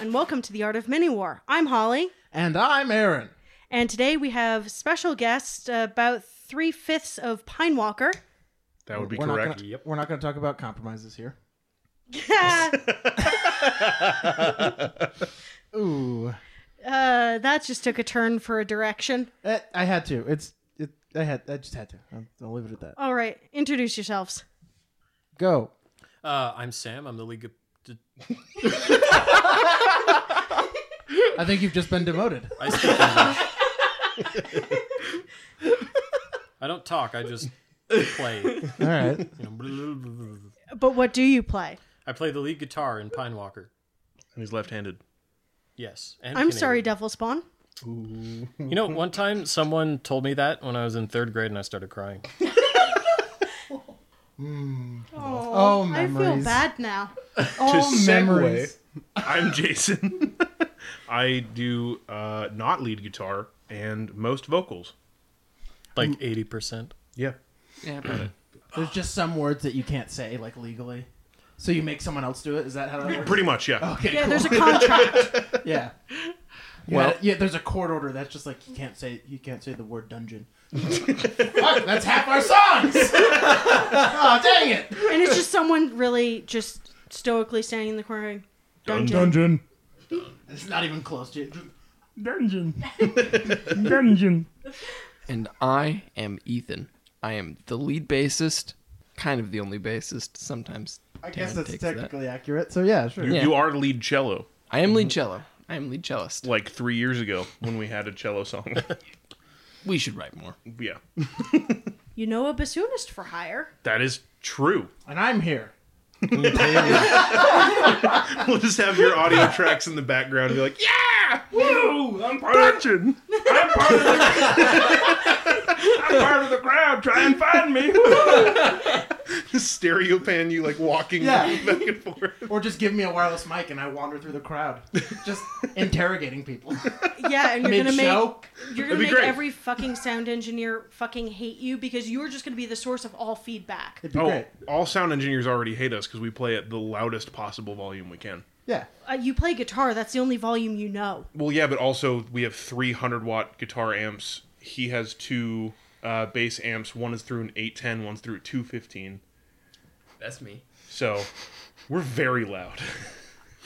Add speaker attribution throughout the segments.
Speaker 1: and welcome to the Art of Mini War. I'm Holly,
Speaker 2: And I'm Aaron.
Speaker 1: and today we have special guest uh, about three fifths of Pine Walker.
Speaker 3: That would be
Speaker 2: We're not
Speaker 3: correct.
Speaker 2: gonna- We're not going to talk about compromises here.
Speaker 1: uh,
Speaker 2: Ooh,
Speaker 1: that just took a turn for a direction.
Speaker 2: Eh, I had to. It's it. I had. I just had to. I'm- I'll leave it at that.
Speaker 1: All right, introduce yourselves.
Speaker 2: Go.
Speaker 4: Uh, I'm Sam. I'm the league. Of... d-
Speaker 2: I think you've just been demoted.
Speaker 4: I speak English. I don't talk. I just play. You
Speaker 2: All right.
Speaker 4: know,
Speaker 1: But what do you play?
Speaker 4: I play the lead guitar in Pine Walker.
Speaker 3: And he's left-handed.
Speaker 4: Yes, and
Speaker 1: I'm sorry,
Speaker 4: Canadian.
Speaker 1: Devil Spawn.
Speaker 4: You know, one time someone told me that when I was in third grade, and I started crying.
Speaker 2: Oh,
Speaker 1: I feel
Speaker 2: memories.
Speaker 1: bad now.
Speaker 2: Oh,
Speaker 3: segue.
Speaker 2: memories.
Speaker 3: I'm Jason. I do uh, not lead guitar and most vocals.
Speaker 1: Mm.
Speaker 4: Like eighty percent.
Speaker 3: Yeah.
Speaker 2: Yeah, but there's just some words that you can't say like legally, so you make someone else do it. Is that how that works?
Speaker 3: Pretty much, yeah.
Speaker 2: Okay.
Speaker 1: Yeah, there's a contract.
Speaker 2: Yeah.
Speaker 3: Well-
Speaker 2: Well, yeah. There's a court order that's just like you can't say you can't say the word dungeon. Fuck, that's half our songs. oh dang it!
Speaker 1: and it's just someone really just stoically standing in the corner. going, Dungeon.
Speaker 3: Dungeon.
Speaker 2: It's not even close to.
Speaker 5: Dungeon. Dungeon.
Speaker 6: And I am Ethan. I am the lead bassist, kind of the only bassist. Sometimes
Speaker 2: I
Speaker 6: Dan
Speaker 2: guess that's
Speaker 6: takes that.
Speaker 2: technically accurate. So yeah, sure.
Speaker 3: You, you are lead cello.
Speaker 6: I am lead cello. I am lead cellist.
Speaker 3: Like three years ago when we had a cello song.
Speaker 6: We should write more.
Speaker 3: yeah.
Speaker 1: You know a bassoonist for hire.
Speaker 3: That is true.
Speaker 2: And I'm here.
Speaker 3: We'll just have your audio tracks in the background and be like, yeah! Woo! I'm part Dungeon!
Speaker 5: I'm part of the I'm part of the crowd. Try and find me.
Speaker 3: Stereo pan you like walking
Speaker 2: Yeah.
Speaker 3: back and forth.
Speaker 2: Or just give me a wireless mic and I wander through the crowd, just interrogating people.
Speaker 1: Yeah, and you're
Speaker 2: Mid
Speaker 1: gonna make
Speaker 2: show.
Speaker 1: You're gonna
Speaker 3: be
Speaker 1: make
Speaker 3: great.
Speaker 1: every fucking sound engineer fucking hate you because you're just gonna be the source of all feedback.
Speaker 2: It'd be
Speaker 3: Oh,
Speaker 2: great.
Speaker 3: all sound engineers already hate us because we play at the loudest possible volume we can.
Speaker 2: Yeah.
Speaker 1: Uh, you play guitar; that's the only volume you know.
Speaker 3: Well, yeah, but also we have 300 watt guitar amps. He has two uh, bass amps. One is through an 810, one's through a 215.
Speaker 6: That's me.
Speaker 3: So we're very loud.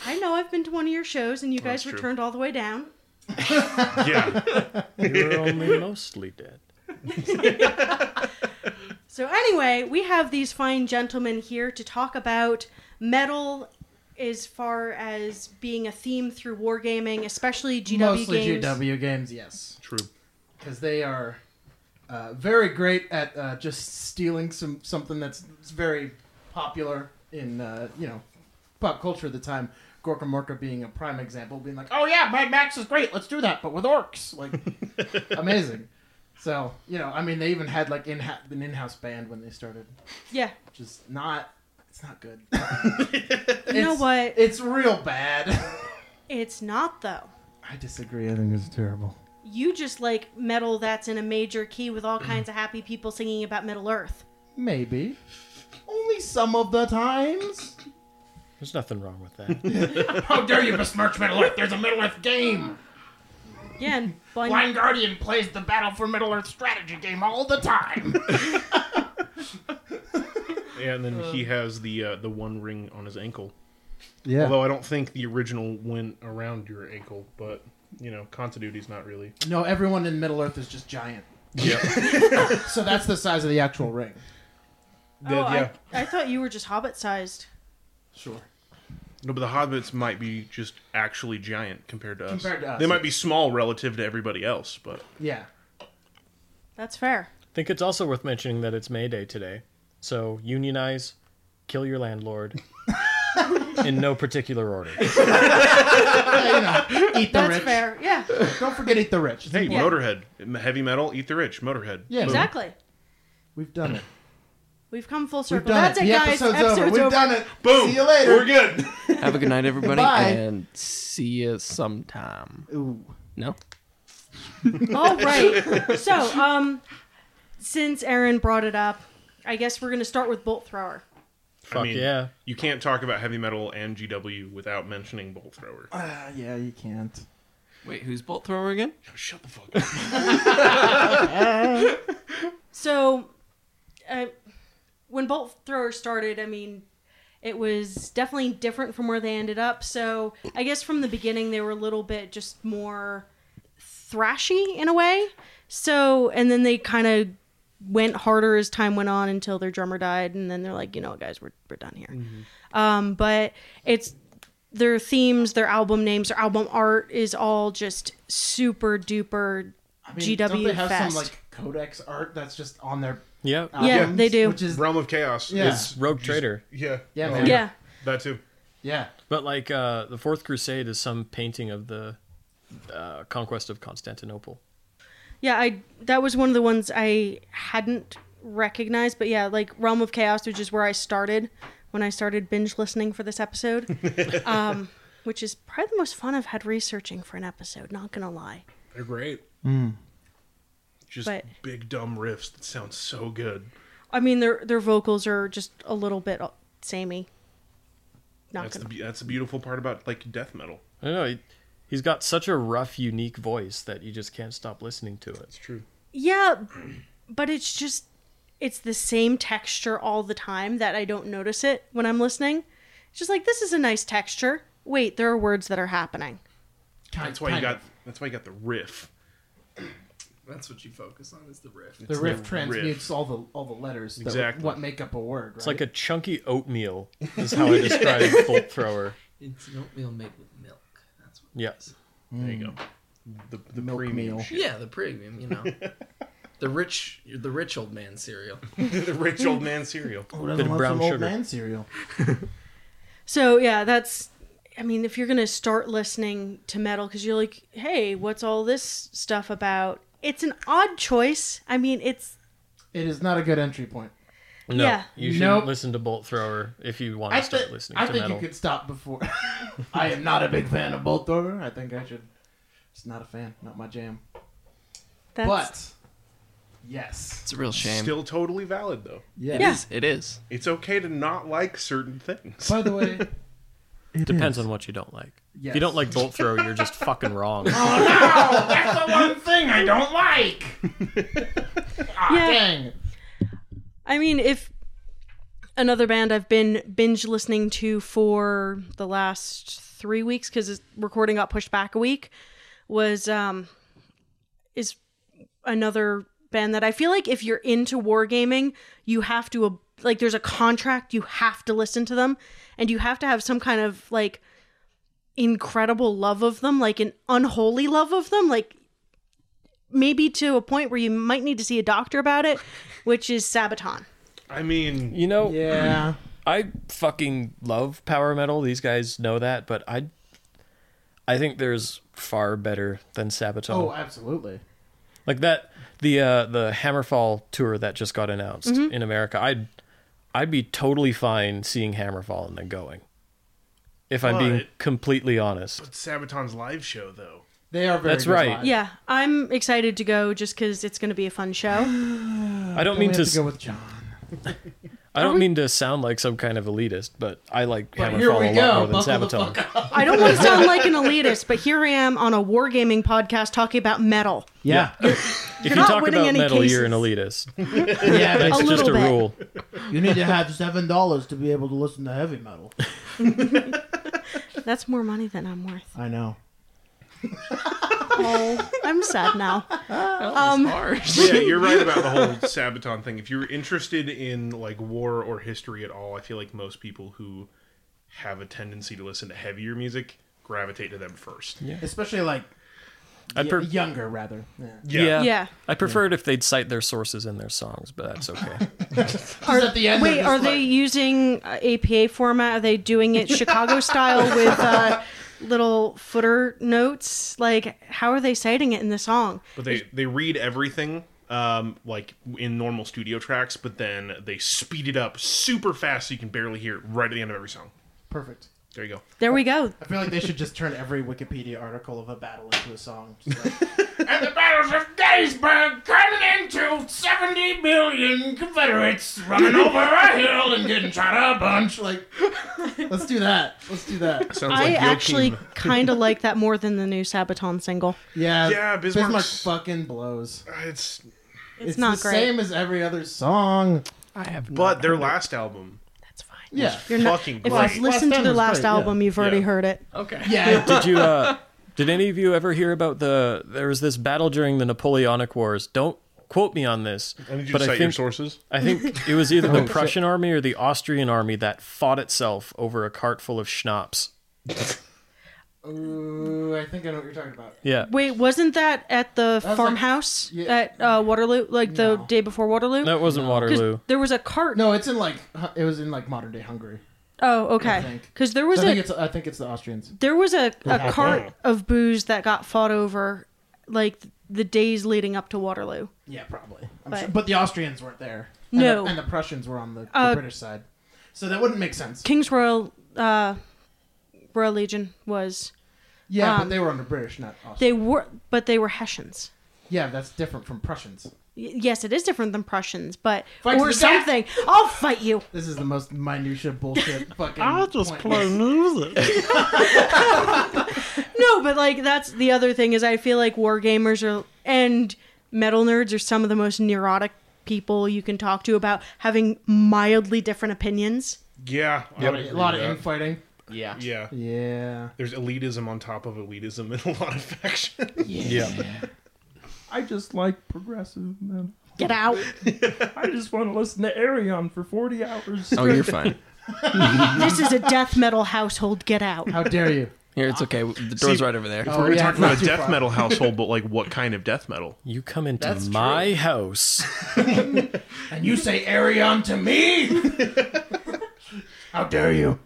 Speaker 1: I know I've been to one of your shows and you guys
Speaker 3: that's true.
Speaker 1: were turned all the way down.
Speaker 3: yeah.
Speaker 4: We were only mostly dead.
Speaker 1: So anyway, we have these fine gentlemen here to talk about metal as far as being a theme through wargaming, especially GW
Speaker 2: Mostly
Speaker 1: games.
Speaker 2: GW games, yes,
Speaker 3: True.
Speaker 2: because they are uh, very great at uh, just stealing some something that's very popular in uh, you know pop culture at the time. Gorka Morka being a prime example, being like, "Oh yeah, Mad Max is great. Let's do that, but with orcs." Like, amazing. So you know, I mean, they even had like in an in-house band when they started,
Speaker 1: Yeah.
Speaker 2: which is not. It's not good.
Speaker 1: You know what?
Speaker 2: It's real bad.
Speaker 1: It's not though.
Speaker 2: I disagree. I think it's terrible.
Speaker 1: You just like metal that's in a major key with all kinds of happy people singing about Middle Earth.
Speaker 2: Maybe. Only some of the times.
Speaker 4: There's nothing wrong with that.
Speaker 2: How dare you besmirch Middle Earth? There's a Middle Earth game.
Speaker 1: Yeah, and Bun-
Speaker 2: Blind Guardian plays the Battle for Middle Earth strategy game all the time.
Speaker 3: And then he has the uh, the one ring on his ankle.
Speaker 2: yeah.
Speaker 3: Although I don't think the original went around your ankle, but you know, continuity's not really.
Speaker 2: no, everyone in Middle Earth is just giant.
Speaker 3: Yeah.
Speaker 2: So that's the size of the actual ring.
Speaker 1: Oh, I-
Speaker 3: yeah.
Speaker 1: I, thought you were just hobbit sized.
Speaker 2: Sure.
Speaker 3: No, but the hobbits might be just actually giant compared to us.
Speaker 2: Compared to us.
Speaker 3: They might be small relative to everybody else, but
Speaker 2: Yeah.
Speaker 1: That's fair.
Speaker 4: I think it's also worth mentioning that it's May Day today, so unionize, kill your landlord, in no particular order.
Speaker 2: Yeah, you know, eat the
Speaker 1: That's
Speaker 2: rich.
Speaker 1: fair. Yeah,
Speaker 2: Don't forget eat the rich. It's
Speaker 3: hey,
Speaker 2: important.
Speaker 3: Motorhead, heavy metal, eat the rich, Motorhead.
Speaker 2: Yeah.
Speaker 1: exactly.
Speaker 2: We've done it.
Speaker 1: We've come full circle.
Speaker 2: We've done
Speaker 1: That's
Speaker 2: it.
Speaker 1: it,
Speaker 2: The
Speaker 1: guys.
Speaker 2: episode's, over. We've done it.
Speaker 3: Boom.
Speaker 2: See you later.
Speaker 3: We're good.
Speaker 6: Have a good night, everybody,
Speaker 2: Bye.
Speaker 6: and see you sometime.
Speaker 2: Ooh.
Speaker 6: No,
Speaker 1: All right. So, um, since Aaron brought it up, I guess we're gonna start with bolt thrower.
Speaker 4: Fuck yeah.
Speaker 3: you can't talk about heavy metal and GW without mentioning Bolt Thrower.
Speaker 2: Ah, yeah, you can't.
Speaker 6: Wait, who's bolt thrower again?
Speaker 3: Shut the fuck up.
Speaker 1: So, uh, when Bolt Thrower started, I mean, it was definitely different from where they ended up. So, I guess from the beginning, they were a little bit just more thrashy in a way. So, and then they kind of went harder as time went on until their drummer died. And then they're like, you know what, guys, we're, we're done here. Um, but it's their themes, their album names, their album art is all just super duper
Speaker 2: I
Speaker 1: GW
Speaker 2: don't they have
Speaker 1: fest.
Speaker 2: some like codex art that's just on their
Speaker 4: Yeah.
Speaker 2: albums,
Speaker 1: Yeah, they do.
Speaker 2: Which is
Speaker 3: Realm of Chaos.
Speaker 2: Yeah.
Speaker 3: It's
Speaker 4: Rogue
Speaker 3: just-
Speaker 4: Trader.
Speaker 3: Yeah.
Speaker 2: yeah,
Speaker 3: Oh,
Speaker 2: man.
Speaker 1: yeah.
Speaker 3: That too.
Speaker 2: yeah.
Speaker 4: But like uh, the Fourth Crusade is some painting of the uh, conquest of Constantinople.
Speaker 1: Yeah, I that was one of the ones I hadn't recognized, but yeah, like Realm of Chaos, which is where I started when I started binge listening for this episode, um, which is probably the most fun I've had researching for an episode. Not gonna lie,
Speaker 3: They're great.
Speaker 2: Hmm.
Speaker 3: Just
Speaker 1: But-
Speaker 3: big dumb riffs that sound so good.
Speaker 1: I mean their their vocals are just a little bit uh, samey. Not
Speaker 3: That's the
Speaker 1: gonna.
Speaker 3: be- that's the beautiful part about like death metal.
Speaker 4: I don't know. He, he's got such a rough, unique voice that you just can't stop listening to it.
Speaker 3: It's true.
Speaker 1: Yeah, but it's just it's the same texture all the time that I don't notice it when I'm listening. It's just like this is a nice texture. Wait, there are words that are happening.
Speaker 2: Kind-
Speaker 3: That's why you
Speaker 2: kind
Speaker 3: got
Speaker 2: of.
Speaker 3: that's why you got the riff.
Speaker 5: That's what you focus on is the riff.
Speaker 2: the riff
Speaker 3: the
Speaker 2: transmutes
Speaker 3: riff.
Speaker 2: all the all the letters. that-
Speaker 3: Exactly.
Speaker 2: what make up a word? Right?
Speaker 4: It's like a chunky oatmeal is how I describe bolt thrower.
Speaker 5: It's an oatmeal made with milk. That's what.
Speaker 4: Yes.
Speaker 3: There you go. The the
Speaker 2: Milk
Speaker 3: premium
Speaker 2: meal.
Speaker 3: shit.
Speaker 5: Yeah, the premium, you know. the rich, the rich old man cereal.
Speaker 3: the rich old man cereal.
Speaker 2: a
Speaker 4: bit of brown
Speaker 2: old
Speaker 4: sugar.
Speaker 2: man cereal.
Speaker 1: So yeah, that's. I mean, if you're gonna start listening to metal because you're like, hey, what's all this stuff about? It's an odd choice. I mean, it's
Speaker 2: It is not a good entry point.
Speaker 4: No.
Speaker 1: Yeah.
Speaker 4: You shouldn't
Speaker 2: Nope.
Speaker 4: listen to bolt thrower if you want
Speaker 2: I,
Speaker 4: to start
Speaker 2: thi-
Speaker 4: listening
Speaker 2: I
Speaker 4: to
Speaker 2: think
Speaker 4: metal.
Speaker 2: you could stop before. I am not a big fan of Bolt Thrower. I think I should. It's not a fan. Not my jam.
Speaker 1: that's
Speaker 2: But yes,
Speaker 6: It's a real shame.
Speaker 3: Still totally valid though.
Speaker 2: yes.
Speaker 1: Yeah.
Speaker 6: It is.
Speaker 3: It's okay to not like certain things.
Speaker 2: By the way, it
Speaker 4: Depends
Speaker 2: is.
Speaker 4: on what you don't like. If
Speaker 2: Yes.
Speaker 4: you don't like bolt thrower, you're just fucking wrong.
Speaker 2: That's the one thing I don't like. Ah,
Speaker 1: Yeah.
Speaker 2: dang.
Speaker 1: I mean, if another band I've been binge listening to for the last three weeks because recording got pushed back a week was um is another band that I feel like if you're into wargaming, you have to ab- like there's a contract you have to listen to them and you have to have some kind of like incredible love of them, like an unholy love of them, like maybe to a point where you might need to see a doctor about it, which is Sabaton.
Speaker 3: I mean,
Speaker 4: You know,
Speaker 2: Yeah.
Speaker 4: I fucking love power metal. These guys know that, but I I think there's far better than Sabaton.
Speaker 2: Oh, absolutely.
Speaker 4: like that the uh the Hammerfall tour that just got announced
Speaker 2: Mm-hmm.
Speaker 4: in America. I'd I'd be totally fine seeing Hammerfall and then going. If I'm being
Speaker 3: But-
Speaker 4: completely honest.
Speaker 3: Sabaton's live show though.
Speaker 2: They are very.
Speaker 4: That's
Speaker 2: good
Speaker 4: right.
Speaker 2: live.
Speaker 1: Yeah, I'm excited to go just because it's going to be a fun show.
Speaker 4: I
Speaker 2: Then Uh,
Speaker 4: don't
Speaker 2: we
Speaker 4: mean
Speaker 2: have
Speaker 4: to,
Speaker 2: to
Speaker 4: s
Speaker 2: go with John.
Speaker 4: I don't mean to sound like some kind of elitist, but I like Hammerfall
Speaker 2: here we
Speaker 4: a lot
Speaker 2: go.
Speaker 4: more than
Speaker 2: Buckle the
Speaker 4: Sabaton.
Speaker 1: I don't want to sound like an elitist, but here I am on a wargaming podcast talking about metal.
Speaker 2: Yeah.
Speaker 4: if you
Speaker 1: not
Speaker 4: talk
Speaker 1: winning
Speaker 4: about
Speaker 1: any
Speaker 4: metal, you're an
Speaker 1: cases.
Speaker 4: elitist.
Speaker 2: yeah.
Speaker 4: That's
Speaker 1: little
Speaker 4: just a
Speaker 1: bit.
Speaker 4: rule.
Speaker 2: You need to have seven dollars to be able to listen to heavy metal.
Speaker 1: That's more money than I'm worth.
Speaker 2: I know.
Speaker 1: Oh, I'm sad now. Um,
Speaker 6: Harsh.
Speaker 3: yeah, you're right about the whole Sabaton thing. If you're interested in like war or history at all, I feel like most people who have a tendency to listen to heavier music gravitate to them first. Yeah.
Speaker 2: Especially like
Speaker 4: I
Speaker 2: y-
Speaker 4: per-
Speaker 2: younger, rather. Yeah.
Speaker 4: yeah.
Speaker 1: Yeah.
Speaker 4: I prefer it if they'd cite their sources in their songs, but that's okay.
Speaker 2: Are, at the end
Speaker 1: Wait,
Speaker 2: of
Speaker 1: are
Speaker 2: this,
Speaker 1: they
Speaker 2: like-
Speaker 1: using uh, APA format? Are they doing it Chicago style with uh, little footer notes? Like, how are they citing it in the song?
Speaker 3: But they they read everything um like in normal studio tracks, but then they speed it up super fast so you can barely hear it right at the end of every song.
Speaker 2: perfect?
Speaker 3: There you go.
Speaker 1: There we go.
Speaker 2: I feel like they should just turn every Wikipedia article of a battle into a song. Just like,
Speaker 5: And the battles of Gettysburg turned into seventy
Speaker 2: three million Confederates running over a hill and getting shot a bunch. Like, let's do that. Let's do that.
Speaker 3: Sounds
Speaker 1: I
Speaker 3: like
Speaker 1: actually
Speaker 3: Joachim.
Speaker 1: kind of like that more than the new Sabaton single.
Speaker 2: Yeah,
Speaker 3: Yeah,
Speaker 2: Bismarck
Speaker 3: Bismarck's-
Speaker 2: fucking blows.
Speaker 3: Ah, It's
Speaker 1: It's, not
Speaker 2: the
Speaker 1: great.
Speaker 2: same as every other song.
Speaker 6: I have
Speaker 3: but
Speaker 6: not
Speaker 3: their
Speaker 6: heard it.
Speaker 3: last album.
Speaker 1: That's fine.
Speaker 2: Yeah,
Speaker 1: You're not,
Speaker 3: Fucking
Speaker 1: if
Speaker 3: great.
Speaker 1: I've listened
Speaker 2: Last
Speaker 1: to their
Speaker 2: time was
Speaker 1: last
Speaker 2: great, yeah.
Speaker 1: album, you've already
Speaker 3: Yeah.
Speaker 1: heard it.
Speaker 6: Okay.
Speaker 2: yeah.
Speaker 4: Did you? Uh, did any of you ever hear about the? There was this battle during the Napoleonic Wars. Don't quote me on this,
Speaker 3: And did you
Speaker 4: but
Speaker 3: cite
Speaker 4: I
Speaker 3: your
Speaker 4: think
Speaker 3: sources?
Speaker 4: I think it was either the Prussian army or the Austrian army that fought itself over a cart full of schnapps.
Speaker 2: Ooh, I think I know what you're talking about.
Speaker 4: Yeah.
Speaker 1: Wait, wasn't that at the
Speaker 2: like-
Speaker 1: farmhouse
Speaker 2: Yeah.
Speaker 1: at uh, Waterloo, like the
Speaker 2: No.
Speaker 1: day before Waterloo?
Speaker 4: That wasn't
Speaker 1: 'Cause
Speaker 4: Waterloo.
Speaker 1: There was a cart.
Speaker 2: No, it's in like hu- it was in like modern day Hungary.
Speaker 1: Oh,
Speaker 2: I
Speaker 1: okay.
Speaker 2: think.
Speaker 1: Because there was
Speaker 2: I think
Speaker 1: a
Speaker 2: it's I think it's the Austrians.
Speaker 1: there was a, a cart of booze that got fought over, like the days leading up to Waterloo.
Speaker 2: Yeah, probably. I'm
Speaker 1: But-
Speaker 2: sure. but the Austrians weren't there.
Speaker 1: No.
Speaker 2: and the, and the Prussians were on the, the
Speaker 1: Uh,
Speaker 2: British side, so that wouldn't make sense.
Speaker 1: King's Royal uh, Royal Legion was
Speaker 2: Yeah,
Speaker 1: um,
Speaker 2: but they were under British, not Austrian.
Speaker 1: they were, but they were Hessians.
Speaker 2: Yeah, that's different from Prussians.
Speaker 1: Y- Yes, it is different than Prussians, but
Speaker 2: Fight to
Speaker 1: or
Speaker 2: the death!
Speaker 1: something. I'll fight you.
Speaker 2: This is the most minutia bullshit fucking.
Speaker 5: I'll just play
Speaker 2: pointless.
Speaker 5: music.
Speaker 1: No, but like that's the other thing is I feel like war gamers are and metal nerds are some of the most neurotic people you can talk to about having mildly different opinions.
Speaker 3: Yeah, I
Speaker 2: A
Speaker 3: would
Speaker 2: lot of-
Speaker 3: agree
Speaker 2: a lot
Speaker 3: with
Speaker 2: of
Speaker 3: that.
Speaker 2: infighting.
Speaker 6: Yeah.
Speaker 3: Yeah,
Speaker 2: Yeah.
Speaker 3: there's elitism on top of elitism in a lot of factions.
Speaker 4: Yeah.
Speaker 5: I just like progressive man.
Speaker 1: Get out.
Speaker 5: I just want to listen to Arion for 40 hours.
Speaker 6: Oh, you're fine.
Speaker 1: this is a death metal household. Get out.
Speaker 2: How dare you?
Speaker 6: Here, it's okay. The door's right over there.
Speaker 3: We're
Speaker 2: Oh,
Speaker 3: gonna
Speaker 2: yeah,
Speaker 3: talk
Speaker 2: it's
Speaker 3: about
Speaker 2: not
Speaker 3: a
Speaker 2: too
Speaker 3: death
Speaker 2: far.
Speaker 3: metal household, but like what kind of death metal?
Speaker 4: You come into
Speaker 2: That's
Speaker 4: my house.
Speaker 2: And you say Arion to me? How dare you?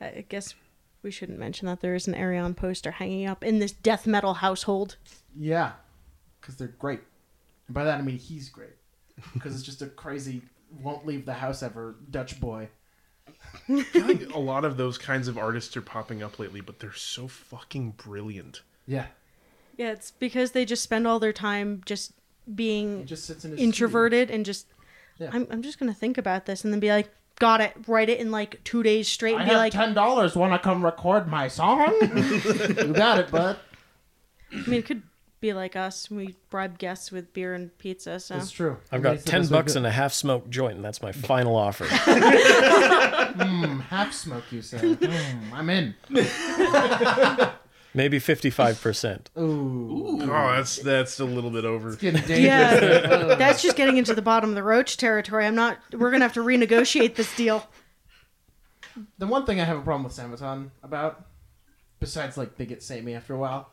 Speaker 1: I guess we shouldn't mention that there is an Arion poster hanging up in this death metal household.
Speaker 2: Yeah, because they're great. And by that I mean he's great. Because it's just a crazy, won't leave the house ever Dutch boy.
Speaker 3: I think a lot of those kinds of artists are popping up lately, but they're so fucking brilliant.
Speaker 2: Yeah,
Speaker 1: Yeah, it's because they just spend all their time just
Speaker 2: he
Speaker 1: being
Speaker 2: just sits in his
Speaker 1: introverted and just
Speaker 2: Yeah.
Speaker 1: I'm I'm just gonna think about this and then be like, got it, write it in like two days straight and
Speaker 2: studio.
Speaker 1: be
Speaker 2: I have
Speaker 1: like
Speaker 2: ten dollars. Want to come record my song? you got it, bud.
Speaker 1: I mean, it could be like us. We bribe guests with beer and pizza. So
Speaker 2: It's true.
Speaker 4: I've got ten bucks and a half smoked joint, and that's my final offer.
Speaker 2: mm, half smoke. You said. Mm, I'm in.
Speaker 4: Maybe fifty-five percent.
Speaker 2: Ooh,
Speaker 3: Oh, that's that's a little bit over.
Speaker 2: it's getting dangerous.
Speaker 1: yeah, that's just getting into the bottom of the roach territory. I'm not. We're gonna have to renegotiate this deal.
Speaker 2: The one thing I have a problem with Samaton about, besides like they get samey after a while,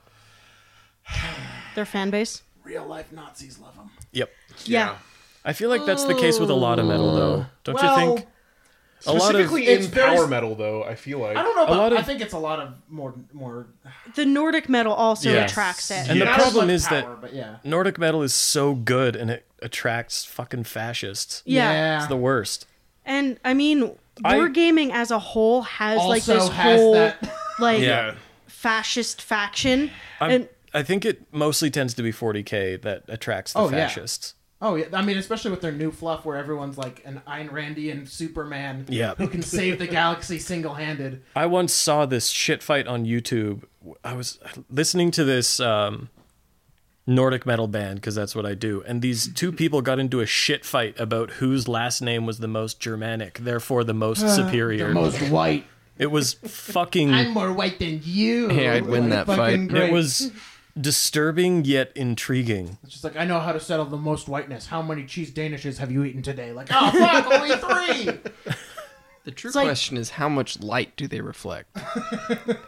Speaker 1: Their fan base.
Speaker 2: real life Nazis love them.
Speaker 4: Yep.
Speaker 1: Yeah.
Speaker 4: I feel like that's the case with a lot of metal,
Speaker 2: Oh.
Speaker 4: though. Don't you think? A lot of
Speaker 3: Specifically
Speaker 2: it's
Speaker 3: in
Speaker 2: very-
Speaker 3: power metal, though, I feel like
Speaker 2: I don't know. About,
Speaker 4: lot of-
Speaker 2: I think it's a lot of more more.
Speaker 1: The Nordic metal also
Speaker 4: Yes.
Speaker 1: attracts it.
Speaker 4: And the
Speaker 2: not as
Speaker 4: problem
Speaker 2: much
Speaker 4: is that-
Speaker 2: power, but yeah,
Speaker 4: Nordic metal is so good, and it attracts fucking fascists.
Speaker 1: Yeah.
Speaker 4: It's the worst.
Speaker 1: And I mean,
Speaker 4: I-
Speaker 1: war gaming as a whole has like
Speaker 2: Also
Speaker 1: this
Speaker 2: has
Speaker 1: whole
Speaker 2: that-
Speaker 1: like
Speaker 3: Yeah.
Speaker 1: fascist faction.
Speaker 4: I'm,
Speaker 1: and
Speaker 4: I think it mostly tends to be 40k that attracts the
Speaker 2: Oh, yeah.
Speaker 4: fascists.
Speaker 2: Oh yeah, I mean, especially with their new fluff, where everyone's like an Ayn Randian Superman,
Speaker 4: Yeah.
Speaker 2: who can save the galaxy single-handed.
Speaker 4: I once saw this shit fight on YouTube. I was listening to this um, Nordic metal band because that's what I do, and these two people got into a shit fight about whose last name was the most Germanic, therefore the most superior.
Speaker 2: white.
Speaker 4: it was fucking.
Speaker 2: I'm more white than you.
Speaker 6: Hey, I'd win
Speaker 2: Like,
Speaker 6: that
Speaker 2: fucking
Speaker 6: fight.
Speaker 2: great.
Speaker 4: It was disturbing yet intriguing.
Speaker 2: It's just like I know how to settle the most whiteness. How many cheese danishes have you eaten today? Like, oh fuck, only three.
Speaker 6: The true
Speaker 1: like-
Speaker 6: question is how much light do they reflect?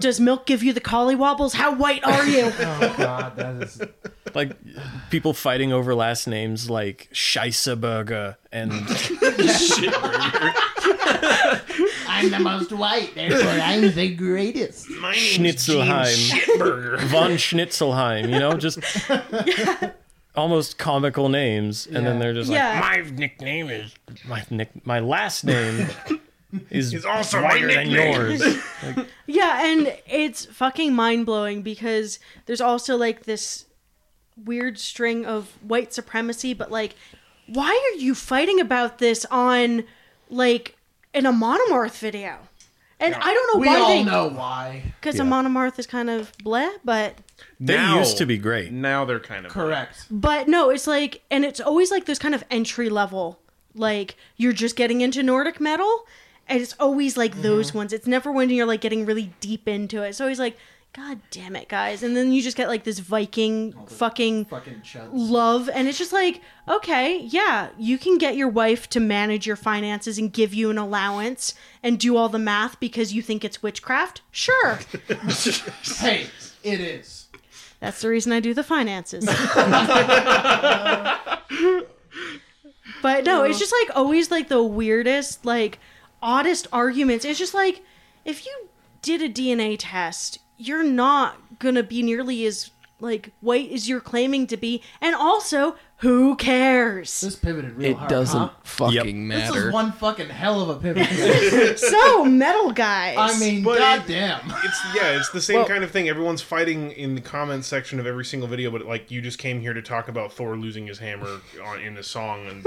Speaker 1: does milk give you the collie wobbles? How white are you?
Speaker 2: Oh god, that is.
Speaker 4: like people fighting over last names like Scheisseberger and
Speaker 2: I'm the most white, therefore I'm the greatest.
Speaker 4: Schnitzelheim,
Speaker 3: Shitburger.
Speaker 4: von Schnitzelheim, you know, just almost comical names and then
Speaker 2: Yeah.
Speaker 4: they're just
Speaker 1: yeah.
Speaker 5: My nickname is.
Speaker 4: like my nick my last name is
Speaker 5: It's also
Speaker 4: whiter than yours.
Speaker 1: Yeah, and it's fucking mind blowing because there's also like this weird string of white supremacy, but like why are you fighting about this on like in a Monomarth video? And I don't know
Speaker 7: We
Speaker 1: why
Speaker 7: all
Speaker 1: they
Speaker 7: know why.
Speaker 1: because a Monomarth is kind of bleh, but
Speaker 4: They used to be great.
Speaker 3: Now they're kind of
Speaker 7: Correct.
Speaker 1: but no, it's like and it's always like those kind of entry level. Like you're just getting into Nordic metal, and it's always like those ones. It's never when you're like getting really deep into it. It's always like, God damn it, guys! And then you just get like this Viking fucking
Speaker 7: Fucking chuds.
Speaker 1: love and it's just like okay yeah you can get your wife to manage your finances and give you an allowance and do all the math because you think it's witchcraft sure
Speaker 7: Hey, it is.
Speaker 1: that's the reason i do the finances but no it's just like always like the weirdest like oddest arguments it's just like if you did a dna test you're not gonna be nearly as like white as you're claiming to be and also who cares
Speaker 7: This pivoted real
Speaker 6: It
Speaker 7: hard.
Speaker 6: doesn't
Speaker 7: huh?
Speaker 6: fucking
Speaker 7: This
Speaker 6: matter.
Speaker 7: is one fucking hell of a pivot.
Speaker 1: so metal guys
Speaker 7: I mean,
Speaker 3: But it-
Speaker 7: goddamn.
Speaker 3: It's yeah, it's the same kind of thing. Everyone's fighting in the comment section of every single video, but like you just came here to talk about Thor losing his hammer on, in a song and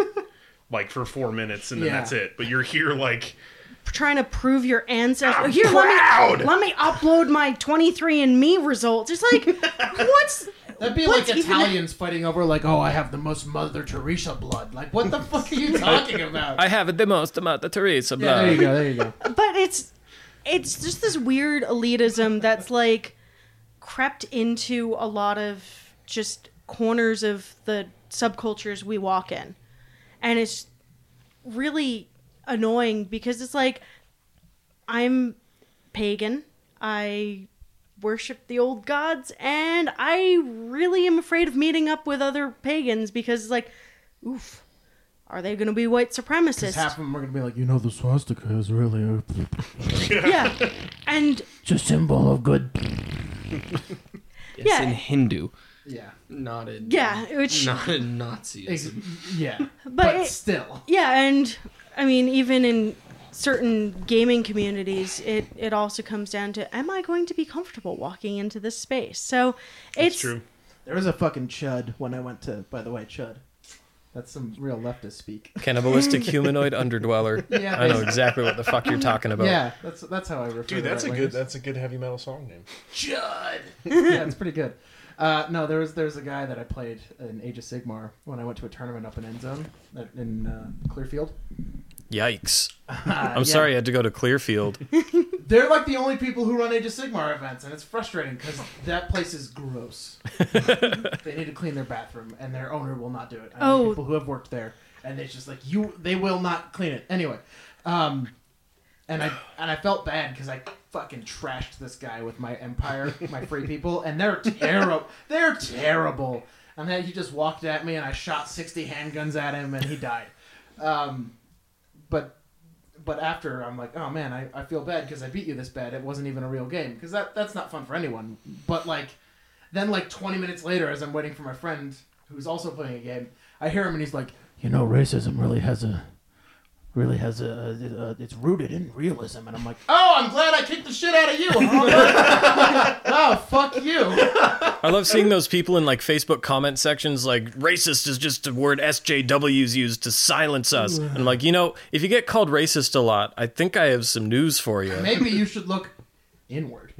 Speaker 3: like for four minutes, and then
Speaker 7: Yeah.
Speaker 3: that's it. But you're here like
Speaker 1: trying to prove your ancestry. Here, let me let me upload my 23andMe results. It's like, what's
Speaker 7: That'd be
Speaker 1: What's
Speaker 7: like
Speaker 1: even-
Speaker 7: Italians fighting over, like, oh, I have the most Mother Teresa blood. Like, what the fuck are you talking about?
Speaker 4: I have it the most about the Teresa
Speaker 7: yeah, there
Speaker 4: blood.
Speaker 7: you go. There you go.
Speaker 1: but it's it's just this weird elitism that's like crept into a lot of just corners of the subcultures we walk in and it's really annoying because it's like i'm pagan i worship the old gods and i really am afraid of meeting up with other pagans because it's like oof are they going to be white supremacists
Speaker 7: Half of them are gonna be like, you know, the swastika is really a,
Speaker 1: yeah and
Speaker 7: it's a symbol of good.
Speaker 6: It's
Speaker 1: yeah.
Speaker 6: in Hindu,
Speaker 7: Yeah,
Speaker 6: not in
Speaker 1: Yeah, which
Speaker 6: not in Nazism.
Speaker 7: Ex- yeah, but,
Speaker 1: it-
Speaker 7: still,
Speaker 1: yeah, and I mean even in certain gaming communities, it it also comes down to am I going to be comfortable walking into this space? So it's
Speaker 3: it's true.
Speaker 7: there was a fucking chud when I went to. By the way, chud. That's some real leftist speak.
Speaker 4: Cannibalistic humanoid underdweller.
Speaker 7: Yeah.
Speaker 4: I know exactly what the fuck you're talking about.
Speaker 7: Yeah, that's that's how I refer.
Speaker 3: Dude,
Speaker 7: to
Speaker 3: that's a
Speaker 7: right-wingers.
Speaker 3: good that's a good heavy metal song name.
Speaker 7: Judd. yeah, it's pretty good. Uh, no, there was there was a guy that I played in Age of Sigmar when I went to a tournament up in End Zone at, in uh, Clearfield.
Speaker 4: Yikes.
Speaker 7: Uh,
Speaker 4: I'm
Speaker 7: yeah.
Speaker 4: sorry I had to go to Clearfield.
Speaker 7: They're like the only people who run Age of Sigmar events, and it's frustrating because that place is gross. they need to clean their bathroom, and their owner will not do it. I know
Speaker 1: Oh.
Speaker 7: people who have worked there, and it's just like you, they will not clean it anyway. Um, and I and I felt bad because I fucking trashed this guy with my empire, my free people, and they're terrible. they're terrible. And then he just walked at me, and I shot sixty handguns at him, and he died. Um, but but after I'm like, oh man, I, I feel bad because I beat you this bad. It wasn't even a real game because that that's not fun for anyone. But like, then like 20 minutes later, as I'm waiting for my friend who's also playing a game, I hear him and he's like, you know, racism really has a really has a, a it's rooted in realism, and I'm like, oh, I'm glad I kicked the shit out of you. huh?" oh fuck you.
Speaker 4: I love seeing those people in like Facebook comment sections like racist is just a word SJWs use to silence us. And I'm like, you know, if you get called racist a lot, I think I have some news for you.
Speaker 7: Maybe you should look inward.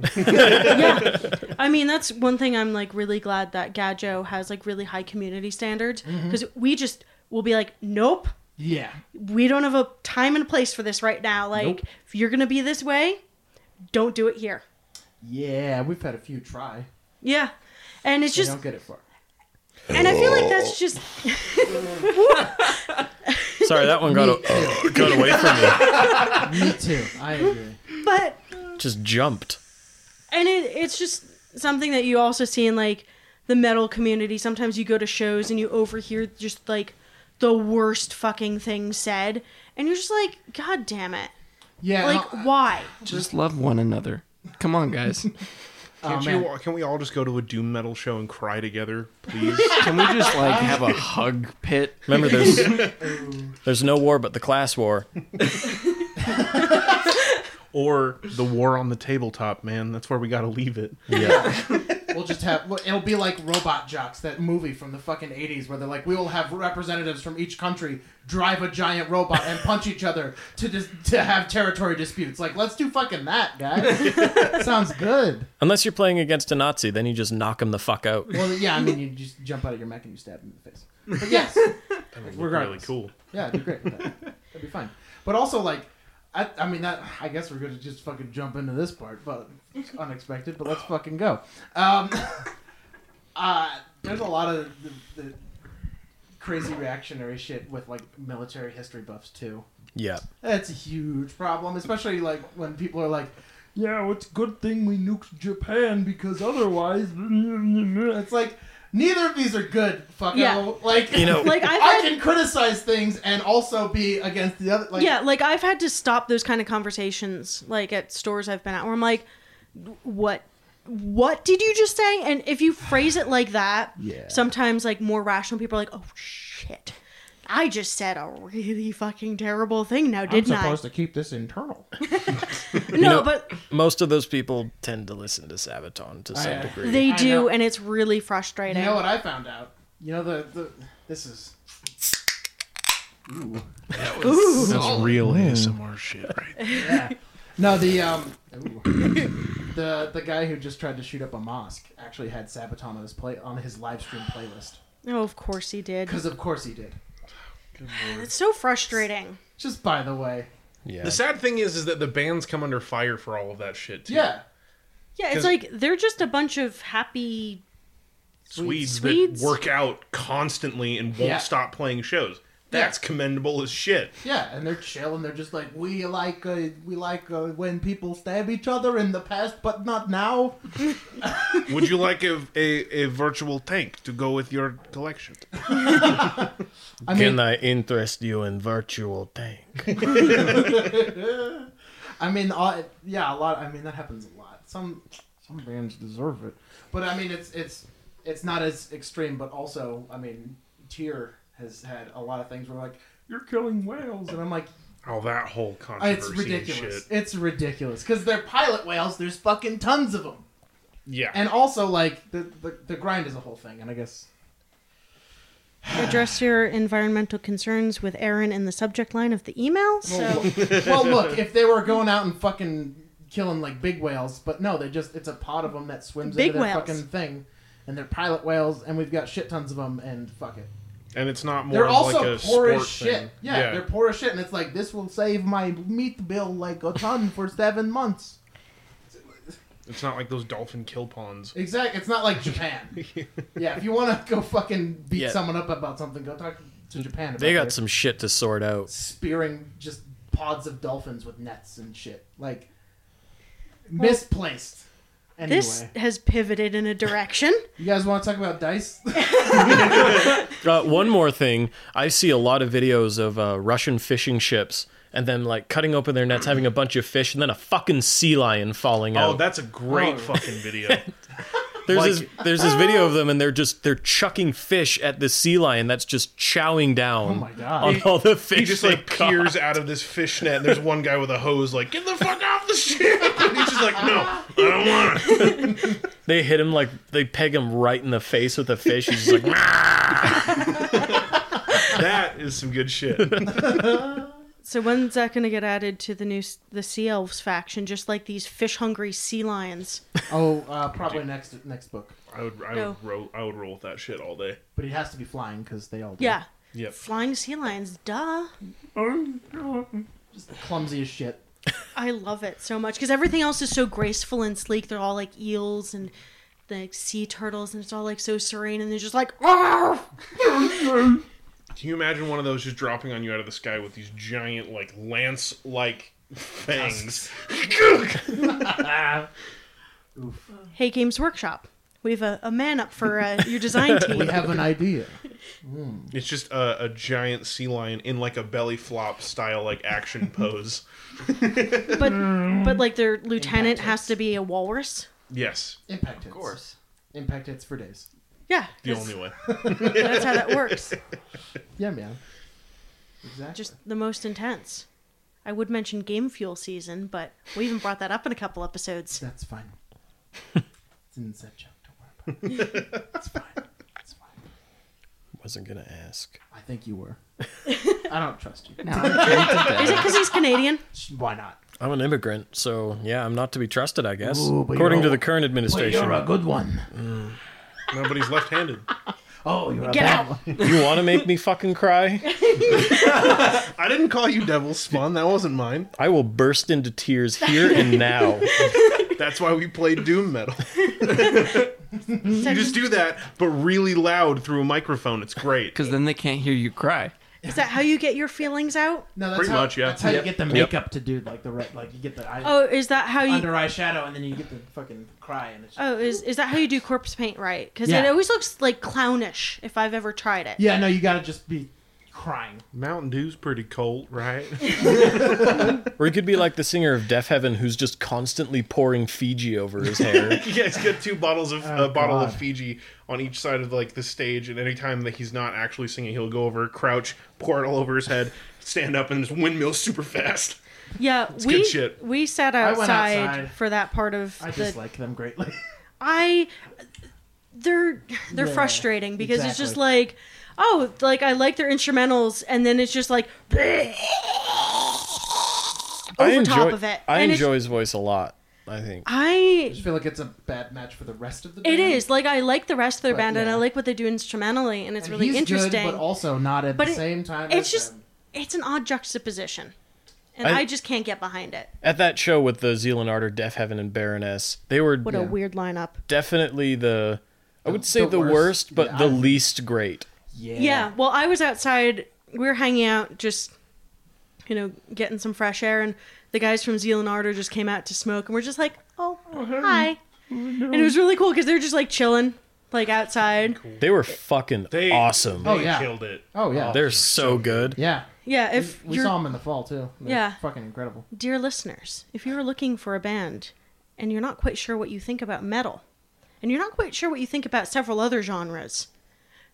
Speaker 1: yeah. I mean, that's one thing I'm like really glad that Gadjo has like really high community standards because we just will be like, nope,
Speaker 7: Yeah.
Speaker 1: we don't have a time and place for this right now. Like,
Speaker 7: Nope.
Speaker 1: if you're gonna be this way, don't do it here.
Speaker 7: Yeah, we've had a few try.
Speaker 1: Yeah, and it's
Speaker 7: They
Speaker 1: just
Speaker 7: don't get it far.
Speaker 1: and I feel like that's just
Speaker 4: Sorry, that one got, a- got away from
Speaker 7: Me too. I agree.
Speaker 1: but
Speaker 4: me. Just jumped.
Speaker 1: and it, it's just something that you also see in like the metal community sometimes you go to shows and you overhear just like the worst fucking thing said and you're just like god damn it
Speaker 7: Yeah. oh,
Speaker 1: like
Speaker 7: no,
Speaker 1: why
Speaker 6: Just love one another. Come on, guys.
Speaker 7: oh,
Speaker 3: Can't
Speaker 7: man.
Speaker 3: you, can we all just go to a doom metal show and cry together, please?
Speaker 6: Can we just like have a hug pit?
Speaker 4: Remember, there's there's no war but the class war.
Speaker 3: or the war on the tabletop, man. That's where we got to leave it.
Speaker 4: Yeah,
Speaker 7: We'll just have it'll be like Robot Jocks, that movie from the fucking eighties where they're like, we will have representatives from each country drive a giant robot and punch each other to dis- to have territory disputes. Like, let's do fucking that, guys. Sounds good.
Speaker 4: Unless you're playing against a Nazi, then you just knock him the fuck out.
Speaker 7: Well, yeah, I mean, you just jump out of your mech and you stab him in the face. But yes,
Speaker 3: That would look really
Speaker 7: Regardless.
Speaker 3: cool.
Speaker 7: yeah, it'd be great. That'd be fine. But also, like, I, I mean, that I guess we're gonna just fucking jump into this part, but it's unexpected. But let's fucking go. Um, uh, there's a lot of the, the crazy reactionary shit with like military history buffs too.
Speaker 4: Yeah.
Speaker 7: That's a huge problem, especially like when people are like, "Yeah, it's a good thing we nuked Japan because otherwise." It's like neither of these are good, fucko.
Speaker 1: Yeah.
Speaker 7: Like
Speaker 4: You know-
Speaker 1: Like I've
Speaker 7: I
Speaker 1: had,
Speaker 7: can criticize things and also be against the other. Like,
Speaker 1: yeah, like I've had to stop those kind of conversations, like at stores I've been at, where I'm like, what, what did you just say? And if you phrase it like that,
Speaker 7: Yeah.
Speaker 1: sometimes like more rational people are like, oh shit, I just said a really fucking terrible thing now,
Speaker 7: I'm
Speaker 1: didn't I?
Speaker 7: supposed to keep this internal.
Speaker 1: No,
Speaker 4: know-
Speaker 1: but
Speaker 4: Most of those people tend to listen to Sabaton to some
Speaker 7: yeah.
Speaker 4: degree.
Speaker 1: they
Speaker 7: I
Speaker 1: do,
Speaker 7: know.
Speaker 1: and it's really frustrating.
Speaker 7: You know what I found out? You know the, the this is ooh
Speaker 3: That's real ASMR shit, right?
Speaker 7: yeah. No, the um ooh. the the guy who just tried to shoot up a mosque actually had Sabaton on his play on his live stream playlist
Speaker 1: Oh, of course he did.
Speaker 7: because of course he did.
Speaker 1: It's so frustrating.
Speaker 7: Just by the way,
Speaker 4: yeah.
Speaker 3: The sad thing is, is that the bands come under fire for all of that shit. Too.
Speaker 7: yeah,
Speaker 1: Yeah, it's
Speaker 3: 'Cause-
Speaker 1: like they're just a bunch of happy.
Speaker 3: Swedes,
Speaker 1: Swedes.
Speaker 3: that work out constantly and won't
Speaker 7: Yeah.
Speaker 3: stop playing shows. That's commendable as shit.
Speaker 7: yeah, and they're chill and they're just like we like uh, we like uh, when people stab each other in the past, but not now.
Speaker 3: Would you like a, a, a virtual tank to go with your collection?
Speaker 7: I
Speaker 4: Can I interest you in virtual tank?
Speaker 7: I mean, all, yeah, a lot. I mean, that happens a lot. Some some bands deserve it, but I mean, it's it's it's not as extreme. But also, I mean, Tyr has had a lot of things where like you're killing whales, and I'm like,
Speaker 3: Oh, that whole controversy
Speaker 7: it's
Speaker 3: and shit.
Speaker 7: ridiculous. It's ridiculous because they're pilot whales. There's fucking tons of them,
Speaker 3: Yeah.
Speaker 7: and also like the the, the grind is a whole thing. And I guess
Speaker 1: Address your environmental concerns with Aaron in the subject line of the email. So
Speaker 7: well, look, if they were going out and fucking killing like big whales, but no, they just it's a pod of them that swims
Speaker 1: Big
Speaker 7: into their
Speaker 1: whales.
Speaker 7: fucking thing, and they're pilot whales, and we've got shit tons of them, and fuck it,
Speaker 3: and it's not more
Speaker 7: they're
Speaker 3: of
Speaker 7: also
Speaker 3: like a
Speaker 7: poor
Speaker 3: sport
Speaker 7: as shit.
Speaker 3: thing.
Speaker 7: Yeah, they're poor as shit, and it's like this will save my meat bill like a ton for seven months.
Speaker 3: It's not like those dolphin kill ponds.
Speaker 7: Exactly, it's not like Japan. yeah, if you want to go fucking beat
Speaker 4: Yeah.
Speaker 7: someone up about something, go talk to Japan. About
Speaker 4: They got
Speaker 7: their
Speaker 4: some shit to sort out.
Speaker 7: spearing just pods of dolphins with nets and shit, like misplaced. Anyway.
Speaker 1: this has pivoted in a direction.
Speaker 7: You guys want to talk about dice?
Speaker 4: Uh, one more thing, I see a lot of videos of uh, Russian fishing ships and them like cutting open their nets, having a bunch of fish, and then a fucking sea lion falling
Speaker 3: Oh,
Speaker 4: out.
Speaker 3: that's a great fucking video.
Speaker 4: there's
Speaker 3: like-
Speaker 4: this there's this video of them, and they're just they're chucking fish at the sea lion that's just chowing down. Oh
Speaker 7: my God.
Speaker 4: On all the fish,
Speaker 3: he just
Speaker 4: they
Speaker 3: like
Speaker 4: caught.
Speaker 3: peers out of this fishnet. And there's one guy with a hose, like get the fuck off the ship. And he's just like, no, I don't want it.
Speaker 4: They hit him like they peg him right in the face with a fish. He's just like,
Speaker 3: That is some good shit.
Speaker 1: So when's that going to get added to the new s- the sea elves faction? Just like these fish hungry sea lions.
Speaker 7: oh, uh, probably next next book.
Speaker 3: I would, I
Speaker 1: No.
Speaker 3: would, roll, I would roll with that shit all day.
Speaker 7: But he has to be flying because they all do.
Speaker 1: Yeah,
Speaker 3: Yep.
Speaker 1: flying sea lions. Duh.
Speaker 7: just clumsy as shit.
Speaker 1: I love it so much because everything else is so graceful and sleek. They're all like eels and the sea turtles, and it's all like so serene. And they're just like, "Argh!"
Speaker 3: Can you imagine one of those just dropping on you out of the sky with these giant, like lance-like fangs?
Speaker 1: hey, Games Workshop, we have a, a man up for uh, your design team.
Speaker 7: We have an idea.
Speaker 3: It's just a, a giant sea lion in like a belly flop style, like action pose.
Speaker 1: but but like their lieutenant has to be a walrus.
Speaker 3: Yes,
Speaker 7: Impact hits.
Speaker 8: Of course.
Speaker 7: Impact hits for days.
Speaker 1: Yeah,
Speaker 3: the
Speaker 1: that's,
Speaker 3: only way.
Speaker 1: that's how that works.
Speaker 7: Yeah, man. Exactly.
Speaker 1: Just the most intense. I would mention game fuel season, but we even brought that up in a couple episodes.
Speaker 7: That's fine. it's an inside joke. Don't worry.
Speaker 4: Wasn't gonna ask.
Speaker 2: I think you were. I don't trust you.
Speaker 6: No, I'm tempted to
Speaker 1: Is it because he's Canadian?
Speaker 2: Why not?
Speaker 4: I'm an immigrant, so yeah, I'm not to be trusted, I guess.
Speaker 2: Ooh, but
Speaker 4: According to
Speaker 2: you're-
Speaker 4: the current administration,
Speaker 2: good one.
Speaker 3: Nobody's left-handed.
Speaker 2: Oh, you're a
Speaker 1: Get
Speaker 2: bad
Speaker 1: out.
Speaker 2: one.
Speaker 4: you want to make me fucking cry?
Speaker 3: I didn't call you Devil Spawn. That wasn't mine.
Speaker 4: I will burst into tears here and now.
Speaker 3: That's why we played Doom Metal.
Speaker 1: So
Speaker 3: You just do that, but really loud through a microphone. It's great.
Speaker 6: because then they can't hear you cry.
Speaker 1: Is that how you get your feelings out?
Speaker 2: No, that's
Speaker 3: Pretty
Speaker 2: how,
Speaker 3: much, yeah.
Speaker 2: That's how
Speaker 3: Yep.
Speaker 2: you get the makeup to do like the red, like you get the eye,
Speaker 1: Oh, is that how you?
Speaker 2: under eye shadow, and then you get the fucking cry, and it's.
Speaker 1: Oh, is is that how you do corpse paint right? Because
Speaker 2: Yeah.
Speaker 1: it always looks like clownish if I've ever tried it.
Speaker 2: Yeah, no, you gotta just be crying.
Speaker 3: Mountain Dew's pretty cold, right?
Speaker 4: Or he could be like the singer of Deaf Heaven who's just constantly pouring Fiji over his hair.
Speaker 3: you guys got two bottles of a bottle of
Speaker 2: God.
Speaker 3: Fiji on each side of like the stage, and anytime that he's not actually singing, he'll go over, crouch, pour it all over his head, stand up, and just windmill super fast.
Speaker 1: Yeah,
Speaker 3: good
Speaker 1: we
Speaker 3: shit.
Speaker 1: we sat
Speaker 2: went
Speaker 1: outside,
Speaker 2: outside.
Speaker 1: for that part of
Speaker 2: I
Speaker 1: the.
Speaker 2: dislike them greatly.
Speaker 1: I they're they're
Speaker 2: Yeah,
Speaker 1: frustrating because it's just
Speaker 2: exactly.
Speaker 1: like oh like I like their instrumentals and then it's just like
Speaker 4: I
Speaker 1: Over
Speaker 4: enjoy,
Speaker 1: top of it.
Speaker 4: I
Speaker 1: And it's-
Speaker 4: enjoy his voice a lot. I think
Speaker 1: I
Speaker 2: I feel like it's a bad match for the rest of the.
Speaker 1: It
Speaker 2: Band.
Speaker 1: is like I like the rest of their band and I
Speaker 2: yeah.
Speaker 1: like what they do instrumentally, and it's
Speaker 2: And
Speaker 1: really
Speaker 2: he's
Speaker 1: interesting.
Speaker 2: good, but also not at
Speaker 1: But
Speaker 2: the
Speaker 1: it-
Speaker 2: same time.
Speaker 1: it's
Speaker 2: as
Speaker 1: just
Speaker 2: them.
Speaker 1: it's an odd juxtaposition, and I,
Speaker 4: I-
Speaker 1: just can't get behind it.
Speaker 4: at that show with the Zealand Ardor, Deaf Heaven, and Baroness, they were
Speaker 1: What a weird lineup.
Speaker 4: definitely the I would say
Speaker 2: the
Speaker 4: the,
Speaker 2: worst.
Speaker 4: worst, but
Speaker 2: Yeah,
Speaker 4: the
Speaker 2: I-
Speaker 4: least great.
Speaker 2: yeah.
Speaker 1: Yeah. Well, I was outside. We were hanging out, just you know, getting some fresh air, and the guys from Zealand Ardor just came out to smoke, and we're just like, oh, hi,
Speaker 2: Oh,
Speaker 1: and it was really cool because they're just like chilling, like outside.
Speaker 4: They were fucking
Speaker 3: They-
Speaker 4: awesome.
Speaker 2: Oh,
Speaker 3: They
Speaker 2: yeah.
Speaker 3: killed it.
Speaker 2: Oh yeah.
Speaker 4: They're so good.
Speaker 2: yeah.
Speaker 1: Yeah. If
Speaker 2: We
Speaker 1: you're
Speaker 2: saw him in the fall too. They're
Speaker 1: Yeah.
Speaker 2: Fucking incredible.
Speaker 1: Dear listeners, if you're looking for a band and you're not quite sure what you think about metal, and you're not quite sure what you think about several other genres,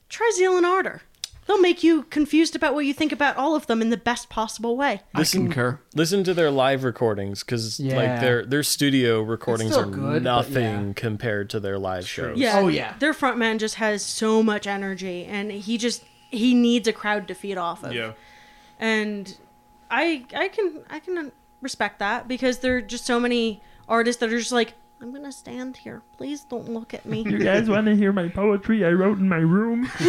Speaker 1: try Zealand Ardor. They'll make you confused about what you think about all of them in the best possible way.
Speaker 6: I concur.
Speaker 4: Listen to their live recordings because
Speaker 2: Yeah.
Speaker 4: like their their studio recordings
Speaker 2: still
Speaker 4: are
Speaker 2: good, but
Speaker 4: nothing
Speaker 2: yeah.
Speaker 4: compared to their live shows.
Speaker 1: Yeah.
Speaker 2: Oh, yeah.
Speaker 1: Their frontman just has so much energy and he just he needs a crowd to feed off of.
Speaker 3: Yeah.
Speaker 1: And I I can I can respect that because there are just so many artists that are just like I'm going to stand here. Please don't look at me.
Speaker 5: You guys want to hear my poetry I wrote in my room?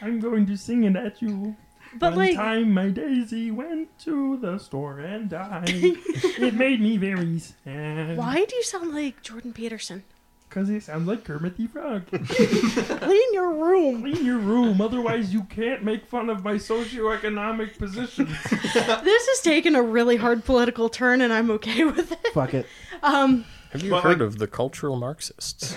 Speaker 5: I'm going to sing it at you.
Speaker 1: But
Speaker 5: One
Speaker 1: like
Speaker 5: time my daisy went to the store and died. it made me very sad.
Speaker 1: Why do you sound like Jordan Peterson?
Speaker 5: Because he sounds like Kermit the Frog.
Speaker 1: Clean your room.
Speaker 5: Clean your room, otherwise you can't make fun of my socioeconomic position.
Speaker 1: This has taken a really hard political turn, and I'm okay with it.
Speaker 2: Fuck it.
Speaker 1: Um,
Speaker 4: Have you
Speaker 3: But,
Speaker 4: heard
Speaker 3: like-
Speaker 4: of the cultural Marxists?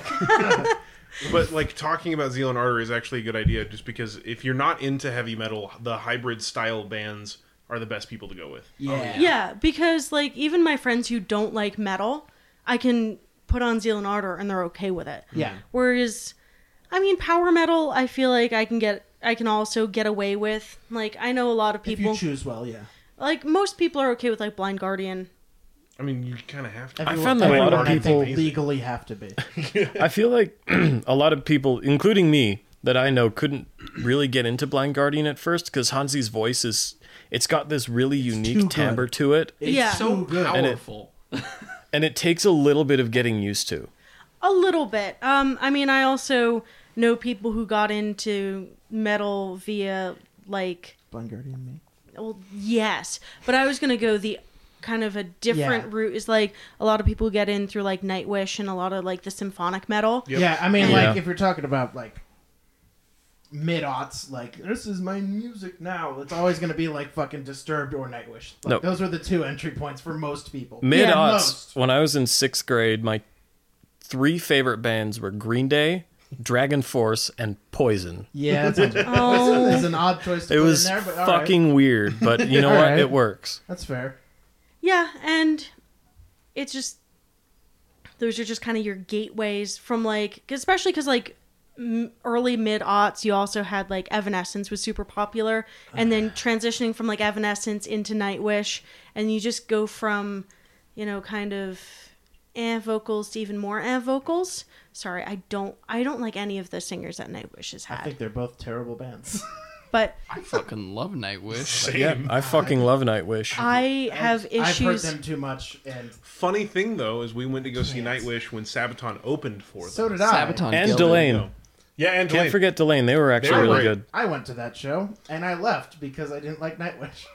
Speaker 3: But like talking about Zealand Ardor is actually a good idea, just because if you're not into heavy metal, the hybrid style bands are the best people to go with.
Speaker 2: Yeah.
Speaker 1: yeah, because like even my friends who don't like metal, I can put on Zealand Ardor and they're okay with it.
Speaker 2: Yeah.
Speaker 1: Whereas, I mean, power metal, I feel like I can get, I can also get away with. Like I know a lot of
Speaker 2: If
Speaker 1: people,
Speaker 2: you choose well, yeah.
Speaker 1: like most people are okay with like Blind Guardian.
Speaker 3: I mean, you kind of have to.
Speaker 2: Everyone-
Speaker 4: found that a lot
Speaker 2: everyone,
Speaker 4: of
Speaker 2: I think,
Speaker 4: people-
Speaker 2: legally have to be.
Speaker 4: I feel like a lot of people, including me, that I know couldn't really get into Blind Guardian at first because Hansi's voice is it's got this really
Speaker 2: too
Speaker 4: unique
Speaker 2: good.
Speaker 4: timbre to it
Speaker 1: yeah,
Speaker 6: So
Speaker 4: And it-
Speaker 6: powerful.
Speaker 4: and it takes a little bit of getting used to.
Speaker 1: A little bit. Um, I mean, I also know people who got into metal via like,
Speaker 2: Blind Guardian me.
Speaker 1: well, yes, but I was gonna go the kind of a different
Speaker 2: Yeah.
Speaker 1: route. Is like a lot of people get in through like Nightwish and a lot of like the symphonic metal.
Speaker 3: Yep.
Speaker 2: Yeah, I mean,
Speaker 4: Yeah.
Speaker 2: like if you're talking about like mid aughts, like this is my music now. It's always gonna be like fucking Disturbed or Nightwish. Like,
Speaker 4: No.
Speaker 2: those are the two entry points for most people.
Speaker 4: Mid aughts,
Speaker 2: most.
Speaker 4: when I was in sixth grade, my three favorite bands were Green Day, Dragon Force, and Poison.
Speaker 2: Yeah, that's,
Speaker 1: Oh.
Speaker 2: that's an odd choice to
Speaker 4: It
Speaker 2: put
Speaker 4: was
Speaker 2: in there, but all right.
Speaker 4: fucking weird, but you know
Speaker 2: All
Speaker 4: what?
Speaker 2: right.
Speaker 4: It works.
Speaker 2: That's fair.
Speaker 1: Yeah, and it's just those are just kind of your gateways from like, especially because like m- early mid aughts, you also had like Evanescence was super popular, and then transitioning from like Evanescence into Nightwish, and you just go from you know kind of eh vocals to even more eh vocals. Sorry, I don't I don't like any of the singers that Nightwish has
Speaker 2: I
Speaker 1: had.
Speaker 2: think they're both terrible bands.
Speaker 1: but
Speaker 6: I fucking love Nightwish.
Speaker 4: Yeah, I fucking love Nightwish.
Speaker 1: I have
Speaker 2: I've heard
Speaker 1: issues.
Speaker 2: them too much, and
Speaker 3: Funny thing though is we went to go see
Speaker 2: Can't.
Speaker 3: Nightwish when Sabaton opened for them.
Speaker 2: so did I.
Speaker 6: Sabaton
Speaker 4: and
Speaker 6: Gilbert.
Speaker 4: Delane.
Speaker 3: yeah, and
Speaker 4: Can't
Speaker 3: Delane.
Speaker 4: forget Delane. They were actually
Speaker 3: were great.
Speaker 4: really good.
Speaker 2: I went to that show and I left because I didn't like Nightwish.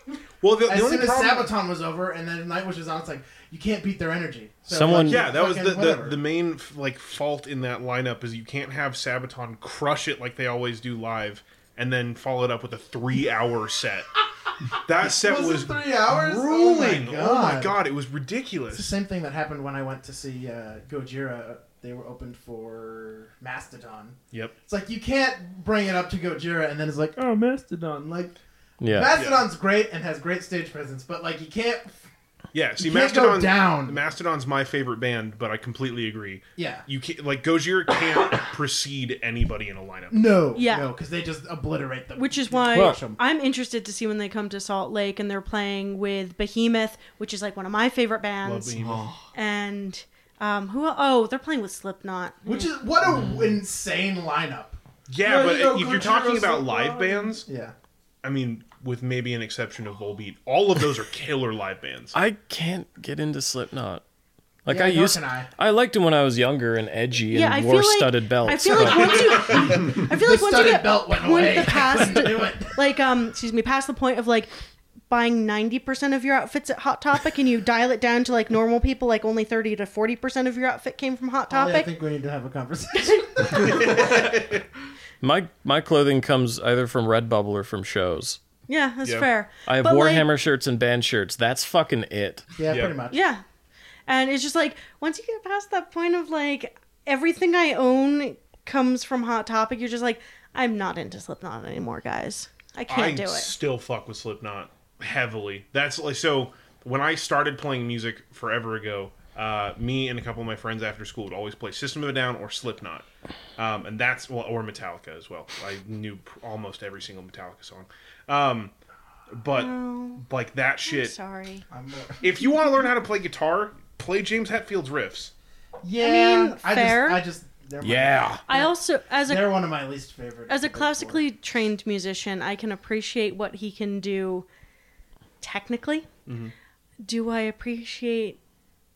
Speaker 3: Well, the, the
Speaker 2: As
Speaker 3: only
Speaker 2: soon as
Speaker 3: problem,
Speaker 2: Sabaton was over and then Nightwish was on, it's like you can't beat their energy. So,
Speaker 4: Someone-
Speaker 2: like,
Speaker 3: yeah, that was the,
Speaker 2: fucking
Speaker 3: the,
Speaker 2: whatever.
Speaker 3: the main f- like fault in that lineup is you can't have Sabaton crush it like they always do live, and then follow it up with a three-hour set. That set
Speaker 2: Was it
Speaker 3: was,
Speaker 2: three hours? Oh my
Speaker 3: grueling. Oh my,
Speaker 2: God.
Speaker 3: god, it was
Speaker 2: It's the
Speaker 3: ridiculous.
Speaker 2: same thing that happened when I went to see uh, Gojira. They were opened for Mastodon.
Speaker 3: Yep.
Speaker 2: It's like you can't bring it up to Gojira and then it's like,
Speaker 5: Oh, Mastodon.
Speaker 2: like
Speaker 4: Yeah.
Speaker 2: Mastodon's great and has great stage presence, but like you can't,
Speaker 3: Yeah. See,
Speaker 2: you can't go
Speaker 3: Mastodon.
Speaker 2: down.
Speaker 3: Mastodon's my favorite band, but I completely agree.
Speaker 2: yeah,
Speaker 3: You can't like Gojira can't precede anybody in a lineup.
Speaker 2: no,
Speaker 1: Yeah.
Speaker 2: no, because they just obliterate them.
Speaker 1: which is why
Speaker 4: Well-
Speaker 1: I'm interested to see when they come to Salt Lake and they're playing with Behemoth, which is like one of my favorite
Speaker 3: Love
Speaker 1: bands.
Speaker 3: Behemoth.
Speaker 2: Oh.
Speaker 1: and um, who? Oh, they're playing with Slipknot.
Speaker 2: Which is what a insane lineup.
Speaker 3: Yeah,
Speaker 5: Well,
Speaker 3: but
Speaker 5: you know,
Speaker 3: if you're
Speaker 5: Gojira's
Speaker 3: talking about
Speaker 5: so
Speaker 3: live
Speaker 5: fun.
Speaker 3: bands,
Speaker 2: Yeah.
Speaker 3: I mean, with maybe an exception of Volbeat, all of those are killer live bands.
Speaker 4: I can't get into Slipknot. Like
Speaker 2: Yeah,
Speaker 4: I
Speaker 2: nor
Speaker 4: used,
Speaker 2: can I.
Speaker 4: I. liked him when I was younger and edgy
Speaker 1: Yeah, I
Speaker 4: and
Speaker 1: feel
Speaker 4: wore
Speaker 1: like-
Speaker 4: studded belts.
Speaker 1: I feel like
Speaker 4: but-
Speaker 1: once you, I feel like
Speaker 2: the
Speaker 1: once you
Speaker 2: studded
Speaker 1: get
Speaker 2: belt went
Speaker 1: point
Speaker 2: away.
Speaker 1: the past,
Speaker 2: Couldn't do it.
Speaker 1: like um, excuse me, past the point of like buying 90% of your outfits at Hot Topic and you dial it down to like normal people, like only 30 to 40% of your outfit came from Hot
Speaker 2: Holly, Oh, I
Speaker 1: Topic.
Speaker 2: think we need to have a conversation.
Speaker 4: my my clothing comes either from Redbubble or from shows.
Speaker 1: yeah, that's
Speaker 3: Yeah.
Speaker 1: fair.
Speaker 4: I have
Speaker 1: But, like,
Speaker 4: Warhammer shirts and band shirts. That's fucking it.
Speaker 2: yeah,
Speaker 3: Yeah.
Speaker 2: pretty much.
Speaker 1: Yeah. And it's just like once you get past that point of like everything I own comes from Hot Topic, you're just like, I'm not into Slipknot anymore, guys. I can't
Speaker 3: I
Speaker 1: do it.
Speaker 3: still fuck with Slipknot heavily. That's like so. When I started playing music forever ago, uh, me and a couple of my friends after school would always play System of a Down or Slipknot, um, and that's well, or Metallica as well. I knew pr- almost every single Metallica song, um, but like that shit.
Speaker 1: Sorry.
Speaker 2: I'm, uh,
Speaker 3: If you want to learn how to play guitar, play James Hetfield's riffs.
Speaker 2: yeah.
Speaker 1: mean, fair.
Speaker 2: Just, I just. They're my-
Speaker 1: I also as a
Speaker 2: They're one of my least favorite.
Speaker 1: as a
Speaker 2: big four.
Speaker 1: classically trained musician, I can appreciate what he can do technically. Do I appreciate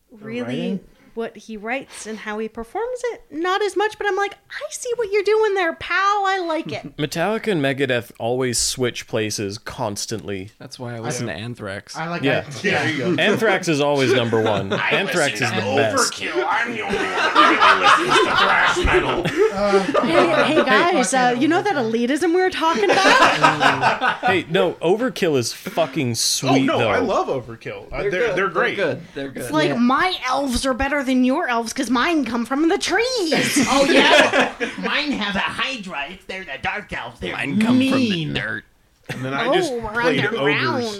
Speaker 1: really
Speaker 2: writing?
Speaker 1: what he writes and how he performs it? Not as much, but I'm like, I see what you're doing there, pal. I like it.
Speaker 4: Metallica and Megadeth always switch places constantly.
Speaker 6: That's why I listen to Anthrax.
Speaker 2: I like
Speaker 4: Yeah.
Speaker 2: that.
Speaker 3: Yeah, there you go.
Speaker 4: Anthrax is always number one. Anthrax is the best.
Speaker 3: I'm the only one that really listens to thrash metal.
Speaker 1: hey, hey guys,
Speaker 2: Fucking
Speaker 1: uh, you know that elitism we were talking about?
Speaker 4: Hey, no, Overkill is fucking sweet
Speaker 3: Oh no,
Speaker 4: though.
Speaker 3: I love Overkill. Uh, They're they're, great.
Speaker 6: They're good. They're good.
Speaker 1: It's like my elves are better than your elves because mine come from the trees.
Speaker 2: Oh yeah. Mine have a Hydra. It's they're the dark elves. They're
Speaker 6: Mine come from the
Speaker 2: mean.
Speaker 6: dirt.
Speaker 3: And then I just
Speaker 1: oh, we're
Speaker 3: played ogres.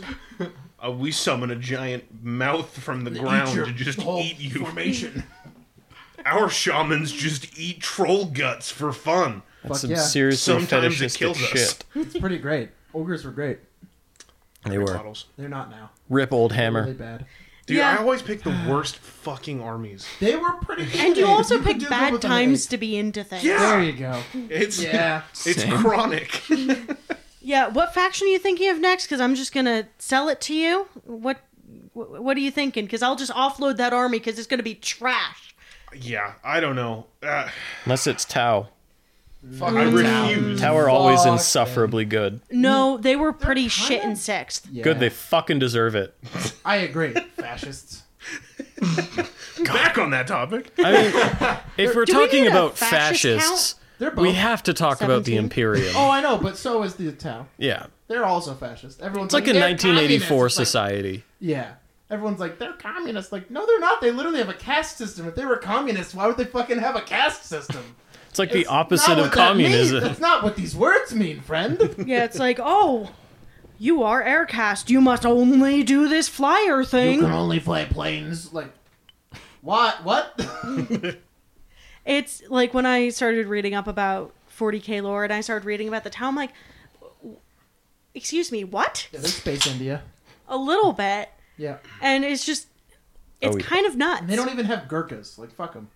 Speaker 1: underground.
Speaker 3: Uh, we summon a giant mouth from the ground
Speaker 2: your
Speaker 3: to just
Speaker 2: whole
Speaker 3: eat you.
Speaker 2: formation.
Speaker 3: Our shamans just eat troll guts for fun.
Speaker 4: That's some
Speaker 2: Fuck yeah.
Speaker 4: seriously
Speaker 3: Sometimes it
Speaker 4: fetishistic
Speaker 3: kills us.
Speaker 4: shit.
Speaker 2: It's pretty great. Ogres were great.
Speaker 4: They were
Speaker 3: Bottles.
Speaker 2: They're not now.
Speaker 4: rip old
Speaker 2: Really
Speaker 4: hammer.
Speaker 2: bad.
Speaker 3: Dude,
Speaker 1: Yeah.
Speaker 3: I always pick the worst fucking armies.
Speaker 2: They were pretty. good
Speaker 1: And you
Speaker 2: things.
Speaker 1: also
Speaker 2: could
Speaker 1: pick
Speaker 2: do them
Speaker 1: bad
Speaker 2: with an
Speaker 1: times
Speaker 2: eight.
Speaker 1: to be into things.
Speaker 2: There
Speaker 3: Yeah,
Speaker 2: you go.
Speaker 3: it's
Speaker 2: Yeah.
Speaker 3: it's
Speaker 6: Same.
Speaker 3: chronic.
Speaker 1: Yeah, what faction are you thinking of next? Because I'm just gonna sell it to you. What wh- What are you thinking? Because I'll just offload that army because it's gonna be trash.
Speaker 3: yeah, I don't know. Uh,
Speaker 4: Unless it's Tau.
Speaker 3: fuck, I refuse.
Speaker 4: Tau are always
Speaker 2: Fuck,
Speaker 4: insufferably good.
Speaker 1: No, they were pretty shit in sixth.
Speaker 2: Yeah.
Speaker 4: Good, they fucking deserve it.
Speaker 2: I agree. Fascists.
Speaker 3: Back on that topic.
Speaker 4: I mean, if we're
Speaker 1: Do we
Speaker 4: talking
Speaker 1: need a
Speaker 4: about
Speaker 1: fascist
Speaker 4: fascists,
Speaker 2: They're both.
Speaker 4: we have to talk about the
Speaker 1: 17.
Speaker 4: Imperium.
Speaker 2: oh, I know, but so is the Tau.
Speaker 4: Yeah.
Speaker 2: They're also fascist. Everyone's
Speaker 4: It's like a
Speaker 2: "They're
Speaker 4: 1984
Speaker 2: communists." It's like-
Speaker 4: society.
Speaker 2: yeah. Everyone's like, they're communists. Like, no, they're not. They literally have a caste system. If they were communists, why would they fucking have a caste system?
Speaker 4: It's like the
Speaker 2: It's
Speaker 4: opposite
Speaker 2: not
Speaker 4: of
Speaker 2: what that means.
Speaker 4: communism.
Speaker 2: That's not what these words mean, friend.
Speaker 1: Yeah, it's like, oh, you are aircast. You must only do this flyer thing.
Speaker 2: only fly planes. Like, what? What?
Speaker 1: it's like when I started reading up about 40k lore and I started reading about the town, I'm like, w- excuse me, what?
Speaker 2: yeah, there's Space India.
Speaker 1: A little bit,
Speaker 2: Yeah.
Speaker 1: and it's just, it's
Speaker 4: Oh, yeah.
Speaker 1: kind of nuts.
Speaker 2: And they don't even have Gurkhas. Like, fuck them.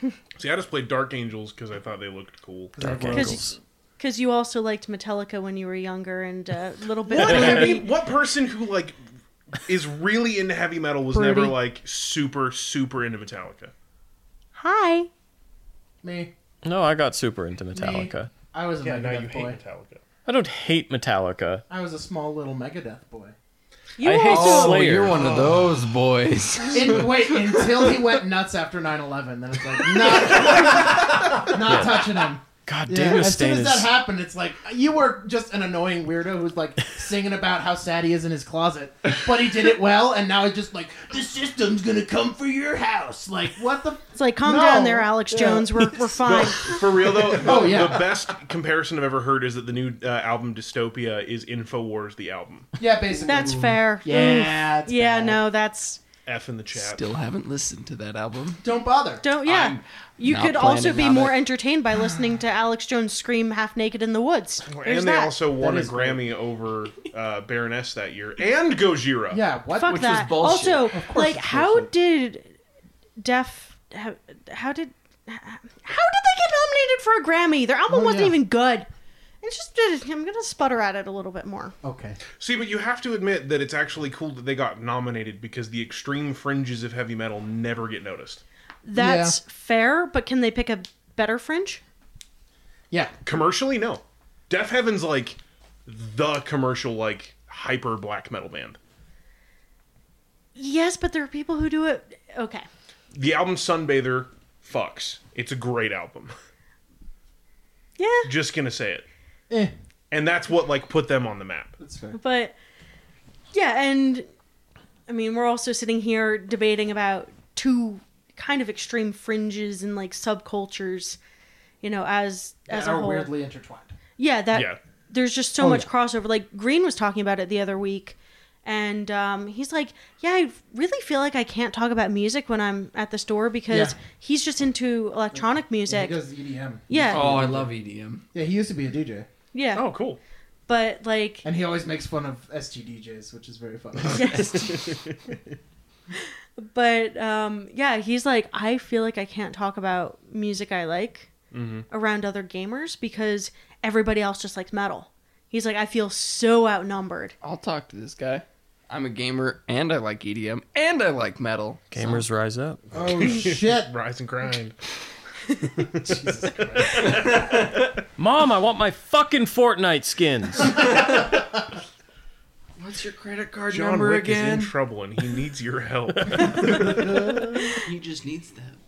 Speaker 3: See, I just played Dark Angels because I thought they looked cool.
Speaker 4: Dark
Speaker 2: Dark
Speaker 4: Angels.
Speaker 2: e-
Speaker 1: Because you also liked Metallica when you were younger and uh, a little bit.
Speaker 3: What? I
Speaker 1: Maybe-
Speaker 3: mean, what person who like is really into heavy metal was never
Speaker 1: Birdie.
Speaker 3: like super super into Metallica.
Speaker 1: Hi.
Speaker 2: Me,
Speaker 4: No, I got super into Metallica.
Speaker 2: I was a Megadeth boy.
Speaker 3: Metallica.
Speaker 4: I don't hate Metallica.
Speaker 2: I was a small little Megadeth boy.
Speaker 1: You
Speaker 4: I hate
Speaker 1: also.
Speaker 4: Slayer.
Speaker 6: Oh, you're one of those boys.
Speaker 2: In, wait until he went nuts after 9-11. Then it's like not, not touching him.
Speaker 4: God,
Speaker 2: Yeah,
Speaker 4: Dave
Speaker 2: as soon
Speaker 4: Mustaine
Speaker 2: as
Speaker 4: is.
Speaker 2: that happened, it's like you were just an annoying weirdo who's like singing about how sad he is in his closet, but he did it well, and now he's just like the system's gonna come for your house. Like what the?
Speaker 1: It's like, calm
Speaker 2: No.
Speaker 1: down there, Alex
Speaker 2: Yeah.
Speaker 1: Jones. We're, we're fine.
Speaker 3: For real though, the,
Speaker 2: Oh, yeah.
Speaker 3: the best comparison I've ever heard is that the new uh, album Dystopia is Infowars the album.
Speaker 2: Yeah, basically.
Speaker 1: That's fair.
Speaker 2: Yeah, it's
Speaker 1: Yeah,
Speaker 2: bad.
Speaker 1: no, that's.
Speaker 3: F in the chat.
Speaker 6: Still haven't listened to that album.
Speaker 2: Don't bother.
Speaker 1: Don't, yeah.
Speaker 6: I'm
Speaker 1: you
Speaker 6: not
Speaker 1: could also
Speaker 6: planning
Speaker 1: be
Speaker 6: on
Speaker 1: more
Speaker 6: it.
Speaker 1: entertained by listening to Alex Jones scream half naked in the woods. There's
Speaker 3: and they
Speaker 1: that.
Speaker 3: also won a
Speaker 2: is great.
Speaker 3: Grammy over uh, Baroness that year and Gojira.
Speaker 2: Yeah, what?
Speaker 1: Fuck
Speaker 6: which was
Speaker 1: that.
Speaker 6: bullshit.
Speaker 1: Also,
Speaker 2: Of course
Speaker 1: like,
Speaker 2: it's
Speaker 1: how
Speaker 2: bullshit.
Speaker 1: did Def. How, how did. How did they get nominated for a Grammy? Their album
Speaker 2: Oh,
Speaker 1: wasn't
Speaker 2: yeah.
Speaker 1: even good. It's just. I'm going to sputter at it a little bit more.
Speaker 2: Okay.
Speaker 3: See, but you have to admit that it's actually cool that they got nominated because the extreme fringes of heavy metal never get noticed.
Speaker 1: That's fair, but can they pick a better fringe?
Speaker 2: Yeah.
Speaker 3: Commercially, no. Def Heaven's like the commercial, like hyper black metal band.
Speaker 1: Yes, but there are people who do it. Okay.
Speaker 3: The album Sunbather fucks. It's a great album.
Speaker 1: Yeah,
Speaker 3: Just gonna say it.
Speaker 2: Eh,
Speaker 3: And that's what like put them on the map.
Speaker 2: that's fair.
Speaker 1: but yeah, and I mean, we're also sitting here debating about two kind of extreme fringes and like subcultures, you know, as as
Speaker 2: They
Speaker 1: a
Speaker 2: are
Speaker 1: whole.
Speaker 2: weirdly intertwined.
Speaker 1: Yeah, that
Speaker 3: Yeah.
Speaker 1: there's just so
Speaker 2: Oh,
Speaker 1: much
Speaker 2: yeah.
Speaker 1: crossover. Like Green was talking about it the other week, and um, he's like, "Yeah, I really feel like I can't talk about music when I'm at the store because
Speaker 2: Yeah.
Speaker 1: he's just into electronic
Speaker 2: He E
Speaker 1: music."
Speaker 2: does EDM.
Speaker 1: yeah,
Speaker 6: Oh, I love EDM.
Speaker 2: Yeah, he used to be a DJ,
Speaker 1: yeah,
Speaker 3: Oh, cool.
Speaker 1: but like,
Speaker 2: and he always makes fun of STDJs, which is very funny.
Speaker 1: but um, yeah, he's like, I feel like I can't talk about music I like around other gamers because everybody else just likes metal. He's like, I feel so outnumbered.
Speaker 6: I'll talk to this guy. I'm a gamer and I like EDM and I like metal.
Speaker 4: Gamers rise up.
Speaker 2: oh shit!
Speaker 3: Rise and grind.
Speaker 4: Mom, I want my fucking Fortnite skins.
Speaker 6: What's your credit card
Speaker 3: John
Speaker 6: number
Speaker 3: Wick
Speaker 6: again?
Speaker 3: is in trouble and he needs your help.
Speaker 6: he just needs them.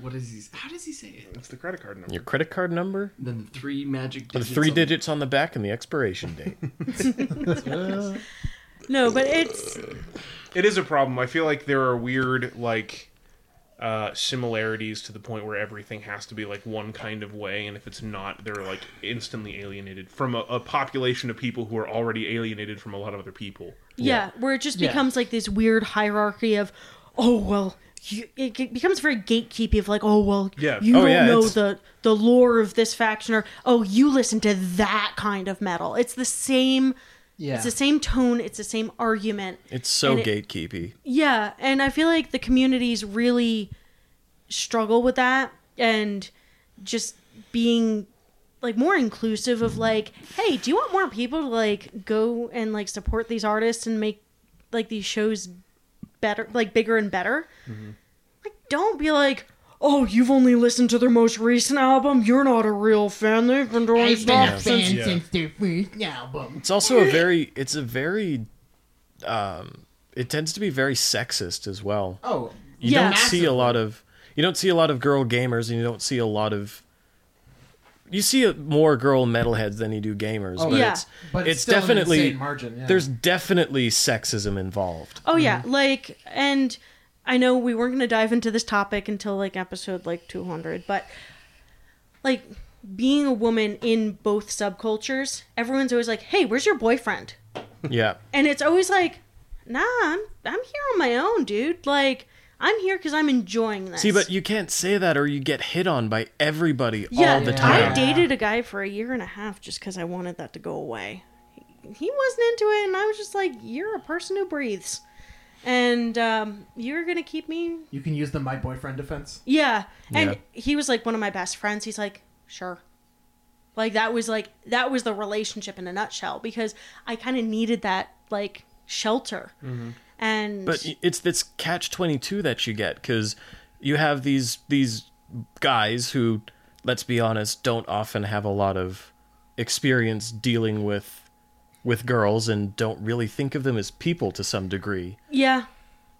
Speaker 6: What is he? How does he say it?
Speaker 3: That's the credit card number.
Speaker 4: Your credit card number?
Speaker 6: Then the three magic
Speaker 4: The
Speaker 6: digits.
Speaker 4: three
Speaker 6: on-
Speaker 4: digits on the back and the expiration date.
Speaker 1: No, but it's
Speaker 3: It is a problem. I feel like there are weird like uh, similarities to the point where everything has to be like one kind of way, and if it's not, they're like instantly alienated from a, a population of people who are already alienated from a lot of other people.
Speaker 1: Yeah, where it just
Speaker 2: Yeah.
Speaker 1: becomes like this weird hierarchy of, oh well, you, it ge- becomes very gatekeepy of like, oh well,
Speaker 3: Yeah.
Speaker 1: you
Speaker 4: Oh,
Speaker 1: don't
Speaker 4: yeah,
Speaker 1: know
Speaker 4: it's-
Speaker 1: the the lore of this faction, or oh you listen to that kind of metal. It's the same.
Speaker 2: Yeah.
Speaker 1: It's the same tone. It's the same argument.
Speaker 4: It's so
Speaker 1: And it-
Speaker 4: gatekeepy.
Speaker 1: Yeah, and I feel like the communities really struggle with that and just being like more inclusive of like, hey, do you want more people to like go and like support these artists and make like these shows better, like bigger and better? Like don't be like Oh, you've only listened to their most recent album. You're not a real fan. They've been doing
Speaker 2: I've been a
Speaker 1: stuff
Speaker 2: fan
Speaker 1: since
Speaker 3: Yeah.
Speaker 2: since their first album.
Speaker 4: It's also a very it's a very um it tends to be very sexist as well.
Speaker 2: Oh,
Speaker 4: You
Speaker 1: Yeah.
Speaker 4: don't see a lot of you don't see a lot of girl gamers and you don't see a lot of you see more girl metalheads than you do gamers,
Speaker 2: Oh,
Speaker 4: but
Speaker 1: Yeah.
Speaker 4: it's
Speaker 2: But it's
Speaker 4: it's
Speaker 2: still an
Speaker 4: definitely
Speaker 2: insane margin, yeah.
Speaker 4: there's definitely sexism involved.
Speaker 1: Oh yeah, like and I know we weren't going to dive into this topic until like episode like 200, but like being a woman in both subcultures, everyone's always like, "Hey, where's your boyfriend?"
Speaker 4: Yeah.
Speaker 1: And it's always like, "Nah, I'm I'm here on my own, dude. Like, I'm here cuz I'm enjoying this."
Speaker 4: See, but you can't say that or you get hit on by everybody
Speaker 1: yeah,
Speaker 4: all the time.
Speaker 1: I dated a guy for a year and a half just cuz I wanted that to go away. He- He wasn't into it, and I was just like, "You're a person who breathes." and um, you're gonna keep me.
Speaker 2: You can use the my boyfriend defense.
Speaker 1: Yeah, and
Speaker 4: Yeah.
Speaker 1: he was like one of my best friends. He's like, sure. Like that was like that was the relationship in a nutshell because I kind of needed that like shelter, and
Speaker 4: Mm-hmm. But it's this catch twenty two that you get because you have these these guys who, let's be honest, don't often have a lot of experience dealing with with girls and don't really think of them as people to some degree.
Speaker 1: yeah,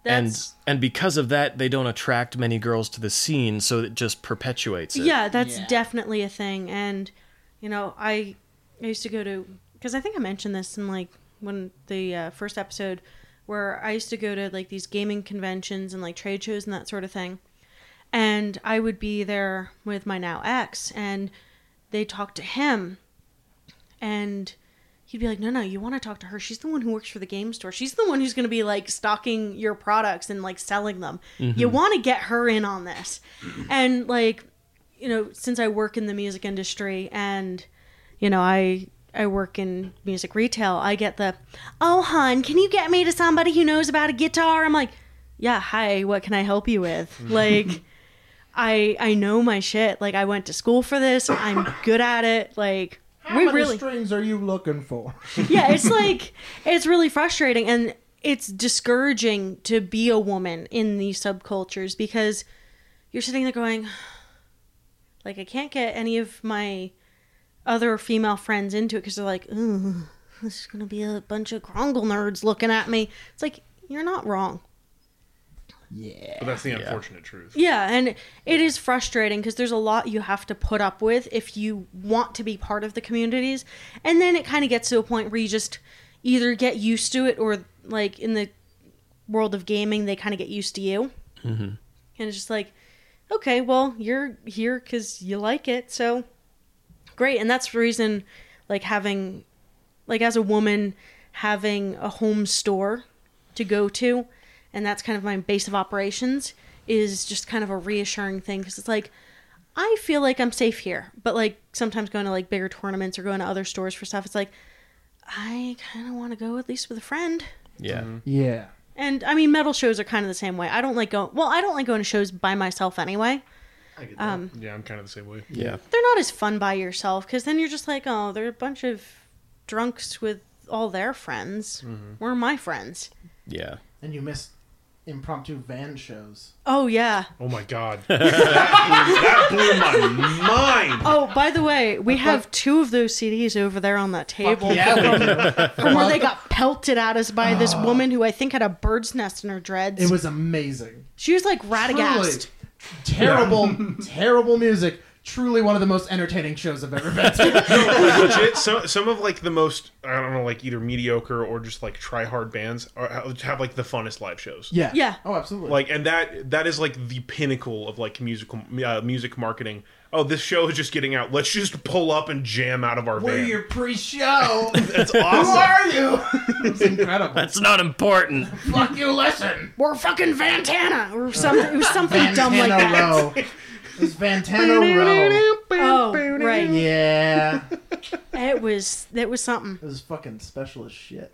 Speaker 4: And
Speaker 1: that's
Speaker 4: and because of that, they don't attract many girls to the scene, so it just perpetuates it.
Speaker 1: yeah, that's
Speaker 2: Yeah.
Speaker 1: definitely a thing. And you know, I I used to go to because I think I mentioned this in like when the uh, first episode where I used to go to like these gaming conventions and like trade shows and that sort of thing, and I would be there with my now ex, and they talked to him, and he'd be like, "No, no, you want to talk to her. She's the one who works for the game store. She's the one who's going to be like stocking your products and like selling them. You want to get her in on this." And like, you know, since I work in the music industry and you know, I I work in music retail, I get the, "Oh, hun, can you get me to somebody who knows about a guitar?" I'm like, "Yeah, hi, what can I help you with?" like I I know my shit. Like I went to school for this. I'm good at it. Like
Speaker 2: How
Speaker 1: we
Speaker 2: many
Speaker 1: really
Speaker 2: strings are you looking for?
Speaker 1: yeah, it's like it's really frustrating and it's discouraging to be a woman in these subcultures because you're sitting there going like I can't get any of my other female friends into it because they're like, "Ooh, this is gonna be a bunch of Krongle nerds looking at me." It's like you're not wrong.
Speaker 2: yeah.
Speaker 3: But that's the unfortunate truth.
Speaker 1: Yeah, and it is frustrating because there's a lot you have to put up with if you want to be part of the communities. And then it kind of gets to a point where you just either get used to it or, like, in the world of gaming, they kind of get used to you. Mm-hmm. And it's just like, okay, well, you're here because you like it, so great. And that's the reason, like, having, like, as a woman, having a home store to go to and that's kind of my base of operations is just kind of a reassuring thing because it's like i feel like i'm safe here but like sometimes going to like bigger tournaments or going to other stores for stuff it's like i kind of want to go at least with a friend
Speaker 4: Yeah.
Speaker 6: Mm-hmm.
Speaker 2: Yeah.
Speaker 1: and i mean metal shows are kind of the same way i don't like going well i don't like going to shows by myself anyway
Speaker 2: I get
Speaker 1: um
Speaker 3: Yeah, I'm kind of the same way.
Speaker 4: Yeah.
Speaker 1: they're not as fun by yourself because then you're just like oh they're a bunch of drunks with all their friends we're my friends
Speaker 4: Yeah.
Speaker 2: And you missed impromptu van shows.
Speaker 1: oh yeah
Speaker 3: Oh my god, that, blew, that blew my mind.
Speaker 1: Oh, by the way, we have two of those CDs over there on that table from where they got pelted at us by this woman who I think had a bird's nest in her dreads.
Speaker 2: Oh. It was amazing.
Speaker 1: she was like Radagast.
Speaker 2: Truly. Terrible, terrible music. Truly one of the most entertaining shows I've ever been to.
Speaker 3: Legit, some some of like the most I don't know, like either mediocre or just like try hard bands are, have like the funnest live shows.
Speaker 2: Yeah.
Speaker 1: Yeah.
Speaker 2: Oh, absolutely.
Speaker 3: Like, and that that is like the pinnacle of like musical uh, music marketing. Oh, this show is just getting out. Let's just pull up and jam out of our
Speaker 2: we're
Speaker 3: van.
Speaker 2: your pre-show.
Speaker 3: That's
Speaker 2: Who
Speaker 3: awesome.
Speaker 2: are you? it's incredible.
Speaker 4: That's not important.
Speaker 2: Fuck you. Listen.
Speaker 1: We're fucking Vantana or something. It was something dumb like
Speaker 2: Vantana
Speaker 1: that.
Speaker 2: Row. It's Vantana Row.
Speaker 1: Oh, right.
Speaker 2: Yeah.
Speaker 1: It was it was something.
Speaker 2: This is fucking special as shit.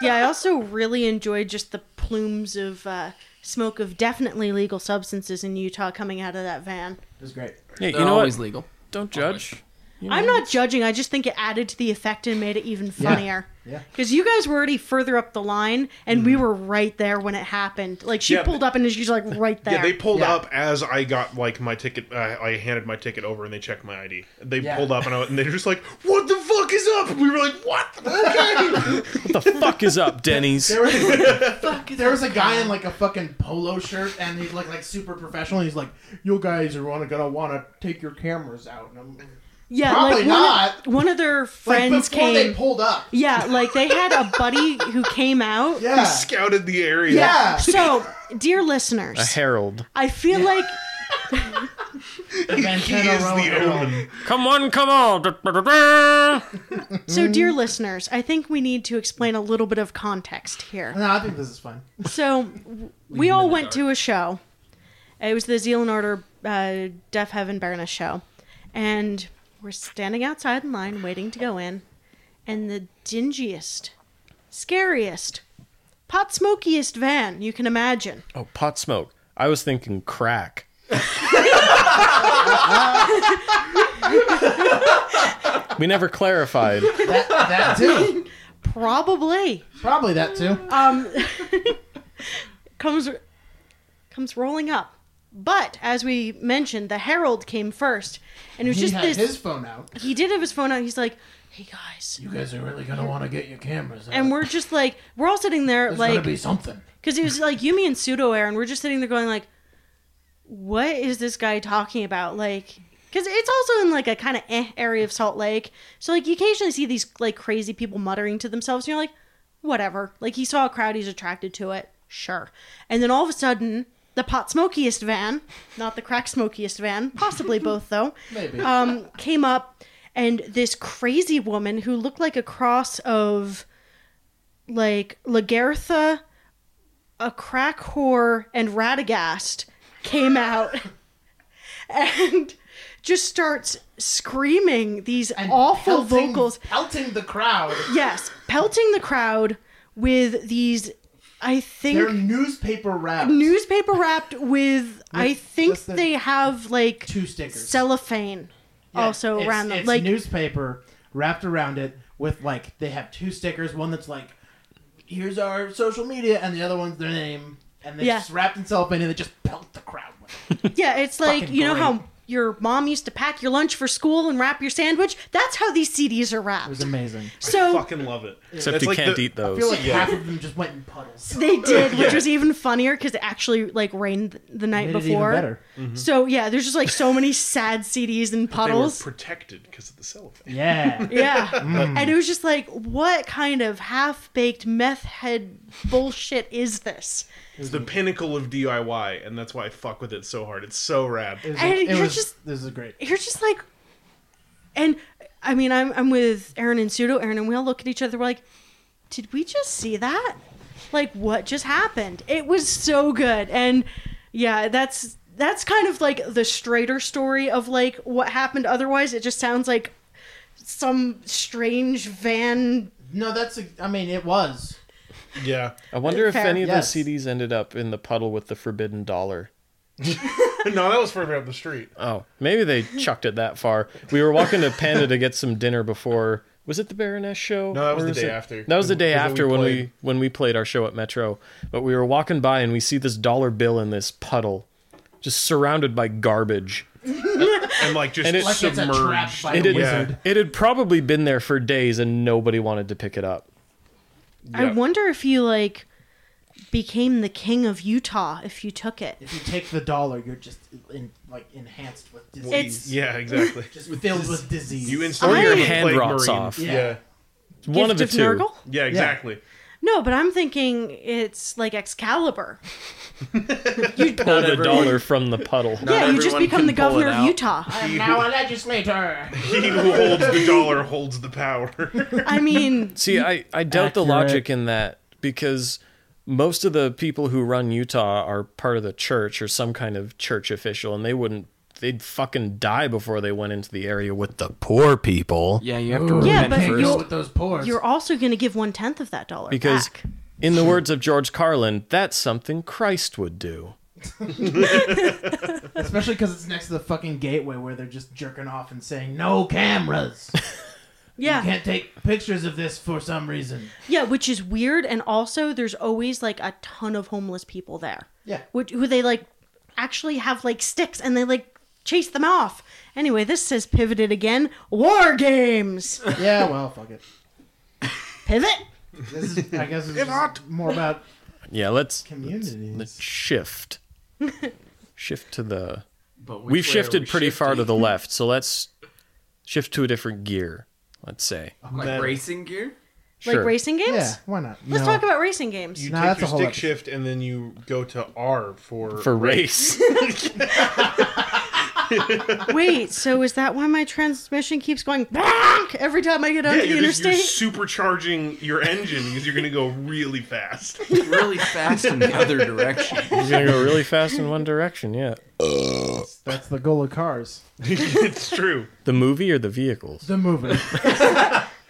Speaker 1: Yeah, I also really enjoyed just the plumes of uh, smoke of definitely legal substances in Utah coming out of that van.
Speaker 2: It was great.
Speaker 4: Yeah,
Speaker 6: They're
Speaker 4: you know what?
Speaker 6: always legal.
Speaker 4: Don't judge.
Speaker 1: I'm not judging. I just think it added to the effect and made it even
Speaker 2: Yeah.
Speaker 1: funnier.
Speaker 2: Yeah. Mm-hmm.
Speaker 1: Because you guys were already further up the line, and we were right there when it happened. Like she
Speaker 3: Yeah,
Speaker 1: pulled up, and she's like right there.
Speaker 3: Yeah, they pulled
Speaker 2: Yeah.
Speaker 3: up as I got like my ticket. Uh, I handed my ticket over, and they checked my ID. They
Speaker 2: Yeah.
Speaker 3: pulled up, and, I, and they're just like, "What the fuck is up?" we were like, "What? Okay."
Speaker 4: What the fuck is up, Denny's?
Speaker 2: There was, there was a guy in like a fucking polo shirt, and he looked like super professional. He's like, "You guys are wanna, gonna want to take your cameras out." And I'm like,
Speaker 1: yeah,
Speaker 2: Probably
Speaker 1: like
Speaker 2: not.
Speaker 1: One of, one of their
Speaker 2: like,
Speaker 1: friends
Speaker 2: before
Speaker 1: came.
Speaker 2: they pulled up.
Speaker 1: yeah, like they had a buddy who came out.
Speaker 3: They
Speaker 2: Yeah,
Speaker 3: scouted the area.
Speaker 2: yeah.
Speaker 1: So, dear
Speaker 4: A
Speaker 1: listeners,
Speaker 4: herald.
Speaker 1: I feel like
Speaker 2: The
Speaker 3: He
Speaker 2: Vantana
Speaker 3: is
Speaker 2: Row
Speaker 3: the
Speaker 2: Herald.
Speaker 3: omen.
Speaker 4: Come on, come on. Da, da, da, da.
Speaker 1: so, dear
Speaker 2: Mm.
Speaker 1: listeners, I think we need to explain a little bit of context here.
Speaker 2: No, I think this is fine.
Speaker 1: So w- we all went to a show. It was the Zeal and Order uh, Deaf Heaven Baroness show, and we're standing outside in line waiting to go in, and the dingiest, scariest, pot smokiest van you can imagine.
Speaker 4: Oh, pot smoke. I was thinking crack. we never clarified.
Speaker 2: That, that too.
Speaker 1: Probably.
Speaker 2: Probably that too.
Speaker 1: um, comes comes rolling up. But as we mentioned, the herald came first, and it was
Speaker 2: he
Speaker 1: just
Speaker 2: had
Speaker 1: this.
Speaker 2: his phone out.
Speaker 1: He did have his phone out. He's like, "Hey guys,"
Speaker 2: You guys are really gonna want to get your cameras. Out.
Speaker 1: and we're just like, we're all sitting there
Speaker 2: There's
Speaker 1: like,
Speaker 2: gonna be something.
Speaker 1: because it was like Yumi and pseudo air, and we're just sitting there going like, "What is this guy talking about?" Like, because it's also in like a kind of eh area of Salt Lake, so like you occasionally see these like crazy people muttering to themselves, and you're like, "Whatever." Like he saw a crowd, he's attracted to it, sure. And then all of a sudden, the pot smokiest van, not the crack smokiest van, possibly both though,
Speaker 2: Maybe.
Speaker 1: um, came up, and this crazy woman who looked like a cross of like Lagertha, a crack whore, and Radagast came out and just starts screaming these
Speaker 2: And
Speaker 1: awful
Speaker 2: pelting-
Speaker 1: vocals.
Speaker 2: pelting the crowd.
Speaker 1: Yes, pelting the crowd with these, I think
Speaker 2: They're newspaper wrapped.
Speaker 1: newspaper wrapped with, I think
Speaker 2: just the-
Speaker 1: they have like
Speaker 2: two stickers.
Speaker 1: cellophane
Speaker 2: Yeah,
Speaker 1: also
Speaker 2: it's-
Speaker 1: around them.
Speaker 2: it's
Speaker 1: like
Speaker 2: newspaper wrapped around it with like they have two stickers. One that's like, "Here's our social media," and the other one's their name. And they
Speaker 1: Yeah.
Speaker 2: just wrapped themselves in and they just pelt the crowd. With it.
Speaker 1: Yeah, it's like
Speaker 2: Fucking
Speaker 1: you know
Speaker 2: great.
Speaker 1: how your mom used to pack your lunch for school and wrap your sandwich. That's how these CDs are
Speaker 2: It was
Speaker 1: wrapped.
Speaker 2: amazing.
Speaker 1: So
Speaker 3: Fucking love it.
Speaker 4: Except
Speaker 3: That's
Speaker 4: you
Speaker 3: like
Speaker 4: can't
Speaker 3: the-
Speaker 4: eat
Speaker 2: I
Speaker 4: those.
Speaker 2: feel like half of them just went in puddles.
Speaker 1: they did, which was even funnier because it actually like rained the night
Speaker 2: Made it even
Speaker 1: before. Mm-hmm.
Speaker 2: better.
Speaker 1: So yeah, there's just like so many sad CDs and
Speaker 3: They were
Speaker 1: puddles.
Speaker 3: protected because of the cellophane.
Speaker 2: Yeah.
Speaker 1: yeah,
Speaker 2: Mm.
Speaker 1: and it was just like, what kind of half baked meth head bullshit is this?
Speaker 3: It's the pinnacle of DIY, and that's why I fuck with it so hard. It's so rad.
Speaker 2: It was,
Speaker 1: And
Speaker 2: it
Speaker 1: you're
Speaker 2: was-
Speaker 1: just-
Speaker 2: this is great.
Speaker 1: you're just like and I mean I'm I'm with Aaron and pseudo Aaron and we all look at each other we're like did we just see that like what just happened it was so good and yeah that's that's kind of like the straighter story of like what happened otherwise it just sounds like some strange van
Speaker 2: No, that's. A, I mean, it was.
Speaker 3: Yeah.
Speaker 4: I wonder if
Speaker 1: Fair.
Speaker 4: any of
Speaker 2: Yes.
Speaker 4: those CDs ended up in the puddle with the forbidden dollar.
Speaker 3: No, that was further up the street.
Speaker 4: Oh, maybe they chucked it that far. We were walking to Panda to get some dinner before. Was it the Baroness show?
Speaker 3: No, that was
Speaker 4: Or
Speaker 3: the
Speaker 4: is
Speaker 3: day
Speaker 4: it-
Speaker 3: after.
Speaker 4: That was the day
Speaker 3: Because then
Speaker 4: after
Speaker 3: we
Speaker 4: when
Speaker 3: played-
Speaker 4: we when we played our show at Metro. But we were walking by and we see this dollar bill in this puddle, just surrounded by garbage.
Speaker 3: And like just
Speaker 4: And it-
Speaker 2: Like it's a trap
Speaker 3: submerged.
Speaker 2: by
Speaker 4: It
Speaker 2: a
Speaker 4: had,
Speaker 2: wizard.
Speaker 4: it had probably been there for days and nobody wanted to pick it up.
Speaker 1: I
Speaker 3: Yeah.
Speaker 1: wonder if you like became the king of Utah if you took it
Speaker 2: If you take the dollar, you're just in, like enhanced with disease.
Speaker 1: It's-
Speaker 3: Yeah, exactly.
Speaker 2: just filled with disease.
Speaker 3: You
Speaker 4: Or
Speaker 3: instantly
Speaker 4: your
Speaker 1: I-
Speaker 4: hand
Speaker 3: plague
Speaker 4: rots
Speaker 3: marine.
Speaker 4: off.
Speaker 3: Yeah.
Speaker 2: Yeah.
Speaker 3: yeah.
Speaker 4: One of
Speaker 1: Gift
Speaker 4: the two.
Speaker 1: Nurgle?
Speaker 3: exactly.
Speaker 1: No, but I'm thinking it's like Excalibur. you,
Speaker 4: Pulled a dollar from the puddle.
Speaker 1: yeah, you just
Speaker 6: everyone
Speaker 1: become
Speaker 6: can
Speaker 1: the
Speaker 6: pull
Speaker 1: governor
Speaker 6: it
Speaker 1: of
Speaker 6: out.
Speaker 1: Utah.
Speaker 2: I am now a legislator.
Speaker 3: He who holds the dollar holds the power.
Speaker 1: I mean,
Speaker 4: See, I, I doubt the
Speaker 5: Accurate.
Speaker 4: logic in that because most of the people who run Utah are part of the church or some kind of church official, and they wouldn't. They'd fucking die before they went into the area with the poor people.
Speaker 6: Yeah, you have to
Speaker 1: Yeah,
Speaker 6: repent
Speaker 1: but
Speaker 2: Can't
Speaker 6: first.
Speaker 2: go with those pores.
Speaker 1: you're also going to give one tenth of that dollar
Speaker 4: Because,
Speaker 1: back.
Speaker 4: in the words of George Carlin, that's something Christ would do.
Speaker 2: Especially because it's next to the fucking gateway where they're just jerking off and saying no cameras.
Speaker 1: Yeah,
Speaker 2: Can't take pictures of this for some reason.
Speaker 1: yeah, which is weird. And also, there's always like a ton of homeless people there,
Speaker 2: Yeah.
Speaker 1: which who they like actually have like sticks and they like chase them off. Anyway, this has pivoted again. War games.
Speaker 2: Yeah. Well, fuck it.
Speaker 1: Pivot.
Speaker 2: This is, I guess, it's just more about
Speaker 4: Yeah, let's, let's
Speaker 2: communities.
Speaker 4: shift. shift to the.
Speaker 6: But which way are
Speaker 4: We've shifted
Speaker 6: we
Speaker 4: pretty far to
Speaker 6: shifting?
Speaker 4: the left, so let's shift to a different gear, let's say.
Speaker 6: like racing gear.
Speaker 1: Like racing games.
Speaker 2: Yeah. Why not?
Speaker 1: Let's
Speaker 2: No.
Speaker 1: talk about racing games.
Speaker 3: You
Speaker 2: No,
Speaker 3: take
Speaker 2: that's
Speaker 3: your
Speaker 2: a whole
Speaker 3: stick
Speaker 2: episode.
Speaker 3: shift and then you go to R for,
Speaker 4: For race.
Speaker 1: Wait, so is that why my transmission keeps going bonk every time I get on
Speaker 3: Yeah,
Speaker 1: the
Speaker 3: you're, just, you're
Speaker 1: interstate?
Speaker 3: supercharging your engine because you're going to go really fast.
Speaker 6: Really fast in the other direction.
Speaker 4: He's gonna go really fast in one direction. Yeah.
Speaker 2: That's the goal of Cars,
Speaker 3: it's true.
Speaker 4: The movie or the vehicles?
Speaker 2: the movie.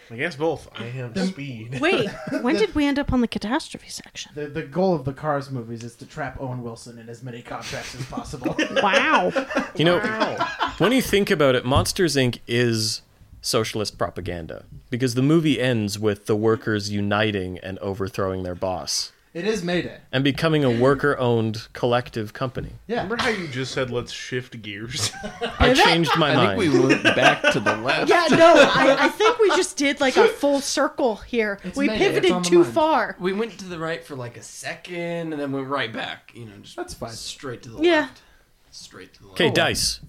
Speaker 3: I guess both. I am speed.
Speaker 1: Wait, when did we end up on the catastrophe section?
Speaker 2: The, the goal of the Cars movies is to trap Owen Wilson in as many contracts as possible.
Speaker 1: Wow.
Speaker 4: You know, when you think about it, Monsters Inc. is socialist propaganda because the movie ends with the workers uniting and overthrowing their boss
Speaker 2: it is Mayday.
Speaker 4: and becoming a worker owned collective company.
Speaker 2: Yeah.
Speaker 3: Remember how you just said let's shift gears?
Speaker 4: I changed my
Speaker 6: I
Speaker 4: mind.
Speaker 6: think we went back to the left.
Speaker 1: Yeah, no, I, I think we just did like a full circle here.
Speaker 2: It's
Speaker 1: we
Speaker 2: made it. It's on
Speaker 1: pivoted
Speaker 2: the
Speaker 1: too
Speaker 2: mind.
Speaker 1: far.
Speaker 6: We went to the right for like a second, and then went right back. You know, just
Speaker 2: That's fine.
Speaker 6: Straight to the
Speaker 1: Yeah.
Speaker 6: left. Straight to the left.
Speaker 4: Okay, dice.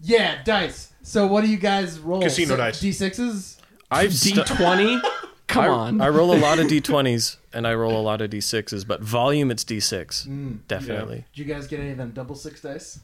Speaker 2: Yeah, dice. So what do you guys roll?
Speaker 3: Casino
Speaker 2: So-
Speaker 3: dice.
Speaker 2: D6s?
Speaker 4: I've stu-
Speaker 6: D20? Come on.
Speaker 4: I roll a lot of d20s and I roll a lot of d6s, but volume it's d6.
Speaker 1: Mm.
Speaker 4: Definitely.
Speaker 2: Did you guys get any of them double six dice?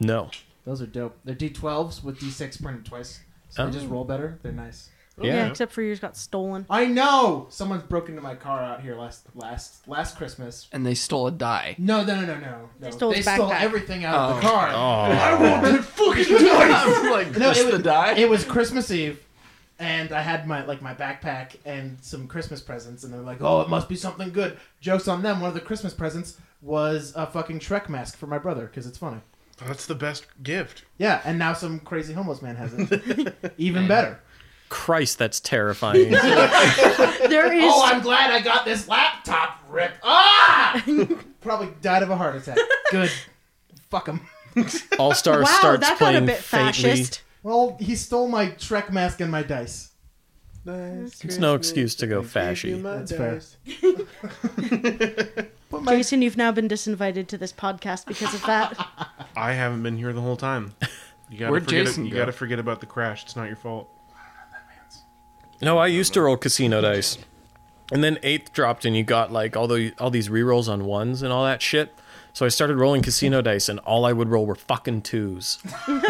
Speaker 4: No.
Speaker 2: Those are dope. They're D12s with D6 printed twice. So they
Speaker 4: Oh.
Speaker 2: just roll better. They're nice.
Speaker 1: Oh, Yeah.
Speaker 4: Yeah.
Speaker 1: except for yours got stolen.
Speaker 2: I know! Someone's broke into my car out here last last last Christmas.
Speaker 6: and they stole a die.
Speaker 2: No, no, no, no, no. no.
Speaker 1: They stole his backpack.
Speaker 2: everything out of the
Speaker 6: Oh.
Speaker 2: car.
Speaker 4: Oh.
Speaker 6: like,
Speaker 2: No,
Speaker 6: just
Speaker 2: it
Speaker 6: the
Speaker 2: was-
Speaker 6: die?
Speaker 2: It was Christmas Eve, and I had my like my backpack and some Christmas presents, and they're like, "Oh, it must be something good." Jokes on them. One of the Christmas presents was a fucking Shrek mask for my brother because it's funny.
Speaker 3: That's the best gift.
Speaker 2: Yeah, and now some crazy homeless man has it. Even better.
Speaker 4: Christ, that's terrifying.
Speaker 1: There is
Speaker 2: Oh, I'm glad I got this laptop rip. Ah! Probably died of a heart attack. Good. Fuck him.
Speaker 4: All Star
Speaker 1: wow,
Speaker 4: starts
Speaker 1: that got a
Speaker 4: playing
Speaker 1: bit
Speaker 4: faintly.
Speaker 1: fascist.
Speaker 2: Well, he stole my Shrek mask and my dice.
Speaker 4: It's no excuse to go fashy.
Speaker 2: That's fair.
Speaker 1: Jason, you've now been disinvited to this podcast because of that.
Speaker 3: I haven't been here the whole time. You gotta
Speaker 6: Where'd
Speaker 3: forget
Speaker 6: Jason
Speaker 3: you
Speaker 6: go?
Speaker 3: gotta forget about the crash. It's not your fault.
Speaker 4: No, I used to roll casino dice. And then eighth dropped and you got like all the all these rerolls on ones and all that shit. So I started rolling casino dice and all I would roll were fucking twos.
Speaker 1: Have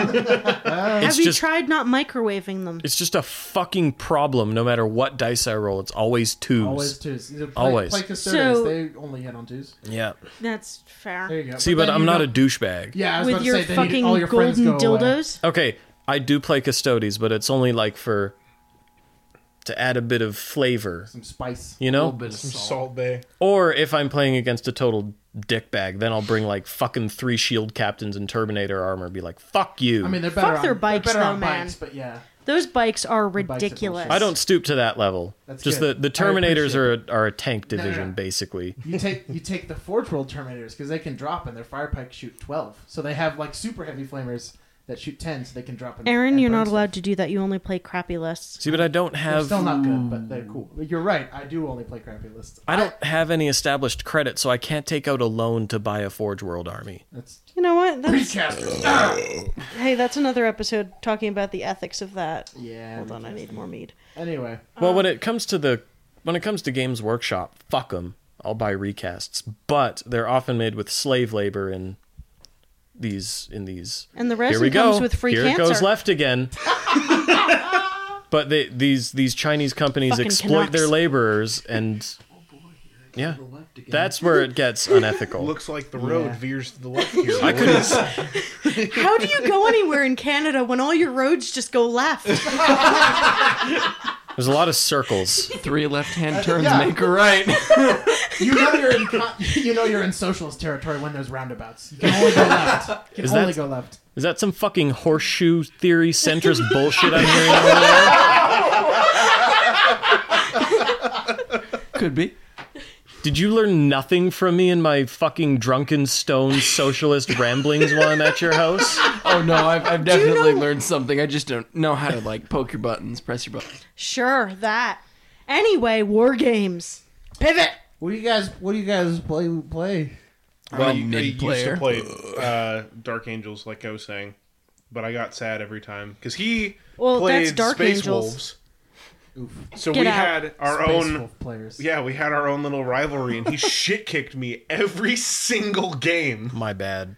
Speaker 4: it's
Speaker 1: you
Speaker 4: just
Speaker 1: tried not microwaving them?
Speaker 4: it's just a fucking problem no matter what dice I roll. It's always twos.
Speaker 2: Always twos. Play,
Speaker 4: Always.
Speaker 2: Play Custodes.
Speaker 1: So-
Speaker 2: they only hit on twos.
Speaker 4: Yeah.
Speaker 1: That's fair.
Speaker 2: There you go.
Speaker 4: See, but
Speaker 2: then
Speaker 4: I'm
Speaker 2: you
Speaker 4: not
Speaker 2: go-
Speaker 4: a douchebag.
Speaker 2: Yeah, I was
Speaker 1: With
Speaker 2: about
Speaker 1: your
Speaker 2: to say, then
Speaker 1: fucking
Speaker 2: all your friends
Speaker 1: golden
Speaker 2: go away.
Speaker 1: dildos?
Speaker 4: Okay, I do play custodies, but it's only like for to add a bit of flavor,
Speaker 2: Some spice.
Speaker 4: you
Speaker 6: A
Speaker 4: know?
Speaker 6: little bit of salt.
Speaker 3: Bay.
Speaker 4: Or if I'm playing against a total dickbag, then I'll bring like fucking three shield captains and Terminator armor and be like, fuck you.
Speaker 2: I
Speaker 4: I,
Speaker 2: mean, they're better.
Speaker 1: Fuck
Speaker 2: on,
Speaker 1: their bikes,
Speaker 2: they're better
Speaker 1: though,
Speaker 2: on
Speaker 1: man.
Speaker 2: bikes, but yeah,
Speaker 1: Those bikes are
Speaker 2: bikes are
Speaker 1: ridiculous.
Speaker 2: bullshit.
Speaker 4: don't stoop to that level.
Speaker 2: That's
Speaker 4: Just
Speaker 2: good.
Speaker 4: the, the
Speaker 2: I appreciate
Speaker 4: Terminators are a, are a tank division,
Speaker 2: no.
Speaker 4: basically.
Speaker 2: you take you take the Forge World Terminators because they can drop and their fire pike shoot twelve, so they have like super heavy flamers that shoot ten, so they can drop. And,
Speaker 1: Aaron,
Speaker 2: and
Speaker 1: you're
Speaker 2: burn
Speaker 1: not
Speaker 2: stuff.
Speaker 1: allowed to do that. You only play crappy lists.
Speaker 4: See, but I don't
Speaker 2: They're
Speaker 4: have
Speaker 2: still not good, but they're cool. But You're right. I do only play crappy lists.
Speaker 4: I don't have any established credit, so I can't take out a loan to buy a Forge World army.
Speaker 2: That's
Speaker 1: You know what? That's,
Speaker 2: Recasters.
Speaker 1: hey, that's another episode talking about the ethics of that.
Speaker 2: yeah.
Speaker 1: Hold on, I need more mead.
Speaker 2: Anyway,
Speaker 4: Well,
Speaker 1: Uh,
Speaker 4: when it comes to the when it comes to Games Workshop, fuck them. I'll buy recasts, but they're often made with slave labor in these in these.
Speaker 1: And the
Speaker 4: Here we
Speaker 1: resin
Speaker 4: go.
Speaker 1: comes with free
Speaker 4: Here
Speaker 1: cancer.
Speaker 4: it goes left again. but they, these these Chinese companies
Speaker 1: Fucking
Speaker 4: exploit their
Speaker 1: Canucks.
Speaker 4: laborers, and yeah, that's where it gets unethical.
Speaker 3: Looks like the road
Speaker 2: Yeah.
Speaker 3: veers to the left here.
Speaker 4: I couldn't.
Speaker 1: How do you go anywhere in Canada when all your roads just go left?
Speaker 4: There's a lot of circles.
Speaker 6: Three left hand turns
Speaker 2: yeah.
Speaker 6: make a right.
Speaker 2: you know you're in con- you know you're in socialist territory when there's roundabouts. You can only go left. You can
Speaker 4: Is
Speaker 2: only
Speaker 4: that-
Speaker 2: go left.
Speaker 4: Is that some fucking horseshoe theory centrist bullshit I'm hearing over there?
Speaker 6: Could be.
Speaker 4: Did you learn nothing from me in my fucking drunken stone socialist ramblings while I'm at your house?
Speaker 6: Oh no, I've, I've definitely
Speaker 1: know-
Speaker 6: learned something. I just don't know how to like poke your buttons, press your buttons.
Speaker 1: sure, that. Anyway, war games. Pivot.
Speaker 2: What do you guys? What do you guys play? Play?
Speaker 3: Well, I
Speaker 6: I'm a
Speaker 3: used to
Speaker 6: mid-player.
Speaker 3: play uh, Dark Angels, like I was saying, but I got sad every time because he
Speaker 1: Well,
Speaker 3: played
Speaker 1: that's Dark
Speaker 3: Space
Speaker 1: Angels.
Speaker 3: Wolves. So
Speaker 1: Get
Speaker 3: we
Speaker 1: out.
Speaker 3: had our
Speaker 2: Space
Speaker 3: own.
Speaker 2: Wolf players.
Speaker 3: Yeah, we had our own little rivalry, and he shit kicked me every single game.
Speaker 4: My bad.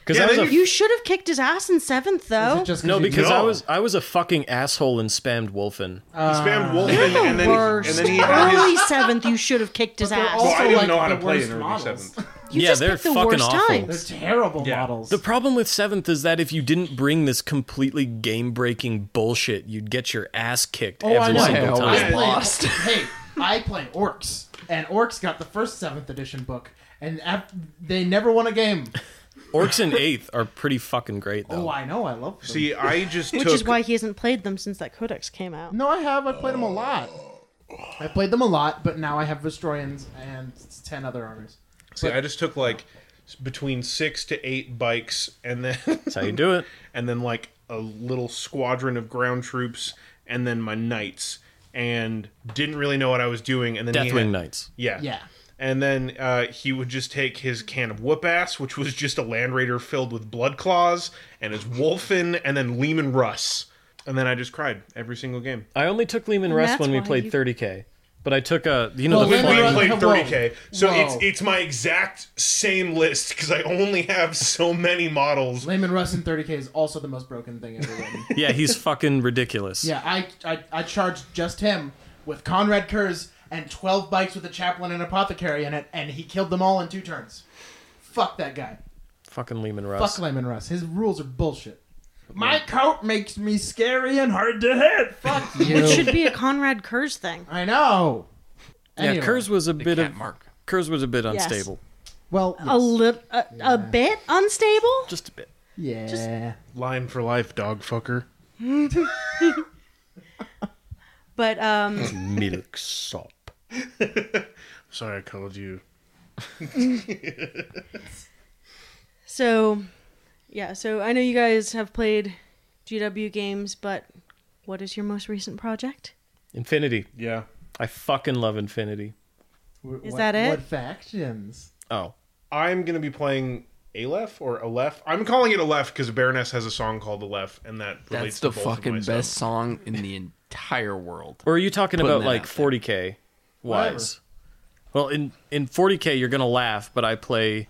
Speaker 4: Because
Speaker 3: Yeah,
Speaker 4: I was
Speaker 3: they
Speaker 4: a,
Speaker 1: You should have kicked his ass in seventh, though.
Speaker 2: Just
Speaker 4: no,
Speaker 2: you-
Speaker 4: because I
Speaker 3: No.
Speaker 4: was I was a fucking asshole and spammed Wolfen.
Speaker 3: He spammed Wolfen, and then,
Speaker 1: Uh, Worst.
Speaker 3: and then he had his.
Speaker 1: Early seventh, you should have kicked his
Speaker 2: they're
Speaker 1: ass.
Speaker 2: all-
Speaker 3: Well, I
Speaker 2: Also,
Speaker 3: didn't
Speaker 2: like,
Speaker 3: know how
Speaker 2: the
Speaker 3: to play
Speaker 2: worst
Speaker 3: in early
Speaker 2: models.
Speaker 3: seventh.
Speaker 1: You
Speaker 4: Yeah,
Speaker 1: just
Speaker 4: they're
Speaker 1: picked the
Speaker 4: fucking
Speaker 1: worst
Speaker 4: awful.
Speaker 7: They're
Speaker 1: times.
Speaker 7: terrible
Speaker 3: Yeah.
Speaker 7: models.
Speaker 4: The problem with Seventh is that if you didn't bring this completely game breaking bullshit, you'd get your ass kicked
Speaker 7: Oh, I
Speaker 4: every
Speaker 7: know.
Speaker 4: single
Speaker 6: Hell
Speaker 4: time.
Speaker 6: yeah.
Speaker 7: I play,
Speaker 6: Lost.
Speaker 7: hey, I play orcs, and orcs got the first seventh edition book, and af- they never won a game.
Speaker 4: Orcs in Eighth are pretty fucking great though.
Speaker 7: Oh, I know, I love. Them.
Speaker 3: See, I just
Speaker 1: Which
Speaker 3: took
Speaker 1: is why he hasn't played them since that codex came out.
Speaker 7: no, I have. I played them a lot. I played them a lot, but now I have Vestroians and ten other armies.
Speaker 3: see, I just took like s- between six to eight bikes, and then
Speaker 4: That's how you do it.
Speaker 3: and then like a little squadron of ground troops, and then my knights, and didn't really know what I was doing. And then he had-
Speaker 4: Deathwing Knights.
Speaker 3: Yeah.
Speaker 7: Yeah.
Speaker 3: And then uh, he would just take his can of whoop ass, which was just a land raider filled with blood claws, and his wolfen, and then Lehman Russ. And then I just cried every single game.
Speaker 4: I only took Lehman
Speaker 1: And
Speaker 4: Russ
Speaker 1: that's
Speaker 4: when we
Speaker 1: why
Speaker 4: played
Speaker 1: you-
Speaker 4: 30k, but I took a you know the
Speaker 7: Well,
Speaker 3: When
Speaker 7: Oh, Lehman
Speaker 4: flying-
Speaker 3: we
Speaker 7: Russ-
Speaker 3: played
Speaker 7: Whoa.
Speaker 3: 30k, so
Speaker 7: Whoa.
Speaker 3: it's it's my exact same list because I only have so many models.
Speaker 7: Layman Russ in 30k is also the most broken thing ever written.
Speaker 4: yeah, he's fucking ridiculous.
Speaker 7: yeah, I, I I charged just him with Conrad Kurz and 12 bikes with a chaplain and apothecary in it, and he killed them all in two turns. Fuck that guy.
Speaker 4: Fucking Lehman Russ.
Speaker 7: Fuck Lemon Russ. His rules are bullshit. My coat makes me scary and hard to hit. Fuck you.
Speaker 1: It should be a Conrad Kurz thing.
Speaker 7: I know.
Speaker 4: yeah,
Speaker 7: Anyway,
Speaker 4: Kurz was a
Speaker 6: The
Speaker 4: bit
Speaker 6: cat
Speaker 4: of
Speaker 6: mark.
Speaker 4: Kurz was a bit
Speaker 1: Yes.
Speaker 4: unstable.
Speaker 7: Well,
Speaker 1: A little, a,
Speaker 7: Yeah.
Speaker 1: a bit unstable.
Speaker 4: Just a bit.
Speaker 7: yeah.
Speaker 3: Line for life, dog fucker.
Speaker 1: But um,
Speaker 4: Milk sop.
Speaker 3: Sorry, I called you.
Speaker 1: so yeah, so I know you guys have played GW games, but what is your most recent project?
Speaker 4: Infinity.
Speaker 3: Yeah.
Speaker 4: I fucking love Infinity.
Speaker 7: W-
Speaker 1: Is
Speaker 7: what-
Speaker 1: that it?
Speaker 7: What factions?
Speaker 4: Oh.
Speaker 3: I'm gonna be playing Aleph or Aleph. I'm calling it Aleph because Baroness has a song called Aleph, and that relates
Speaker 6: That's
Speaker 3: to
Speaker 6: the
Speaker 3: both of my
Speaker 6: fucking
Speaker 3: stuff.
Speaker 6: best song in the entire world.
Speaker 4: Or are you talking
Speaker 6: Putting
Speaker 4: about
Speaker 6: that
Speaker 4: like
Speaker 6: out there.
Speaker 4: 40k wise? Well, in in 40k you're going to laugh, but I play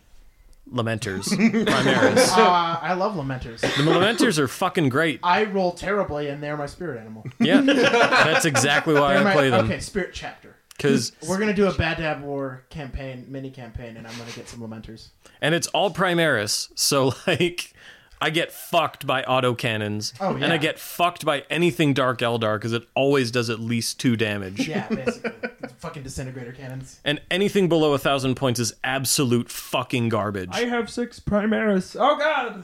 Speaker 4: Lamenters. Primaris.
Speaker 7: Uh, I love Lamenters.
Speaker 4: The Lamenters are fucking great.
Speaker 7: I roll terribly, and they're my spirit animal.
Speaker 4: Yeah. That's exactly why
Speaker 7: They're
Speaker 4: I
Speaker 7: my-
Speaker 4: play
Speaker 7: Okay,
Speaker 4: them
Speaker 7: spirit chapter.
Speaker 4: cuz
Speaker 7: We're gonna do a Bad Dab War campaign, mini campaign, and I'm gonna get some Lamenters.
Speaker 4: and it's all Primaris. So like I get fucked by autocannons
Speaker 7: Oh,
Speaker 4: and I
Speaker 7: yeah.
Speaker 4: get fucked by anything Dark Eldar cuz it always does at least 2 damage.
Speaker 7: Yeah, basically, fucking disintegrator cannons.
Speaker 4: And anything below a thousand points is absolute fucking garbage.
Speaker 5: I have six Primaris. Oh god!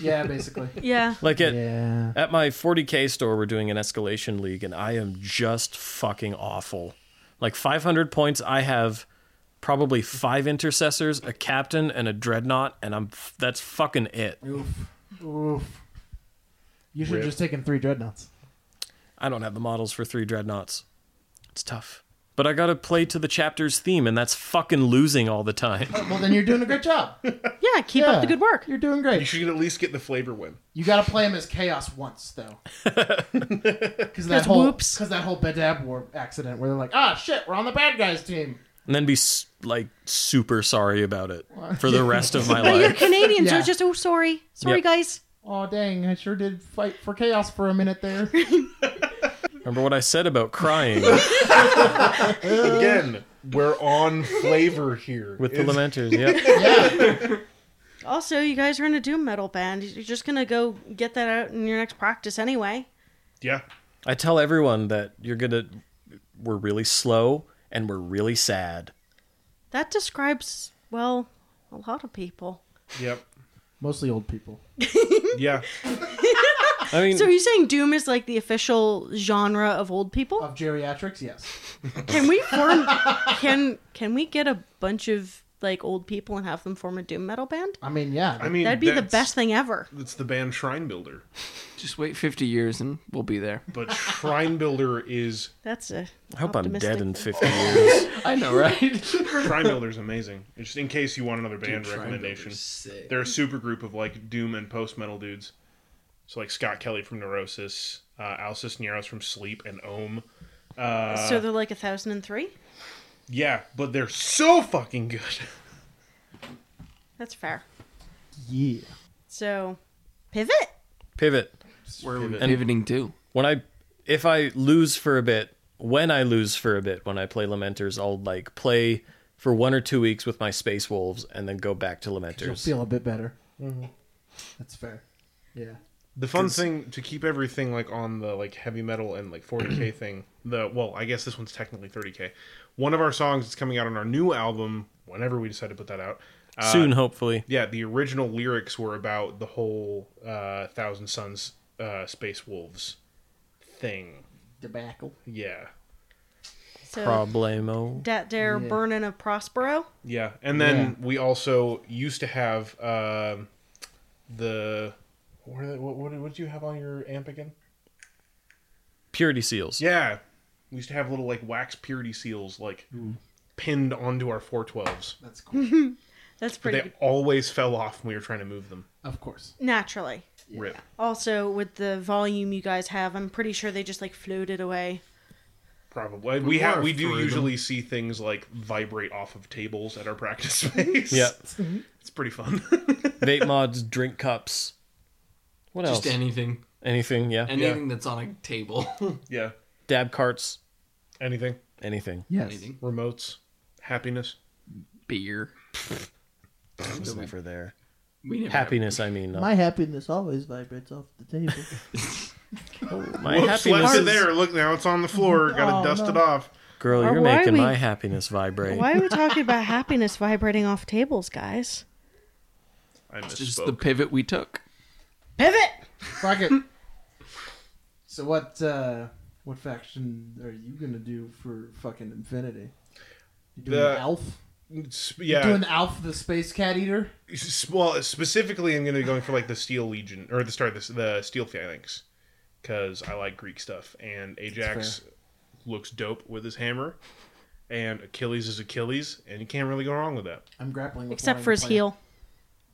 Speaker 7: Yeah, basically.
Speaker 1: Yeah,
Speaker 4: like at
Speaker 7: Yeah.
Speaker 4: at my 40k store, we're doing an escalation league, and I am just fucking awful. Like 500 points, I have probably five intercessors, a captain, and a dreadnought, and I'm f- that's fucking it.
Speaker 7: Oof. Oof. You should
Speaker 3: Rip.
Speaker 7: have just taken three dreadnoughts.
Speaker 4: I don't have the models for three dreadnoughts. It's tough. But I gotta play to the chapter's theme, and that's fucking losing all the time.
Speaker 7: Well, then you're doing a great job.
Speaker 1: yeah. Keep
Speaker 7: Yeah.
Speaker 1: up the good work.
Speaker 7: You're doing
Speaker 3: You
Speaker 7: great.
Speaker 3: should at least get the flavor win.
Speaker 7: You got to play him as chaos once, though. Because that
Speaker 1: 'Cause
Speaker 7: whole
Speaker 1: whoops.
Speaker 7: because that whole Bedab War accident where they're like, ah, shit, we're on the bad guys team.
Speaker 4: And then be s- like super sorry about it for the rest of my
Speaker 1: But you're
Speaker 4: life.
Speaker 1: Canadian, so
Speaker 7: Yeah.
Speaker 1: just oh sorry, sorry
Speaker 4: Yep.
Speaker 1: guys.
Speaker 7: Oh dang, I sure did fight for chaos for a minute there.
Speaker 4: Remember what I said about crying?
Speaker 3: Again, we're on flavor here.
Speaker 4: With the
Speaker 3: It's-
Speaker 4: lamenters, yeah.
Speaker 1: Also, you guys are in a doom metal band. You're just gonna go get that out in your next practice anyway.
Speaker 3: Yeah.
Speaker 4: I tell everyone that you're gonna we're really slow and we're really sad.
Speaker 1: That describes well a lot of people.
Speaker 3: Yep.
Speaker 7: Mostly old people.
Speaker 3: Yeah.
Speaker 4: I mean
Speaker 1: So are you saying doom is like the official genre of old people?
Speaker 7: Of geriatrics, yes.
Speaker 1: Can we form? can can we get a bunch of like old people and have them form a doom metal band?
Speaker 7: I mean, yeah.
Speaker 3: I mean,
Speaker 1: That'd be the
Speaker 3: that's-
Speaker 1: best thing ever.
Speaker 3: It's the band Shrine Builder,
Speaker 6: Just wait 50 years and we'll be there.
Speaker 3: but Shrine Builder is
Speaker 1: That's uh, a.
Speaker 4: I hope I'm dead in
Speaker 1: fifty.
Speaker 4: 50 years.
Speaker 6: I know, right?
Speaker 3: Shrine Builder's amazing. Just in case you want another band
Speaker 6: Shrine
Speaker 3: recommendation,
Speaker 6: Builder's sick.
Speaker 3: they're a super group of like doom and post metal dudes. So like Scott Kelly from Neurosis, uh, Al Cisneros from Sleep, and Ohm. Uh,
Speaker 1: so they're like a thousand and three.
Speaker 3: yeah, but they're so fucking good.
Speaker 1: That's fair.
Speaker 7: yeah.
Speaker 1: So, pivot.
Speaker 4: Pivot.
Speaker 6: Where are we
Speaker 4: And-
Speaker 6: pivoting to?
Speaker 4: When I if I lose for a bit, when I lose for a bit when I play lamenters, I'll like play for one or two weeks with my Space Wolves and then go back to
Speaker 2: You'll
Speaker 4: Lamenters.
Speaker 2: feel a bit better.
Speaker 3: Mm-hmm.
Speaker 2: That's fair. Yeah.
Speaker 3: The fun thing to keep everything like on the like heavy metal and like 40k thing. The well, I guess this one's technically 30k. One of our songs that's coming out on our new album, whenever we decide to put that out. Uh,
Speaker 4: Soon, hopefully.
Speaker 3: Yeah, the original lyrics were about the whole uh, Thousand Suns uh, Space Wolves thing.
Speaker 2: Debacle.
Speaker 3: Yeah.
Speaker 1: So
Speaker 4: Problemo.
Speaker 1: Dat Dare
Speaker 2: Yeah.
Speaker 1: Burnin' of Prospero.
Speaker 3: Yeah, and then we also used to have um the what, are they- what, what, what did you have on your amp again?
Speaker 4: Purity Seals.
Speaker 3: Yeah, we used to have little like wax purity seals like pinned onto our 412s.
Speaker 2: That's cool.
Speaker 1: That's
Speaker 3: But
Speaker 1: pretty
Speaker 3: they
Speaker 1: good.
Speaker 3: always fell off when we were trying to move them.
Speaker 2: of course.
Speaker 1: naturally.
Speaker 3: Rip.
Speaker 1: Also, with the volume you guys have, I'm pretty sure they just like floated away.
Speaker 3: Probably we have
Speaker 6: were
Speaker 3: we do
Speaker 6: through them.
Speaker 3: usually see things like vibrate off of tables at our practice space.
Speaker 4: Yeah.
Speaker 3: it's pretty fun.
Speaker 4: Vape mods, drink cups. What else?
Speaker 6: Just anything.
Speaker 4: anything, yeah.
Speaker 6: Anything that's on a table.
Speaker 3: yeah,
Speaker 4: Dab carts,
Speaker 3: anything,
Speaker 4: anything.
Speaker 2: Yes.
Speaker 6: anything.
Speaker 3: remotes, happiness.
Speaker 6: Beer.
Speaker 4: It was never there.
Speaker 6: We never
Speaker 4: Happiness, I mean. Not.
Speaker 9: My happiness always vibrates off the table.
Speaker 4: My
Speaker 3: Whoops, left
Speaker 4: happiness
Speaker 3: it
Speaker 4: is
Speaker 3: there. Look now it's on the floor. Got to
Speaker 9: Oh,
Speaker 3: dust
Speaker 9: no.
Speaker 3: it off.
Speaker 4: Girl,
Speaker 1: Or
Speaker 4: you're
Speaker 1: why
Speaker 4: making
Speaker 1: we-
Speaker 4: my happiness vibrate.
Speaker 1: Why are we talking about happiness vibrating off tables, guys?
Speaker 3: I misspoke.
Speaker 6: It's just the pivot we took.
Speaker 1: Pivot.
Speaker 2: Fuck it. so what? uh What faction are you gonna do for fucking Infinity? You doing
Speaker 3: The-
Speaker 2: Alf?
Speaker 3: Sp-
Speaker 2: You
Speaker 3: yeah.
Speaker 2: doing Alf the space cat eater?
Speaker 3: S- Well, specifically, I'm going to be going for like the Steel Legion or the sorry, the, the Steel Phalanx because I like Greek stuff and Ajax looks dope with his hammer, and Achilles is Achilles, and you can't really go wrong with that.
Speaker 2: I'm grappling with.
Speaker 1: Except
Speaker 2: wanting
Speaker 1: for
Speaker 2: to
Speaker 1: his
Speaker 2: play-
Speaker 1: heel.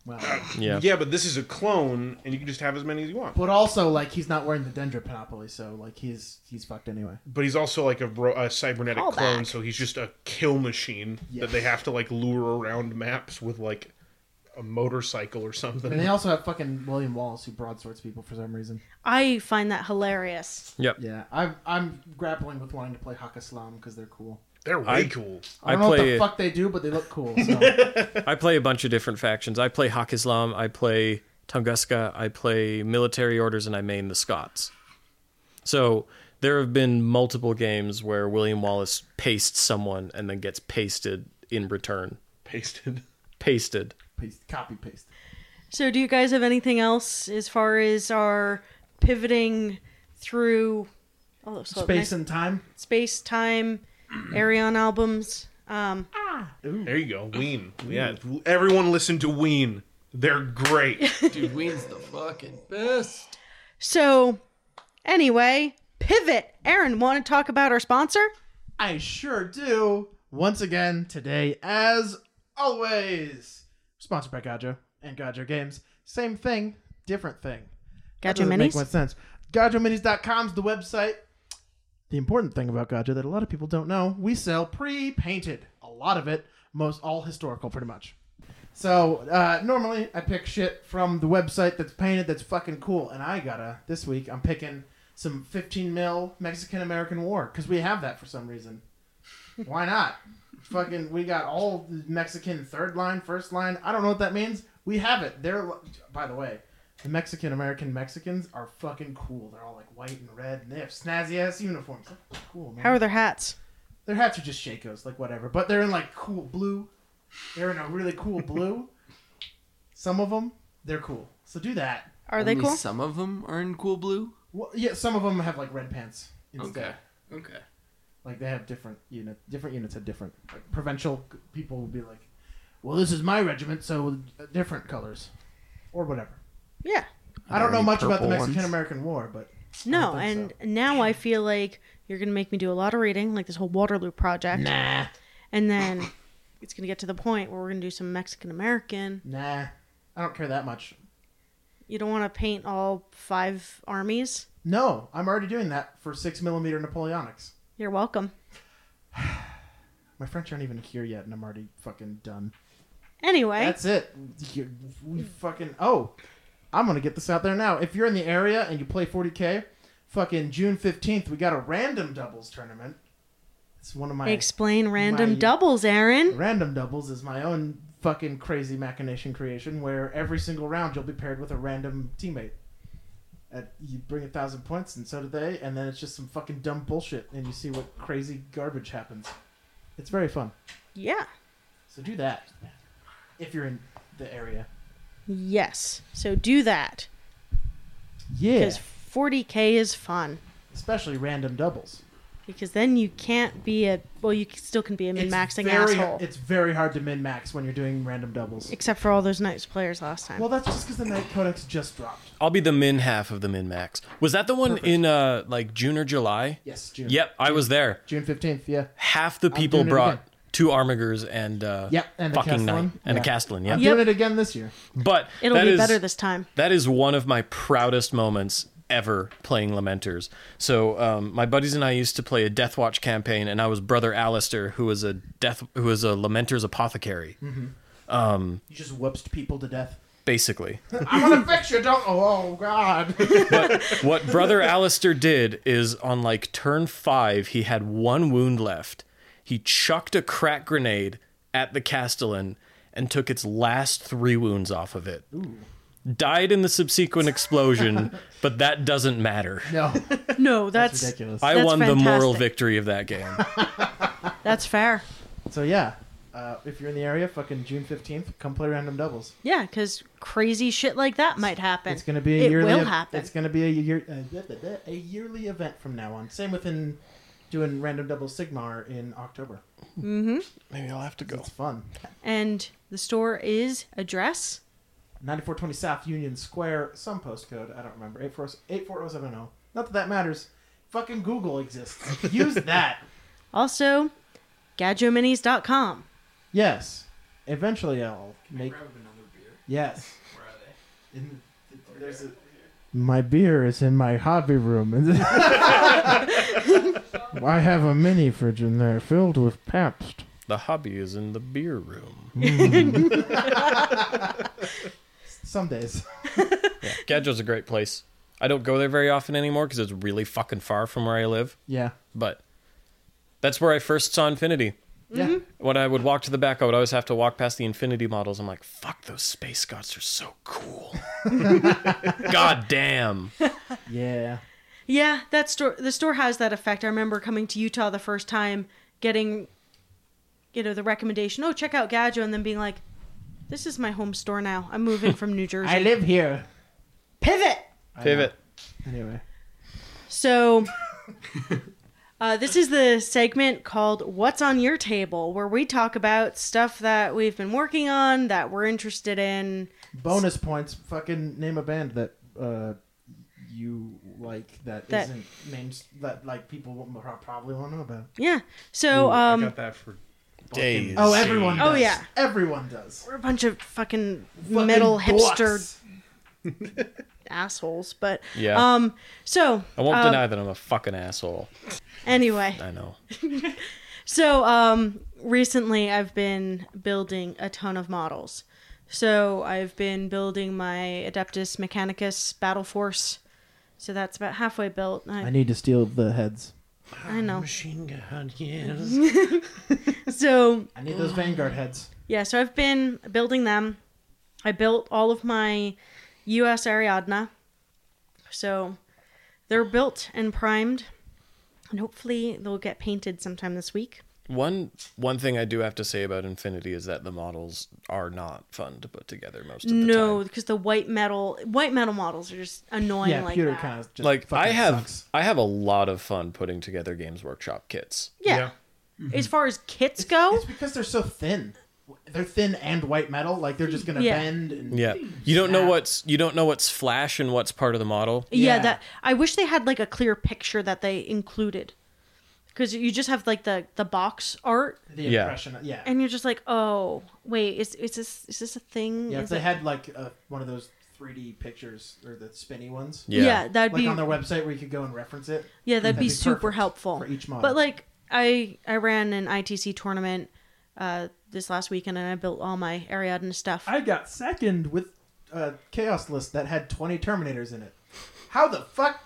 Speaker 2: Wow.
Speaker 4: Yeah.
Speaker 3: Yeah, but this is a clone, and you can just have as many as you want.
Speaker 2: But also, like, he's not wearing the Dendro Panoply, so like, he's he's fucked anyway.
Speaker 3: But he's also like a, bro- a cybernetic
Speaker 1: Callback.
Speaker 3: clone, so he's just a kill machine
Speaker 2: Yeah.
Speaker 3: that they have to like lure around maps with like a motorcycle or something.
Speaker 2: And they also have fucking William Wallace who broadswords people for some reason.
Speaker 1: I find that hilarious.
Speaker 4: Yep.
Speaker 2: Yeah, I'm I'm grappling with wanting to play Hakaslam because they're cool.
Speaker 3: They're way
Speaker 4: I-
Speaker 3: cool.
Speaker 2: I
Speaker 4: I
Speaker 2: don't know what
Speaker 4: play-
Speaker 2: the fuck they do, but they look cool. So.
Speaker 4: I play a bunch of different factions. I play Hak Islam, I play Tunguska, I play military orders, and I main the Scots. So there have been multiple games where William Wallace pastes someone and then gets pasted in return.
Speaker 3: Pasted.
Speaker 4: Pasted.
Speaker 2: paste, copy paste.
Speaker 1: So, do you guys have anything else as far as our pivoting through oh, so
Speaker 2: Space and time.
Speaker 1: space time, Arion albums? Um,
Speaker 3: There you go, Ween. Yeah, everyone listen to Ween. They're great.
Speaker 6: Dude, Ween's the fucking best.
Speaker 1: so, anyway, pivot. Aaron, want to talk about our sponsor?
Speaker 2: I sure do. Once again today, as always, sponsored by Gajo and Gajo Games. Same thing, different thing. That
Speaker 1: Got your
Speaker 2: doesn't Make
Speaker 1: minis?
Speaker 2: much sense. GajoMinis.com is the website. The important thing about Gajo that a lot of people don't know, we sell pre-painted. A lot of it, most all historical, pretty much. So uh, normally I pick shit from the website that's painted that's fucking cool, and I gotta this week I'm picking some 15 mil Mexican American War because we have that for some reason. Why not? Fucking, we got all the Mexican third line, first line. I don't know what that means. We have it. They're by the way, the Mexican American Mexicans are fucking cool. They're all like white and red, and they have snazzy ass uniforms. They're fucking cool, man.
Speaker 1: How are their hats?
Speaker 2: Their hats are just shakos, like whatever. But they're in like cool blue. They're in a really cool blue. Some of them, they're cool. So do that.
Speaker 1: Are they
Speaker 6: Only
Speaker 1: cool?
Speaker 6: Some of them are in cool blue.
Speaker 2: Well, yeah, some of them have like red pants instead.
Speaker 6: Okay.
Speaker 2: Like they have different unit, different units have different. Like, provincial g- people will be like, "Well, this is my regiment, so uh, different colors, or whatever."
Speaker 1: Yeah.
Speaker 2: I don't
Speaker 6: there
Speaker 2: know
Speaker 6: any
Speaker 2: much about the
Speaker 6: purple ones?
Speaker 2: Mexican American War, but
Speaker 1: No,
Speaker 2: I don't
Speaker 1: and
Speaker 2: think
Speaker 1: now I feel like you're going to make me do a lot of reading, like this whole Waterloo project.
Speaker 2: nah,
Speaker 1: And then it's going to get to the point where we're going to do some Mexican American.
Speaker 2: nah, I don't care that much.
Speaker 1: You don't want to paint all five armies.
Speaker 2: No, I'm already doing that for six millimeter Napoleonics.
Speaker 1: You're welcome.
Speaker 2: My French aren't even here yet, and I'm already fucking done.
Speaker 1: Anyway,
Speaker 2: That's it. You- We fucking. Oh, I'm gonna get this out there now. If you're in the area and you play 40k, fucking June 15th, we got a random doubles tournament It's one of my
Speaker 1: Explain random
Speaker 2: my-
Speaker 1: doubles, Aaron.
Speaker 2: random doubles is my own fucking crazy machination creation where every single round you'll be paired with a random teammate. At, you bring a thousand points, and so do they, and then it's just some fucking dumb bullshit, and you see what crazy garbage happens. It's very fun.
Speaker 1: Yeah.
Speaker 2: So do that if you're in the area.
Speaker 1: Yes. So do that
Speaker 2: Yeah,
Speaker 1: because 40k is fun
Speaker 2: especially random doubles.
Speaker 1: because then you can't be a well, you c- still can be a min
Speaker 2: It's
Speaker 1: maxing
Speaker 2: very-
Speaker 1: asshole.
Speaker 2: It's very hard to min max when you're doing random doubles.
Speaker 1: Except for all those nice players last time.
Speaker 2: Well, that's just because the Night Codex just dropped.
Speaker 4: I'll be the min half of the min max. Was that the one in uh like June or July?
Speaker 2: Yes, June.
Speaker 4: Yep, I was there.
Speaker 2: June fifteenth. Yeah.
Speaker 4: Half the people
Speaker 2: doing it
Speaker 4: brought
Speaker 2: again.
Speaker 4: two armigers and uh
Speaker 2: Yep, and a
Speaker 4: fucking knight
Speaker 2: Castellan.
Speaker 4: and a
Speaker 2: Yeah.
Speaker 4: Castellan, yeah.
Speaker 2: I'm
Speaker 1: Yep.
Speaker 2: doing it again this year.
Speaker 4: But
Speaker 1: It'll
Speaker 4: that
Speaker 1: be
Speaker 4: is-
Speaker 1: better this time.
Speaker 4: That is one of my proudest moments ever playing Lamenters. So um, my buddies and I used to play a Death Watch campaign, and I was brother Alistair, who was a death, who was a Lamenters apothecary,
Speaker 2: Mm-hmm. You just whoopsed people to death.
Speaker 4: basically.
Speaker 2: I'm gonna fix you. Don't. Oh, oh God.
Speaker 4: what brother Alistair did is on like turn five, he had one wound left. He chucked a crack grenade at the Castellan and took its last three wounds off of it. Died in the subsequent explosion, but that doesn't matter.
Speaker 2: no,
Speaker 1: No, that's
Speaker 2: that's ridiculous.
Speaker 4: I
Speaker 1: That's
Speaker 4: won the moral
Speaker 1: fantastic.
Speaker 4: victory of that game.
Speaker 1: that's fair.
Speaker 2: so yeah, uh, if you're in the area, fucking June fifteenth, come play random doubles.
Speaker 1: Yeah, because crazy shit like that might happen.
Speaker 2: It's gonna be a
Speaker 1: it
Speaker 2: yearly.
Speaker 1: will
Speaker 2: ev-
Speaker 1: happen.
Speaker 2: It's gonna be a year uh, da- da- da- a yearly event from now on. Same within doing random double Sigmar in October.
Speaker 1: Mm-hmm.
Speaker 4: Maybe I'll have to go.
Speaker 2: It's fun.
Speaker 1: And the store is address.
Speaker 2: 9420 South Union Square, some postcode, I don't remember. 840- 84070. Not that that matters. Fucking Google exists. Use that.
Speaker 1: Also, gadjominis.com.
Speaker 2: Yes. Eventually I'll make. Yes. Where are they? In the, there's a. My beer is in my hobby room. I have a mini fridge in there filled with Pabst.
Speaker 4: The hobby is in the beer room.
Speaker 2: Some days.
Speaker 4: Yeah. Gadjo's a great place. I don't go there very often anymore because it's really fucking far from where I live.
Speaker 2: Yeah.
Speaker 4: But that's where I first saw Infinity.
Speaker 2: Yeah.
Speaker 4: When I would walk to the back, I would always have to walk past the Infinity models. I'm like, fuck, those space gods are so cool. God damn.
Speaker 2: Yeah.
Speaker 1: Yeah, that store the store has that effect. I remember coming to Utah the first time getting you know, the recommendation, "Oh, check out Gadjo," and then being like, "This is my home store now. I'm moving from New Jersey."
Speaker 2: I live here.
Speaker 1: Pivot.
Speaker 2: I know.
Speaker 4: Pivot.
Speaker 2: Anyway.
Speaker 1: So, uh, this is the segment called What's on Your Table, where we talk about stuff that we've been working on that we're interested in.
Speaker 2: Bonus points. Fucking name a band that uh, you like that,
Speaker 1: That-
Speaker 2: isn't names that like people won't, pro- probably won't know about.
Speaker 1: Yeah. So,
Speaker 3: Ooh, I
Speaker 1: um,
Speaker 3: got that for
Speaker 4: Days.
Speaker 2: Oh, everyone.
Speaker 1: Oh,
Speaker 2: Does.
Speaker 1: yeah.
Speaker 2: everyone does.
Speaker 1: we're a bunch of fucking,
Speaker 2: Fucking
Speaker 1: metal
Speaker 2: dorks.
Speaker 1: hipster assholes. But,
Speaker 4: Yeah.
Speaker 1: um, so,
Speaker 4: I won't
Speaker 1: um,
Speaker 4: deny that I'm a fucking asshole.
Speaker 1: anyway.
Speaker 4: I know.
Speaker 1: So, um, recently I've been building a ton of models. So, I've been building my Adeptus Mechanicus Battle Force. So, that's about halfway built. I-
Speaker 2: I need to steal the heads.
Speaker 1: I know.
Speaker 3: machine gun. Yes.
Speaker 1: So
Speaker 2: I need those Vanguard heads.
Speaker 1: yeah, so I've been building them. I built all of my U.S. Ariadna, so they're built and primed, and hopefully they'll get painted sometime this week.
Speaker 4: One one thing I do have to say about Infinity is that the models are not fun to put together most of the time.
Speaker 1: No, because the white metal white metal models are just annoying
Speaker 2: yeah,
Speaker 1: like
Speaker 2: pewter
Speaker 1: that.
Speaker 2: kind of just
Speaker 4: like
Speaker 2: fucking
Speaker 4: I have
Speaker 2: sucks.
Speaker 4: I have a lot of fun putting together Games Workshop kits.
Speaker 1: Yeah. As far as kits go,
Speaker 2: Mm-hmm. It's because they're so thin. They're thin and white metal. Like they're just gonna
Speaker 1: Yeah.
Speaker 2: bend. And
Speaker 4: Yeah. You don't know what's you don't know what's flash and what's part of the model.
Speaker 1: yeah.
Speaker 2: Yeah.
Speaker 1: that i wish they had like a clear picture that they included because you just have like the the box art
Speaker 2: The
Speaker 4: Yeah.
Speaker 2: impression. Yeah.
Speaker 1: and you're just like oh wait is, is this is this a thing
Speaker 2: yeah. If
Speaker 1: Is
Speaker 2: they
Speaker 1: it-
Speaker 2: had like uh, one of those 3D pictures or the spinny ones.
Speaker 1: Yeah,
Speaker 4: Yeah.
Speaker 1: that'd
Speaker 2: like
Speaker 1: be
Speaker 2: on their website where you could go and reference it.
Speaker 1: yeah, that'd,
Speaker 2: that'd
Speaker 1: be,
Speaker 2: be
Speaker 1: super
Speaker 2: perfect
Speaker 1: helpful
Speaker 2: for each model.
Speaker 1: But like I I ran an ITC tournament uh this last weekend and I built all my Ariadne stuff.
Speaker 2: I got second with a chaos list that had 20 Terminators in it. How the fuck?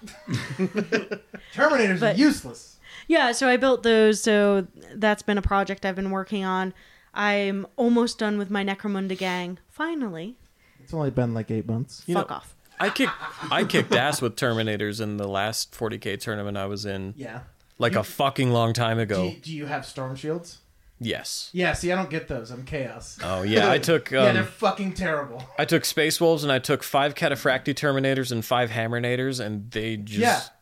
Speaker 2: Terminators
Speaker 1: But-
Speaker 2: are useless.
Speaker 1: Yeah, so I built those. So that's been a project I've been working on. I'm almost done with my Necromunda gang. Finally,
Speaker 2: It's only been like eight months.
Speaker 4: You
Speaker 1: fuck
Speaker 4: know-
Speaker 1: off.
Speaker 4: I kicked I kicked ass with Terminators in the last 40k tournament I was in,
Speaker 2: Yeah.
Speaker 4: like a fucking long time
Speaker 2: Do
Speaker 4: ago.
Speaker 2: you, do you have storm shields?
Speaker 4: Yes.
Speaker 2: Yeah. See, I don't get those. I'm chaos.
Speaker 4: Oh yeah, I took
Speaker 2: yeah, they're
Speaker 4: um,
Speaker 2: fucking terrible.
Speaker 4: I took Space Wolves and I took five Cataphracti Terminators and five Hammernators, and they just
Speaker 2: Yeah.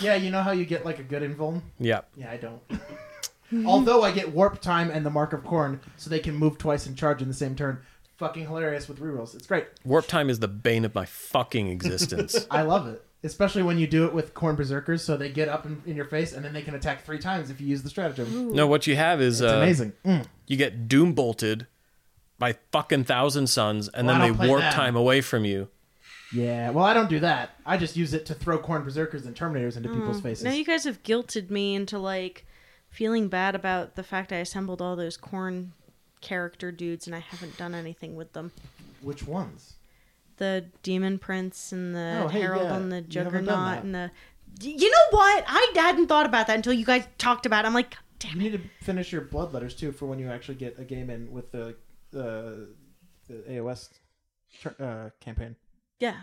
Speaker 2: Yeah, you know how you get like a good invuln?
Speaker 4: yeah.
Speaker 2: Yeah, I don't. Although I get warp time and the mark of corn, so they can move twice and charge in the same turn. Fucking hilarious with rerolls. It's great.
Speaker 4: Warp time is the bane of my fucking existence.
Speaker 2: I love it. Especially when you do it with corn berserkers, so they get up in, in your face and then they can attack three times if you use the stratagem.
Speaker 4: no, what you have is
Speaker 2: It's
Speaker 4: uh,
Speaker 2: amazing. Mm.
Speaker 4: you get doom bolted by fucking thousand suns, and
Speaker 2: Well, I
Speaker 4: then
Speaker 2: don't
Speaker 4: they
Speaker 2: play
Speaker 4: warp
Speaker 2: them.
Speaker 4: time away from you.
Speaker 2: Yeah, well, I don't do that. I just use it to throw corn berserkers and terminators into people's faces.
Speaker 1: Mm. Now you guys have guilted me into like feeling bad about the fact I assembled all those corn character dudes and I haven't done anything with them.
Speaker 2: Which ones?
Speaker 1: The Demon Prince and the
Speaker 2: Oh, hey,
Speaker 1: Herald
Speaker 2: yeah.
Speaker 1: and the
Speaker 2: You haven't done
Speaker 1: Juggernaut
Speaker 2: that.
Speaker 1: and the. Y- You know what? I hadn't thought about that until you guys talked about. it. I'm like,
Speaker 2: You
Speaker 1: damn it.
Speaker 2: need to finish your blood letters too for when you actually get a game in with the uh, the AOS tur- uh, campaign.
Speaker 1: Yeah.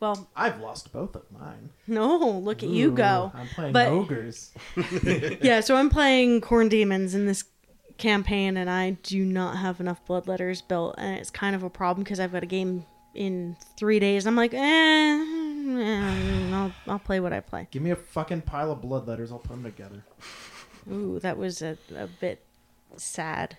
Speaker 1: Well,
Speaker 2: I've lost both of mine.
Speaker 1: no. Look at you go.
Speaker 2: Ooh, I'm playing
Speaker 1: But-
Speaker 2: ogres.
Speaker 1: yeah, so I'm playing Corn Demons in this campaign, and I do not have enough blood letters built, and it's kind of a problem because I've got a game in three days. I'm like, eh, eh, I'll, I'll play what I play.
Speaker 2: Give me a fucking pile of blood letters. I'll put them together.
Speaker 1: Ooh, that was a, a bit sad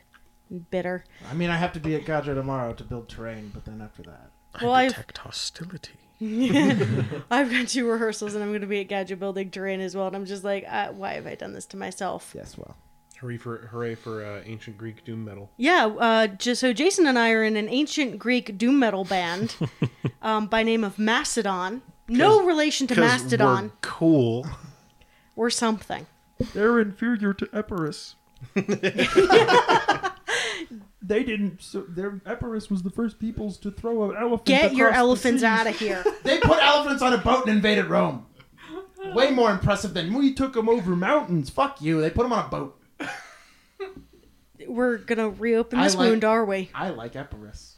Speaker 1: and bitter.
Speaker 2: I mean, I have to be at Gaja tomorrow to build terrain, but then after that,
Speaker 1: Well,
Speaker 4: I
Speaker 1: I've-
Speaker 4: detect hostility.
Speaker 1: I've got two rehearsals, and I'm going to be at Gadget Building Terrain as well, and I'm just like, uh, why have I done this to myself?
Speaker 2: yes, well,
Speaker 3: Hooray for hooray for uh, ancient Greek doom metal.
Speaker 1: Yeah, uh, just, so Jason and I are in an ancient Greek doom metal band um, by name of Macedon. No relation to Mastodon.
Speaker 3: cool.
Speaker 1: or something.
Speaker 5: They're inferior to Epirus. they didn't. So their Epirus was the first peoples to throw an elephant.
Speaker 1: Get your
Speaker 5: across the
Speaker 1: elephants
Speaker 5: seas.
Speaker 1: out of here.
Speaker 2: they put elephants on a boat and invaded Rome. Way more impressive than we
Speaker 5: We took them over mountains.
Speaker 2: mountains. Fuck you. They put them on a boat.
Speaker 1: We're gonna reopen
Speaker 2: I
Speaker 1: this
Speaker 2: like-
Speaker 1: wound, are we?
Speaker 2: I like Epirus.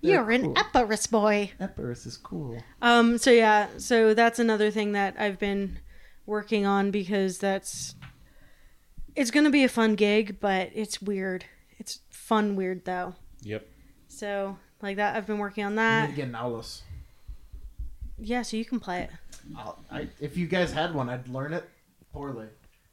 Speaker 1: You're an Epirus boy.
Speaker 2: Epirus is cool.
Speaker 1: Um. So yeah. So that's another thing that I've been working on because that's. It's gonna be a fun gig, but it's weird. It's fun weird though.
Speaker 3: Yep.
Speaker 1: So like that, I've been working on
Speaker 2: I
Speaker 1: that.
Speaker 2: need to get an Aulos.
Speaker 1: Yeah. So you can play it.
Speaker 2: I'll- I, if you guys had one, I'd learn it poorly.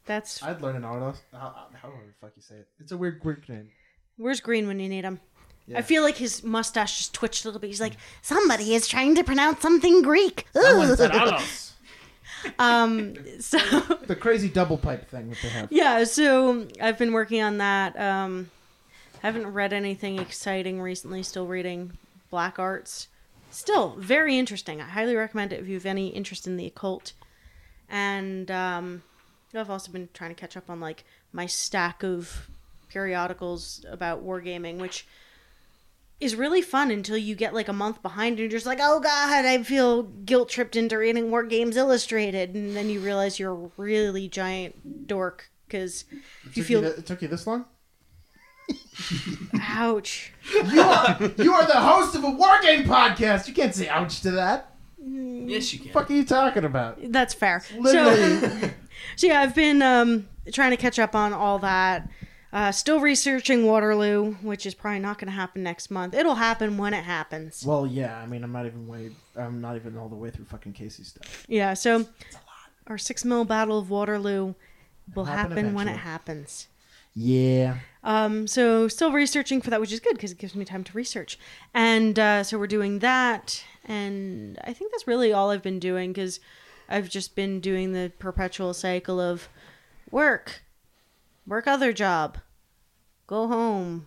Speaker 1: That's
Speaker 2: I'd learn an Aulos. How, how the fuck you say it? It's a weird Greek name.
Speaker 1: where's Green when you need him.
Speaker 2: Yeah.
Speaker 1: I feel like his mustache just twitched a little bit. He's like, somebody is trying to pronounce something Greek.
Speaker 2: Someone
Speaker 1: Ugh."
Speaker 2: said Aulos.
Speaker 1: um. So.
Speaker 2: the crazy double pipe thing that they have.
Speaker 1: Yeah, so I've been working on that. Um, haven't read anything exciting recently. Still reading Black Arts. Still very interesting. I highly recommend it if you have any interest in the occult. And um, I've also been trying to catch up on like my stack of periodicals about wargaming, which is really fun until you get like a month behind and you're just like, oh god, I feel guilt tripped into reading War Games Illustrated, and then you realize you're a really giant dork because
Speaker 2: It
Speaker 1: you
Speaker 2: took you
Speaker 1: feel
Speaker 2: th- it took you this long?
Speaker 1: ouch.
Speaker 2: You are the host of a wargame podcast. You can't say ouch to that.
Speaker 1: Mm.
Speaker 6: Yes, you can.
Speaker 2: Fuck are you talking about?
Speaker 1: That's fair. So,
Speaker 2: Literally.
Speaker 1: so yeah, I've been um, trying to catch up on all that. Uh, still researching Waterloo, which is probably not going to happen next month. It'll happen when it happens.
Speaker 2: well, yeah. I mean, I'm not even way. I'm not even all the way through fucking Casey stuff.
Speaker 1: Yeah, so our six mil battle of Waterloo will
Speaker 2: It'll happen
Speaker 1: happen, when it
Speaker 2: eventually.
Speaker 1: happens.
Speaker 2: Yeah.
Speaker 1: Um, so still researching for that, which is good because it gives me time to research. And uh, so we're doing that, and I think that's really all I've been doing because I've just been doing the perpetual cycle of work, work other job, go home,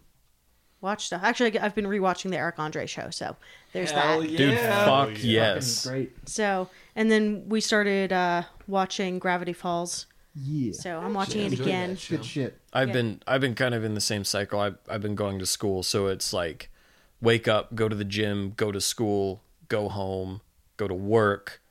Speaker 1: watch stuff. Actually, I've been rewatching the Eric Andre show, so there's that.
Speaker 4: Dude, fuck
Speaker 2: Fucking
Speaker 4: yes.
Speaker 2: Great.
Speaker 1: So, and then we started uh, watching Gravity Falls.
Speaker 2: Yeah.
Speaker 1: So I'm watching it
Speaker 6: enjoyed
Speaker 1: again.
Speaker 6: that show.
Speaker 2: Good shit.
Speaker 4: I've
Speaker 1: Yeah.
Speaker 4: been I've been kind of in the same cycle. I've I've been going to school, so it's like wake up, go to the gym, go to school, go home, go to work,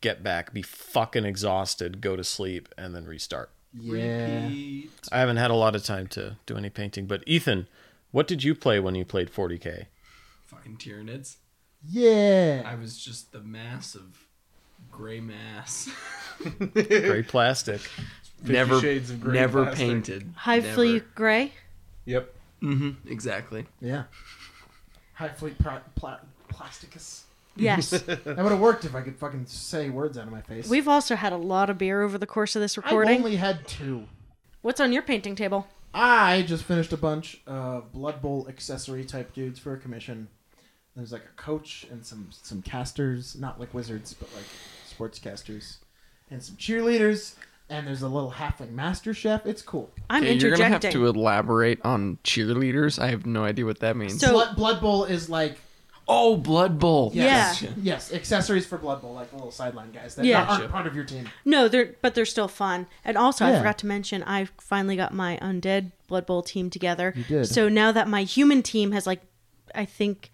Speaker 4: get back, be fucking exhausted, go to sleep, and then restart.
Speaker 2: Yeah.
Speaker 3: Repeat.
Speaker 4: I haven't had a lot of time to do any painting, but Ethan, what did you play when you played 40K?
Speaker 7: Fucking Tyranids.
Speaker 2: Yeah.
Speaker 7: I was just the mass of gray mass.
Speaker 4: Very plastic.
Speaker 6: never
Speaker 3: Shades of Grey
Speaker 6: never
Speaker 3: plastic.
Speaker 6: painted.
Speaker 1: High
Speaker 6: Never.
Speaker 1: fleet gray.
Speaker 3: Yep.
Speaker 6: hmm exactly.
Speaker 2: Yeah. High fleet pla- pla- plasticus.
Speaker 1: Yes.
Speaker 2: That would have worked if I could fucking say words out of my face.
Speaker 1: We've also had a lot of beer over the course of this
Speaker 2: I've
Speaker 1: recording.
Speaker 2: only had two.
Speaker 1: What's on your painting table?
Speaker 2: I just finished a bunch of Blood Bowl accessory type dudes for a commission. There's like a coach and some some casters, not like wizards, but like sports casters, and some cheerleaders. And there's a little halfling master chef. It's cool.
Speaker 1: I'm
Speaker 6: Okay, you're gonna have
Speaker 1: interjecting.
Speaker 6: to elaborate on cheerleaders. I have no idea what that means.
Speaker 1: So-
Speaker 2: Blood, Blood Bowl is like
Speaker 6: oh, Blood Bowl.
Speaker 2: yes,
Speaker 7: Yeah.
Speaker 2: yes, accessories for Blood Bowl, like the little sideline guys that
Speaker 1: Yeah.
Speaker 2: aren't part of your team.
Speaker 1: No, they're but they're still fun. And also, I
Speaker 2: Yeah.
Speaker 1: forgot to mention I finally got my undead Blood Bowl team together. You
Speaker 2: did.
Speaker 1: So now that my human team has like, I think.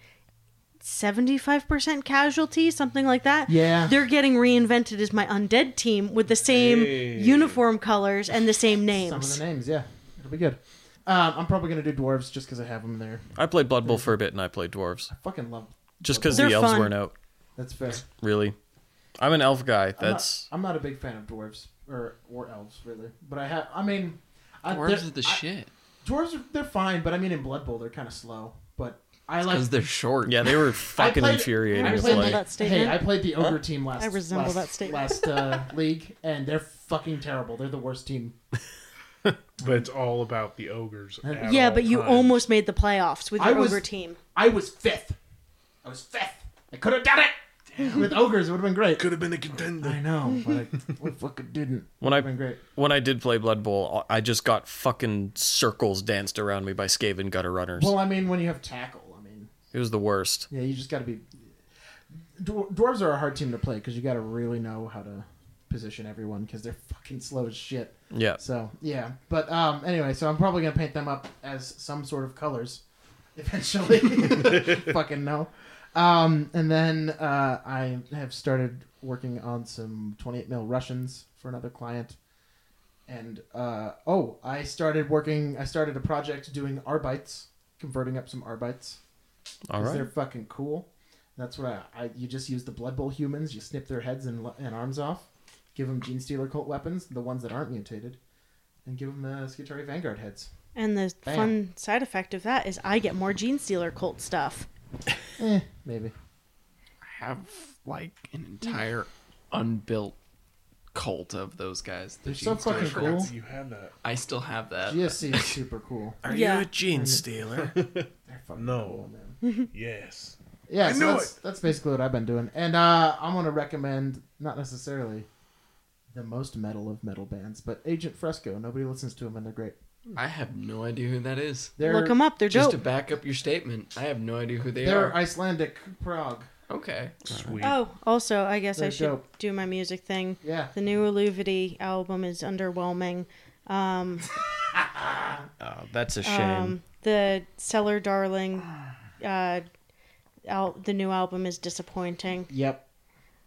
Speaker 1: 75% casualty, something like that.
Speaker 2: Yeah.
Speaker 1: They're getting reinvented as my undead team with the same uniform colors and the same names.
Speaker 2: Some of the names, yeah, it'll be good. Um, I'm probably gonna do dwarves just because I have them there.
Speaker 4: I played Blood Bowl for a bit and I played Dwarves.
Speaker 2: I fucking love.
Speaker 4: Just because
Speaker 1: They're
Speaker 4: the elves
Speaker 1: fun.
Speaker 4: weren't out,
Speaker 2: That's fair.
Speaker 4: really. I'm an elf guy.
Speaker 2: I'm not-
Speaker 4: That's.
Speaker 2: I'm not, a big fan of dwarves or or elves really, but I have. I mean, I,
Speaker 6: Dwarves
Speaker 2: they're-
Speaker 6: are the
Speaker 2: I-
Speaker 6: shit
Speaker 2: Dwarves are they're fine, but I mean in Blood Bowl they're kind of slow. But I like.
Speaker 6: because they're short.
Speaker 4: Yeah, they were
Speaker 2: I
Speaker 4: fucking
Speaker 2: played-
Speaker 4: infuriating
Speaker 2: I
Speaker 4: to
Speaker 2: played
Speaker 1: resemble
Speaker 2: the-
Speaker 4: play.
Speaker 1: that statement.
Speaker 2: Hey, I played the ogre team last.
Speaker 1: I resemble
Speaker 2: last,
Speaker 1: that statement.
Speaker 2: Last uh, league, and they're fucking terrible. They're the worst team.
Speaker 3: But it's all about the ogres. at
Speaker 1: yeah,
Speaker 3: all
Speaker 1: but you
Speaker 3: times.
Speaker 1: almost made the playoffs with
Speaker 2: I
Speaker 1: your
Speaker 2: was-
Speaker 1: ogre team.
Speaker 2: I was fifth. I was fifth. I could have done it. With ogres, it would have been great.
Speaker 3: could have been a contender.
Speaker 2: I know, but I, we fucking didn't.
Speaker 4: When I
Speaker 2: Would've been great.
Speaker 4: when I did play Blood Bowl, I just got fucking circles danced around me by Skaven gutter runners.
Speaker 2: Well, I mean, when you have tackle, I mean,
Speaker 4: It was the worst.
Speaker 2: Yeah, you just got to be. Dwar- Dwarves are a hard team to play because you got to really know how to position everyone because they're fucking slow as shit.
Speaker 4: Yeah.
Speaker 2: So yeah, but um, anyway, so I'm probably gonna paint them up as some sort of colors eventually. fucking no. Um, and then uh, I have started working on some 28 mil Russians for another client. And uh, oh, I started working. I started a project doing arbites, converting up some arbites.
Speaker 4: All
Speaker 2: Because
Speaker 4: right.
Speaker 2: they're fucking cool. That's what I, I. You just use the Blood Bowl humans. You snip their heads and, le- and arms off. Give them Gene Stealer cult weapons, the ones that aren't mutated, and give them the Skitari Vanguard heads.
Speaker 1: And the
Speaker 2: Bam.
Speaker 1: fun side effect of that is I get more Gene Stealer cult stuff.
Speaker 2: Eh, maybe.
Speaker 6: I have like an entire unbuilt cult of those guys. The
Speaker 2: They're so
Speaker 6: Gene Stealer
Speaker 2: fucking
Speaker 6: cult.
Speaker 2: cool.
Speaker 3: You had that.
Speaker 6: I still have that.
Speaker 2: GSC is super cool.
Speaker 4: Are
Speaker 1: you Yeah.
Speaker 4: you
Speaker 1: a
Speaker 4: a gene stealer?
Speaker 2: They're fucking
Speaker 3: No.
Speaker 2: cool, man.
Speaker 3: Yes.
Speaker 2: Yeah, so
Speaker 3: knew
Speaker 2: that's, that's basically what I've been doing. And uh, I'm going to recommend, not necessarily the most metal of metal bands, but Agent Fresco. Nobody listens to them, and they're great.
Speaker 6: I have no idea who that is.
Speaker 2: They're,
Speaker 1: Look them up; they're
Speaker 6: Just
Speaker 1: dope.
Speaker 6: to back up your statement, I have no idea who they
Speaker 2: They're
Speaker 6: are.
Speaker 2: Icelandic Prague.
Speaker 6: okay.
Speaker 3: Sweet.
Speaker 1: oh, also, I guess I
Speaker 2: They're
Speaker 1: should
Speaker 2: dope.
Speaker 1: do my music thing.
Speaker 2: Yeah.
Speaker 1: The new Illuvity album is underwhelming. Um,
Speaker 4: Oh, that's a shame.
Speaker 1: um, the Cellar Darling,
Speaker 2: Ah.
Speaker 1: uh, al- the new album is disappointing.
Speaker 2: Yep.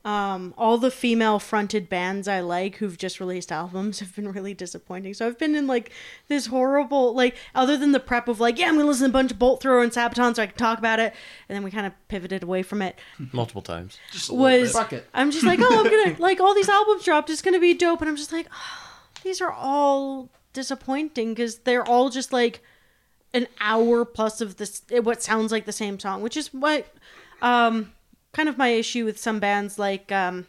Speaker 1: Um, all the female fronted bands I like who've just released albums have been really disappointing. So I've been in like this horrible, like, other than the prep of like, yeah, I'm gonna listen to a bunch of Bolt Thrower and Sabaton so I can talk about it. And then we kind of pivoted away from it.
Speaker 4: Multiple times.
Speaker 6: Just a little
Speaker 1: Was
Speaker 6: bit.
Speaker 2: Fuck it.
Speaker 1: I'm just like, oh, I'm gonna, like, all these albums dropped, it's gonna be dope. And I'm just like, "Oh, these are all disappointing because they're all just like an hour plus of this eh, what sounds like the same song which is what um kind of my issue with some bands like um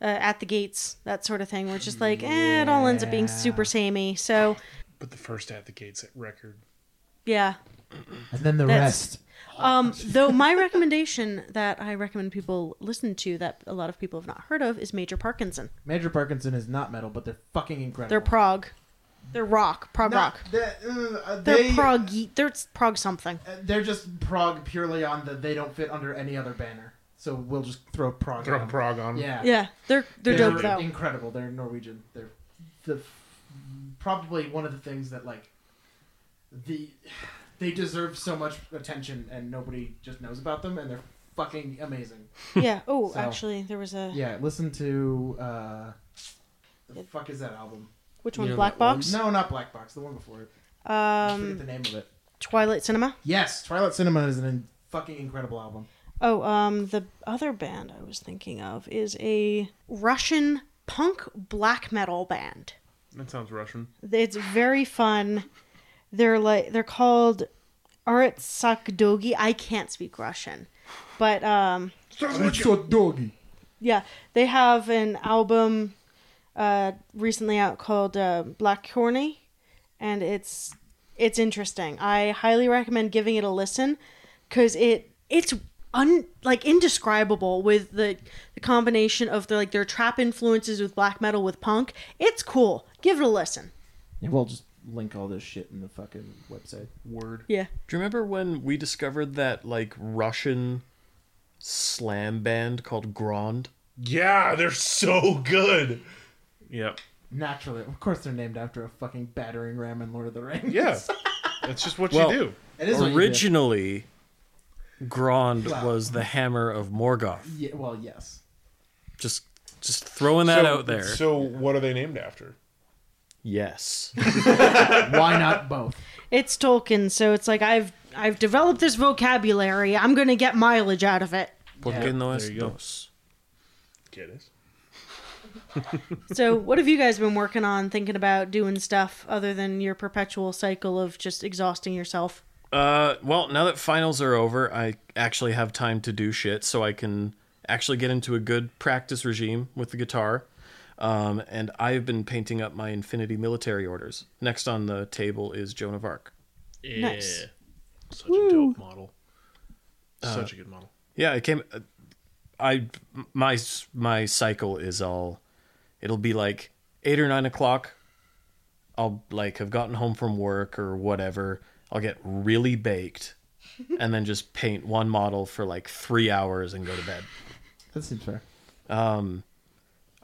Speaker 1: uh, at the gates that sort of thing where it's just like eh, it all ends up being super samey so
Speaker 3: But the first at the gates record.
Speaker 1: yeah
Speaker 2: And then the
Speaker 1: That's-
Speaker 2: rest.
Speaker 1: um though my recommendation that i recommend people listen to that a lot of people have not heard of is major parkinson
Speaker 2: Major Parkinson is not metal, but they're fucking incredible.
Speaker 1: they're prog they're rock prog
Speaker 2: No,
Speaker 1: rock
Speaker 2: They're, uh,
Speaker 1: they're
Speaker 2: they, are
Speaker 1: prog they're prog something
Speaker 2: just prog purely on the they don't fit under any other banner. So we'll just throw prog.
Speaker 3: Throw
Speaker 2: on.
Speaker 3: Prague on.
Speaker 2: Yeah.
Speaker 1: yeah they're they're, dope though
Speaker 2: Incredible. They're Norwegian. They're the probably one of the things that like the they deserve so much attention and nobody just knows about them and they're fucking amazing.
Speaker 1: yeah. Oh,
Speaker 2: So-
Speaker 1: actually, there was a
Speaker 2: Yeah, listen to uh the
Speaker 1: It-
Speaker 2: fuck is that album?
Speaker 1: Which
Speaker 6: You
Speaker 1: one?
Speaker 6: know
Speaker 1: Black
Speaker 6: that
Speaker 1: Box?
Speaker 2: No, not Black Box. The one before it. I forget
Speaker 1: Um,
Speaker 2: the name of it.
Speaker 1: Twilight Cinema.
Speaker 2: Yes, Twilight Cinema is an in- fucking incredible album.
Speaker 1: Oh, um, the other band I was thinking of is a Russian punk black metal band.
Speaker 3: That sounds Russian.
Speaker 1: It's very fun. They're like they're called Art Sakdogi. I can't speak Russian, but um,
Speaker 2: Richard Doggy.
Speaker 1: yeah, they have an album uh, recently out called uh, Black Corny, and it's it's interesting. I highly recommend giving it a listen because it it's un like indescribable with the the combination of the like their trap influences with black metal with punk. It's cool. Give it a listen.
Speaker 2: Yeah, we'll just link all this shit in the fucking website.
Speaker 3: Word.
Speaker 1: Yeah.
Speaker 4: Do you remember when we discovered that like Russian slam band called Grand?
Speaker 3: Yeah, they're so good. Yep.
Speaker 2: Naturally, of course, they're named after a fucking battering ram in Lord of the Rings.
Speaker 3: Yeah. That's just what
Speaker 4: Well,
Speaker 3: you do.
Speaker 2: it is what you do.
Speaker 4: Originally, Grand
Speaker 2: Wow.
Speaker 4: was the hammer of Morgoth.
Speaker 2: Yeah, well, yes.
Speaker 4: Just just throwing that
Speaker 3: So-
Speaker 4: out there.
Speaker 3: So what are they named after?
Speaker 4: yes.
Speaker 2: Why not both?
Speaker 1: It's Tolkien, so it's like I've I've developed this vocabulary. I'm gonna get mileage out of it.
Speaker 4: Porque no es
Speaker 3: you go.
Speaker 4: dos.
Speaker 3: Get it?
Speaker 1: So, what have you guys been working on, thinking about doing stuff other than your perpetual cycle of just exhausting yourself?
Speaker 4: Uh, well, now that finals are over, I actually have time to do shit, so I can actually get into a good practice regime with the guitar. Um, and I've been painting up my Infinity military orders. Next on the table is Joan of Arc.
Speaker 1: Nice.
Speaker 3: Such a dope model. Such a good model.
Speaker 4: Yeah, it came. uh, I my my cycle is all. It'll be like eight or nine o'clock. I'll like have gotten home from work or whatever. I'll get really baked, and then just paint one model for like three hours and go to bed.
Speaker 2: That seems fair.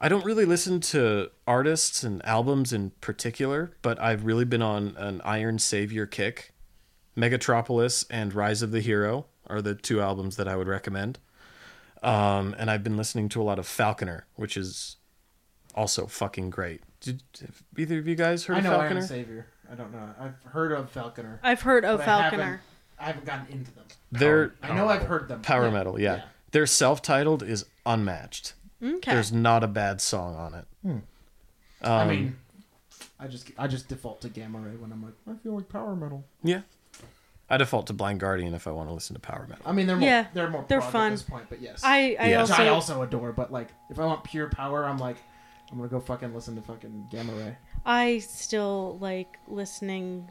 Speaker 4: I don't really listen to artists and albums in particular, but I've really been on an Iron Savior kick. Megatropolis and Rise of the Hero are the two albums that I would recommend. Um, and I've been listening to a lot of Falconer, which is also fucking great. Did have either of you guys heard
Speaker 2: I
Speaker 4: of
Speaker 2: know
Speaker 4: Falconer?
Speaker 2: Iron Savior. I don't know. I've heard of Falconer.
Speaker 1: I've heard of
Speaker 2: but I haven't,
Speaker 1: Falconer.
Speaker 2: I haven't gotten into them.
Speaker 4: Their
Speaker 2: I know I've heard them.
Speaker 4: power
Speaker 2: Yeah.
Speaker 4: metal, yeah. Their self-titled is unmatched.
Speaker 1: Okay.
Speaker 4: There's not a bad song on it.
Speaker 2: I mean, I just I just default to Gamma Ray when I'm like I feel like power metal.
Speaker 4: Yeah. I default to Blind Guardian if I want to listen to power metal.
Speaker 2: I mean, they're more,
Speaker 1: Yeah,
Speaker 2: they're more
Speaker 1: they're
Speaker 2: prog
Speaker 1: fun.
Speaker 2: at this point, but yes,
Speaker 1: I I
Speaker 4: Yeah.
Speaker 2: which
Speaker 1: also,
Speaker 2: I also adore. But like, if I want pure power, I'm like, I'm gonna go fucking listen to fucking Gamma Ray.
Speaker 1: I still like listening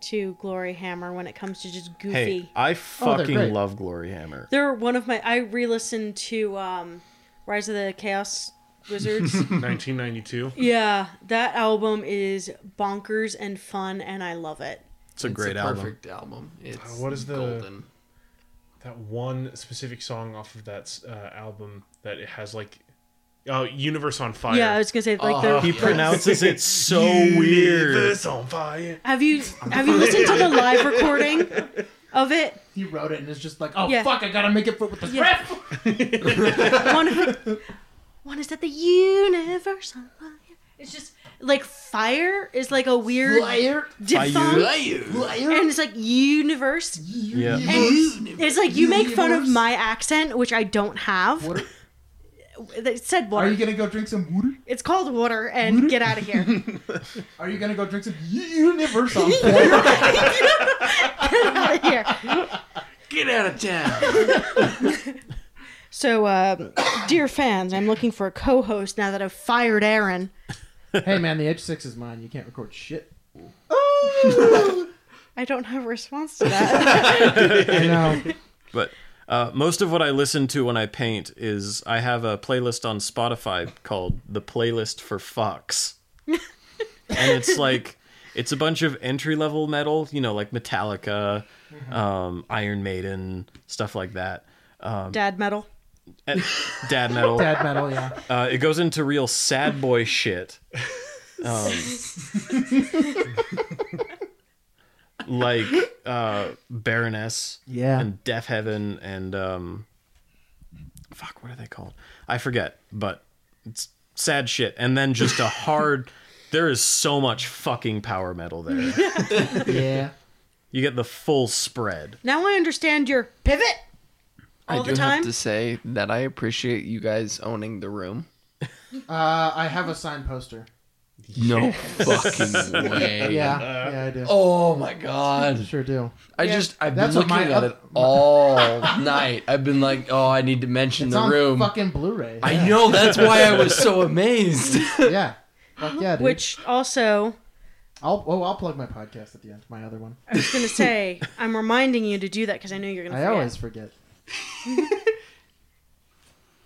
Speaker 1: to Glory Hammer when it comes to just goofy.
Speaker 4: Hey, I fucking
Speaker 2: great.
Speaker 4: love Glory Hammer.
Speaker 1: They're one of my. I re-listened to um, Rise of the Chaos Wizards.
Speaker 3: 1992.
Speaker 1: yeah, that album is bonkers and fun, and I love it.
Speaker 4: It's a great
Speaker 6: it's a
Speaker 4: album.
Speaker 6: Perfect album.
Speaker 2: Uh,
Speaker 6: It's
Speaker 3: what is the-
Speaker 6: golden?
Speaker 3: That one specific song off of that uh, album that it has like, oh, Universe on Fire.
Speaker 1: Yeah, I was gonna say like they're
Speaker 2: Uh-huh.
Speaker 4: He pronounces it so weird.
Speaker 3: Universe on Fire.
Speaker 1: Have you have you listened to the live recording of it?
Speaker 2: He wrote it and it's just like, oh
Speaker 1: Yeah.
Speaker 2: fuck, I gotta make it fit with the
Speaker 1: Yeah.
Speaker 2: script.
Speaker 1: One, one is that the universe on fire. It's just like fire is like a weird
Speaker 2: Liar,
Speaker 1: defunct,
Speaker 2: liar.
Speaker 1: and it's like universe.
Speaker 4: Yeah.
Speaker 1: And it's like you make fun of my accent, which I don't have.
Speaker 2: Water.
Speaker 1: It said
Speaker 2: Are
Speaker 1: water.
Speaker 2: you gonna go drink some water?
Speaker 1: it's called water, and get out of here.
Speaker 2: Are you gonna go drink some universe on fire?
Speaker 1: get out of here.
Speaker 6: Get out of town.
Speaker 1: So, um, dear fans, I'm looking for a co-host now that I've fired Aaron.
Speaker 2: hey man, the H6 is mine. You can't record shit.
Speaker 1: I don't have a response to that.
Speaker 2: I know.
Speaker 4: But uh, most of what I listen to when I paint is I have a playlist on Spotify called The Playlist for Fucks. and it's like, it's a bunch of entry level metal, you know, like Metallica, um, Iron Maiden, stuff like that.
Speaker 1: Dad metal.
Speaker 4: And Eh, dad metal.
Speaker 2: Dad metal, yeah.
Speaker 4: Uh, it goes into real sad boy shit. Um, like uh, Baroness
Speaker 2: Yeah.
Speaker 4: and Deaf Heaven and um, fuck, what are they called? I forget, but it's sad shit. And then just a hard There is so much fucking power metal there.
Speaker 2: yeah.
Speaker 4: you get the full spread.
Speaker 1: Now I understand your pivot all
Speaker 6: I do
Speaker 1: the time.
Speaker 6: have to say that I appreciate you guys owning the room.
Speaker 2: Uh, I have a signed poster.
Speaker 6: No fucking
Speaker 2: Yeah,
Speaker 6: way.
Speaker 2: yeah, I do.
Speaker 6: Oh my god.
Speaker 2: Sure do.
Speaker 6: I just I've been
Speaker 2: That's what
Speaker 6: looking
Speaker 2: my
Speaker 6: at
Speaker 2: oth-
Speaker 6: it all night. I've been like, oh, I need to mention
Speaker 2: It's
Speaker 6: the
Speaker 2: on
Speaker 6: room.
Speaker 2: fucking Blu-ray.
Speaker 6: I know that's why I was so amazed.
Speaker 2: yeah. Fuck yeah, dude.
Speaker 1: Which also,
Speaker 2: I'll oh I'll plug my podcast at the end. My other one.
Speaker 1: I was going to say, I'm reminding you to do that because I know you're going to
Speaker 2: I
Speaker 1: forget.
Speaker 2: always forget.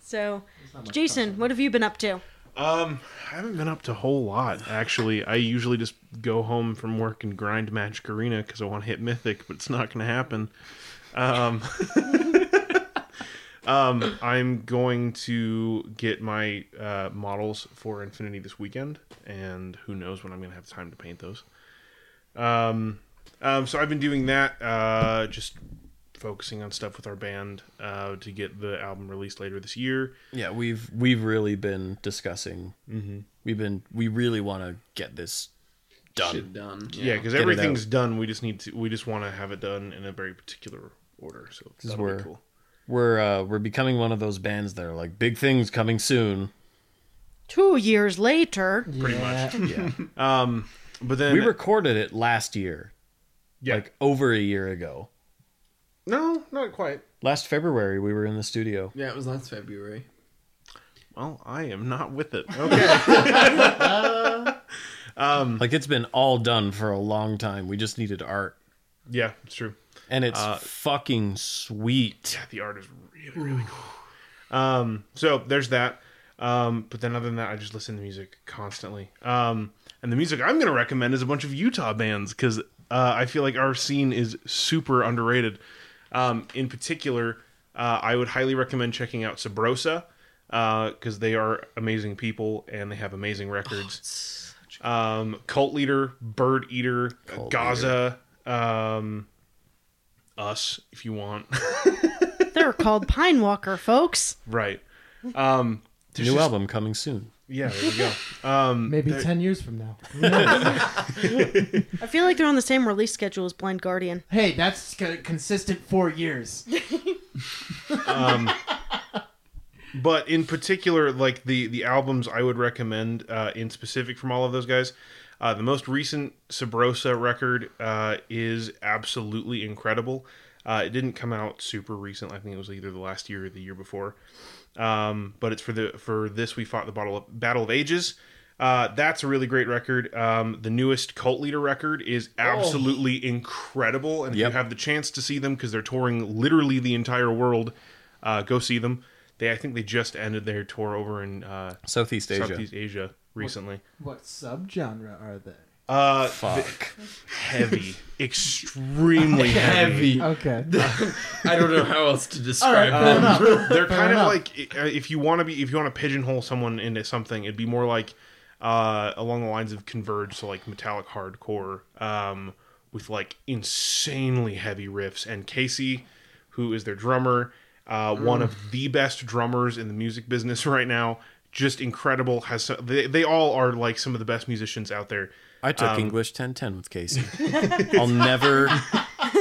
Speaker 1: So,
Speaker 2: not much
Speaker 1: Jason, what have you been up to?
Speaker 3: Um, I haven't been up to a whole lot actually. I usually just go home from work and grind Match Karina because I want to hit Mythic, but it's not going to happen. Um, um, I'm going to get my uh, models for Infinity this weekend, and who knows when I'm going to have time to paint those. Um, um, so I've been doing that, uh, just focusing on stuff with our band uh, to get the album released later this year.
Speaker 4: Yeah, we've we've really been discussing.
Speaker 3: Mm-hmm.
Speaker 4: We've been we really want to get this done.
Speaker 6: Shit done.
Speaker 3: Yeah, because
Speaker 4: Get it
Speaker 3: everything's done. We just need to. We just want to have it done in a very particular order. So
Speaker 4: is
Speaker 3: that'll
Speaker 4: where-
Speaker 3: be cool.
Speaker 4: We're uh, we're becoming one of those bands that are like big things coming soon.
Speaker 1: Two years later,
Speaker 2: Pretty much.
Speaker 4: Yeah,
Speaker 3: Um, but then
Speaker 4: we recorded it last year,
Speaker 3: yeah,
Speaker 4: like over a year ago.
Speaker 3: no, not quite.
Speaker 4: Last February, we were in the studio.
Speaker 7: Yeah, it was last February.
Speaker 3: Well, I am not with it. Okay. Mm.
Speaker 4: Like it's been all done for a long time. We just needed art,
Speaker 3: yeah, it's true.
Speaker 4: and it's
Speaker 3: Uh,
Speaker 4: fucking sweet.
Speaker 3: Yeah, the art is really really cool. Um, so there's that. Um, but then other than that, I just listen to music constantly. Um, and the music I'm going to recommend is a bunch of Utah bands because uh, I feel like our scene is super underrated. Um, in particular, uh, I would highly recommend checking out Sabrosa because they are amazing people and they have amazing records. um, Cult Leader, Bird Eater, Gaza, um, Us, if you want.
Speaker 1: they're called Pine Walker, folks.
Speaker 3: Right. Um,
Speaker 4: New
Speaker 3: there's just-
Speaker 4: album coming soon.
Speaker 3: Yeah, there we go. Um,
Speaker 2: Maybe ten years from now. Who knows?
Speaker 1: I feel like they're on the same release schedule as Blind Guardian.
Speaker 2: hey, that's c- consistent four years.
Speaker 3: but in particular, like the the albums I would recommend uh, in specific from all of those guys. Uh, the most recent Sabrosa record uh, is absolutely incredible. Uh, it didn't come out super recent. I think it was either the last year or the year before. um, but it's for the for this we fought the battle of battle of ages uh, that's a really great record um, the newest cult leader record is absolutely incredible and
Speaker 4: Yep.
Speaker 3: if you have the chance to see them because they're touring literally the entire world uh, go see them they i think they just ended their tour over in uh,
Speaker 4: Southeast Asia.
Speaker 3: southeast asia recently
Speaker 2: What subgenre are they?
Speaker 3: uh,
Speaker 4: Fuck.
Speaker 3: heavy extremely heavy
Speaker 7: Heavy.
Speaker 2: Okay.
Speaker 7: Oh, I don't know how else to describe
Speaker 2: All right,
Speaker 7: them.
Speaker 3: they're kind of
Speaker 2: enough.
Speaker 3: like uh, if you want to be if you want to pigeonhole someone into something it'd be more like uh along the lines of converge so like metallic hardcore um with like insanely heavy riffs and casey who is their drummer uh one of the best drummers in the music business right now just incredible has so, they, they all are like some of the best musicians out there
Speaker 4: I
Speaker 3: um,
Speaker 4: took English 1010 with Casey. I'll never,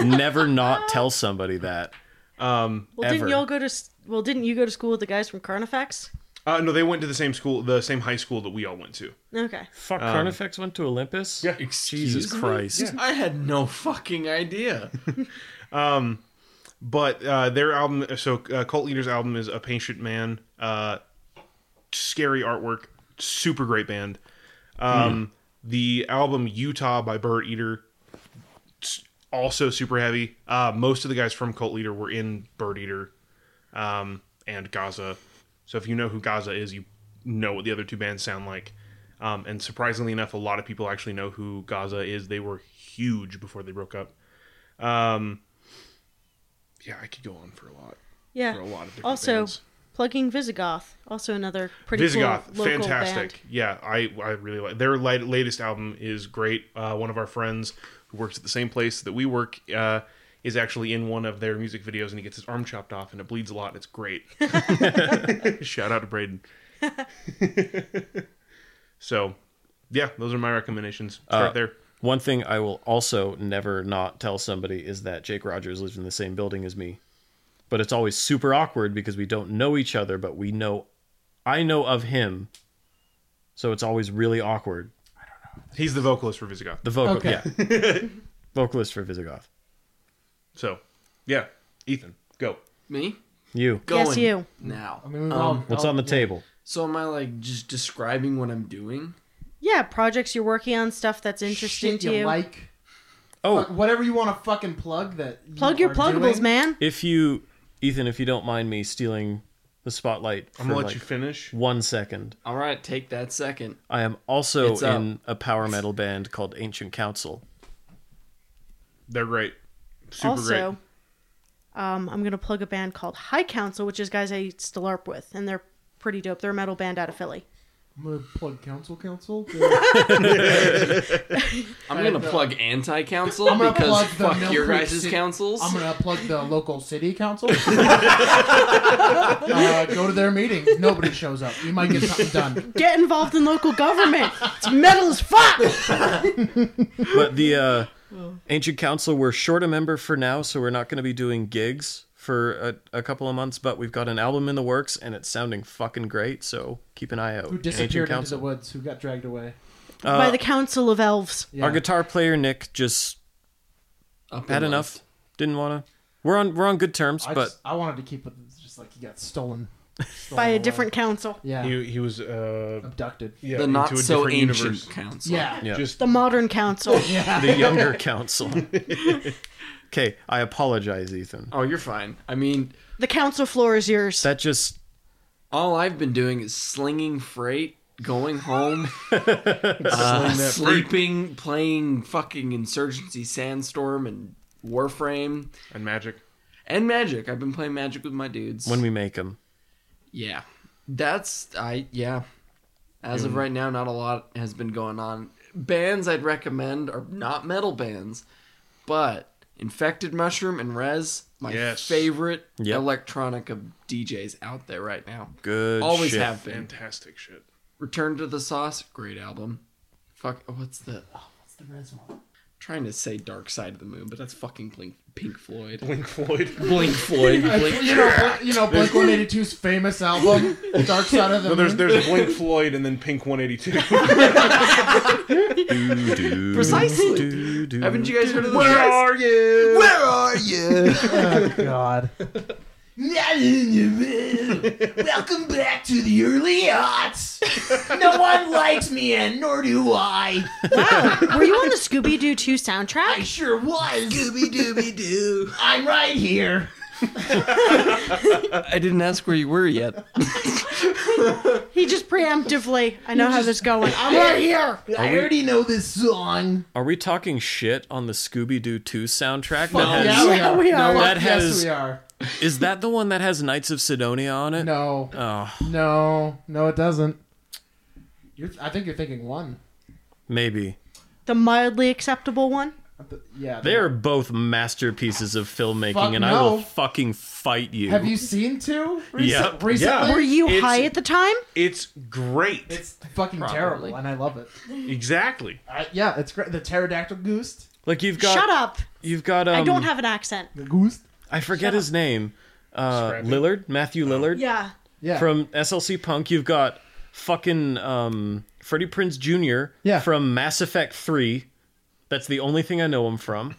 Speaker 4: never not tell somebody that.
Speaker 1: Well, didn't
Speaker 4: Ever.
Speaker 1: you all go to? s- Well, didn't you go to school with the guys from Carnifex?
Speaker 3: uh no they went to the same school the same high school that we all went to
Speaker 1: Okay.
Speaker 4: Fuck, Carnifex went to Olympus? Yeah.
Speaker 7: Excuse
Speaker 4: Jesus
Speaker 7: me?
Speaker 4: Christ.
Speaker 7: I had no fucking idea.
Speaker 3: but uh, their album so uh, cult leaders album is a patient man uh, scary artwork super great band um, the album utah by bird eater s- also super heavy uh, most of the guys from cult leader were in bird eater um, and gaza so if you know who gaza is you know what the other two bands sound like um, and surprisingly enough a lot of people actually know who gaza is they were huge before they broke up um, yeah, I could go on for a lot.
Speaker 1: Yeah.
Speaker 3: For a lot of different
Speaker 1: Also,
Speaker 3: bands.
Speaker 1: plugging Visigoth. Also another pretty
Speaker 3: Visigoth,
Speaker 1: cool local
Speaker 3: fantastic.
Speaker 1: band.
Speaker 3: Yeah, I I really like their light, latest album is great. Uh, one of our friends who works at the same place that we work uh, is actually in one of their music videos, and he gets his arm chopped off, and it bleeds a lot. and It's great. Shout out to Braden. so, yeah, those are my recommendations. Start
Speaker 4: Uh,
Speaker 3: there.
Speaker 4: One thing I will also never not tell somebody is that Jake Rogers lives in the same building as me. But it's always super awkward because we don't know each other, but we know I know of him. So it's always really awkward.
Speaker 3: He's the vocalist for Visigoth.
Speaker 4: The vocal
Speaker 7: Okay.
Speaker 4: yeah. Vocalist for Visigoth.
Speaker 3: So, yeah, Ethan, go.
Speaker 6: Me?
Speaker 4: You.
Speaker 6: Going
Speaker 1: Yes, you.
Speaker 6: Now.
Speaker 7: I mean, we've
Speaker 6: Um,
Speaker 7: all-
Speaker 4: What's
Speaker 7: all-
Speaker 4: on the
Speaker 7: yeah.
Speaker 4: table?
Speaker 6: So am I like just describing what I'm doing?
Speaker 1: Yeah, projects you're working on, stuff that's interesting
Speaker 7: Shit
Speaker 1: to you.
Speaker 7: like.
Speaker 4: Oh,
Speaker 7: Fuck, whatever you want to fucking plug that. you
Speaker 1: Plug your
Speaker 7: are
Speaker 1: pluggables,
Speaker 7: doing.
Speaker 1: man.
Speaker 4: if you Ethan, if you don't mind me stealing the spotlight for
Speaker 3: I'm gonna let
Speaker 4: like
Speaker 3: you finish.
Speaker 4: one second.
Speaker 6: All right, take that second.
Speaker 4: I am also
Speaker 6: It's up.
Speaker 4: in a power metal band called Ancient Council.
Speaker 3: They're great. Super
Speaker 1: also,
Speaker 3: great.
Speaker 1: um, I'm gonna plug a band called High Council, which is guys I used to LARP with, and they're pretty dope. They're a metal band out of Philly.
Speaker 7: I'm gonna plug Council Council.
Speaker 6: I'm gonna
Speaker 7: the-
Speaker 6: plug anti council
Speaker 7: I'm gonna
Speaker 6: because
Speaker 7: plug the
Speaker 6: fuck
Speaker 7: Mill
Speaker 6: your
Speaker 7: Creek
Speaker 6: guys'
Speaker 7: Ci-
Speaker 6: councils.
Speaker 7: I'm gonna plug the local city council. uh, go to their meetings. Nobody shows up. You might get something done.
Speaker 1: Get involved in local government. It's metal as
Speaker 3: Uh,
Speaker 1: fuck.
Speaker 4: but the uh, ancient council we're short a member for now so we're not going to be doing gigs for a, a couple of months but we've got an album in the works and it's sounding fucking great so keep an eye out
Speaker 7: Who disappeared into the woods? Who got dragged away?
Speaker 4: Uh,
Speaker 1: By the Council of Elves.
Speaker 7: Yeah.
Speaker 4: our guitar player nick just
Speaker 6: Up
Speaker 4: had
Speaker 6: and
Speaker 4: enough
Speaker 6: left.
Speaker 4: didn't want to we're on we're on good terms
Speaker 7: I,
Speaker 4: but
Speaker 7: just, I wanted to keep it. it's Just like he got stolen. stolen
Speaker 1: By a
Speaker 7: away.
Speaker 1: different council.
Speaker 7: Yeah.
Speaker 3: He, he was uh,
Speaker 7: abducted.
Speaker 3: yeah,
Speaker 6: the
Speaker 3: into
Speaker 6: not
Speaker 3: a
Speaker 6: so
Speaker 3: different
Speaker 6: ancient
Speaker 3: universe.
Speaker 6: council.
Speaker 7: Yeah.
Speaker 4: Yeah.
Speaker 3: Just
Speaker 1: The modern council.
Speaker 4: the younger council okay i apologize ethan
Speaker 6: Oh, you're fine. I mean,
Speaker 1: The council floor is yours.
Speaker 4: that just
Speaker 6: all I've been doing is slinging freight, going home, uh, sleeping, playing fucking Insurgency Sandstorm and Warframe
Speaker 3: and magic.
Speaker 6: and Magic. I've been playing Magic with my dudes.
Speaker 4: when we make them
Speaker 6: yeah, that's I yeah. As of right now, not a lot has been going on. Bands I'd recommend are not metal bands, but Infected Mushroom and Res, my
Speaker 3: Yes.
Speaker 6: favorite
Speaker 4: Yep. electronica
Speaker 6: electronica DJs out there right now.
Speaker 4: good
Speaker 6: Always
Speaker 4: shit.
Speaker 6: have been.
Speaker 3: Fantastic shit.
Speaker 6: Return to the Sauce, great album. Fuck, what's the oh, what's the res one? trying to say Dark Side of the Moon, but that's fucking Blink, Pink Floyd.
Speaker 3: Blink Floyd.
Speaker 6: Blink Floyd. Blink.
Speaker 7: You know, Blink- you know, Blink 182's famous album, Dark Side of the
Speaker 3: No, there's
Speaker 7: Moon.
Speaker 3: there's Blink Floyd and then Pink 182.
Speaker 4: Do,
Speaker 6: Precisely.
Speaker 4: do, do.
Speaker 6: Haven't you guys heard of this? Where are you? Where are you?
Speaker 7: Oh, God.
Speaker 10: Welcome back to the early aughts. No one likes me, and nor do I.
Speaker 1: wow. Were you on the Scooby Doo 2 soundtrack?
Speaker 10: Sure was. Gooby dooby doo. I'm right here.
Speaker 6: I didn't ask where you were yet.
Speaker 1: He just preemptively, I know how this is going.
Speaker 10: I'm right here. I already know this song.
Speaker 4: Are we talking shit on the Scooby Doo 2 soundtrack?
Speaker 7: Fuck
Speaker 4: that
Speaker 7: yeah,
Speaker 4: has-
Speaker 7: we are.
Speaker 1: we are.
Speaker 7: No,
Speaker 4: That
Speaker 7: yes,
Speaker 4: has-
Speaker 7: we are.
Speaker 4: Is that the one that has Knights of Sidonia on it?
Speaker 7: No.
Speaker 4: Oh,
Speaker 7: No, no, it doesn't. You're, I think you're thinking one.
Speaker 4: maybe.
Speaker 1: The mildly acceptable one?
Speaker 7: Yeah,
Speaker 4: They are both masterpieces of filmmaking,
Speaker 7: Fuck
Speaker 4: and I will
Speaker 7: no.
Speaker 4: fucking fight you.
Speaker 7: Have you seen two? Rec-
Speaker 4: Yeah.
Speaker 7: recently.
Speaker 1: Were you
Speaker 3: It's-
Speaker 1: high at the time?
Speaker 3: it's great.
Speaker 7: It's fucking terrible, and I love it.
Speaker 3: exactly.
Speaker 7: I, yeah, it's great. The pterodactyl goose.
Speaker 4: Like you've got.
Speaker 1: Shut up.
Speaker 4: You've got. Um,
Speaker 1: I don't have an accent.
Speaker 7: The goose.
Speaker 4: I forget his name. Uh,
Speaker 3: Scrappy.
Speaker 4: Lillard, Matthew
Speaker 6: Oh.
Speaker 4: Lillard
Speaker 1: Yeah.
Speaker 7: Yeah,
Speaker 4: from SLC Punk. You've got fucking um, Freddie Prince Jr.
Speaker 7: Yeah.
Speaker 4: from Mass Effect Three. That's the only thing I know him from.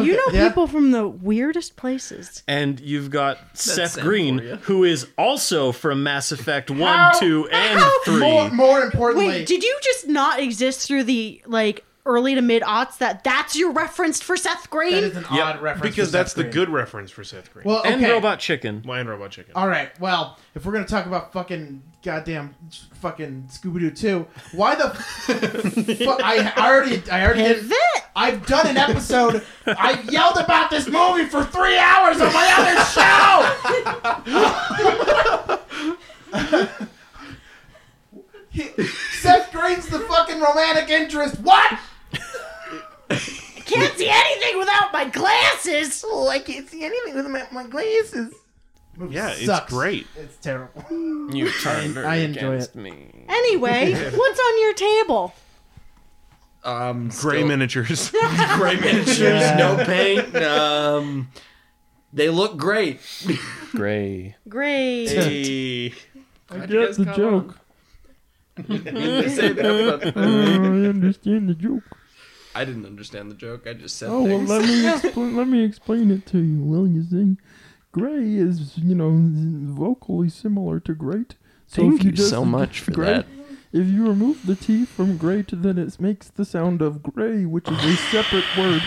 Speaker 1: You know
Speaker 7: yeah.
Speaker 1: people from the weirdest places.
Speaker 4: and you've got Seth
Speaker 6: sad
Speaker 4: Green,
Speaker 6: for ya.
Speaker 4: who is also from Mass Effect One,
Speaker 7: How-
Speaker 4: Two, and Three.
Speaker 7: More, more importantly,
Speaker 1: Wait, did you just not exist through the like early to mid aughts? That that's your reference for Seth
Speaker 7: that
Speaker 1: Green.
Speaker 7: is an
Speaker 3: Yeah,
Speaker 7: odd reference
Speaker 3: because
Speaker 7: for
Speaker 3: that's
Speaker 7: Seth
Speaker 3: the
Speaker 7: Green.
Speaker 3: good reference for Seth Green.
Speaker 7: Well, uh, okay.
Speaker 4: And Robot Chicken.
Speaker 3: Well, and Robot Chicken.
Speaker 7: All right. Well, if we're gonna talk about fucking goddamn fucking Scooby Doo two, why the? fu- I, I already, I already did-
Speaker 1: Pivot.
Speaker 7: I've done an episode. I've yelled about this movie for three hours on my other show. Seth Green's the fucking romantic interest. What?
Speaker 1: Can't see anything without my glasses.
Speaker 10: Oh, I can't see anything with my, my glasses.
Speaker 2: movie
Speaker 3: Yeah, it's
Speaker 2: sucks.
Speaker 3: great.
Speaker 2: It's terrible.
Speaker 4: You turned
Speaker 2: I enjoy
Speaker 4: against me.
Speaker 1: Anyway, what's on your table?
Speaker 7: Um, still-
Speaker 3: Gray miniatures.
Speaker 7: gray miniatures,
Speaker 2: Yeah.
Speaker 7: no paint. Um, they look great.
Speaker 4: Gray.
Speaker 1: Great.
Speaker 3: Hey.
Speaker 5: I
Speaker 7: you
Speaker 5: get
Speaker 7: guys
Speaker 5: the
Speaker 7: caught
Speaker 5: joke.
Speaker 7: I say that, but
Speaker 5: I understand the joke.
Speaker 7: I didn't understand the joke. I just said
Speaker 5: Oh well,
Speaker 7: things.
Speaker 5: let me expl- let me explain it to you. Well, you see, gray is you know vocally similar to great. So
Speaker 6: Thank
Speaker 5: if you,
Speaker 6: you
Speaker 5: just
Speaker 6: so much for
Speaker 5: great,
Speaker 6: that.
Speaker 5: If you remove the T from great, then it makes the sound of gray, which is a separate word.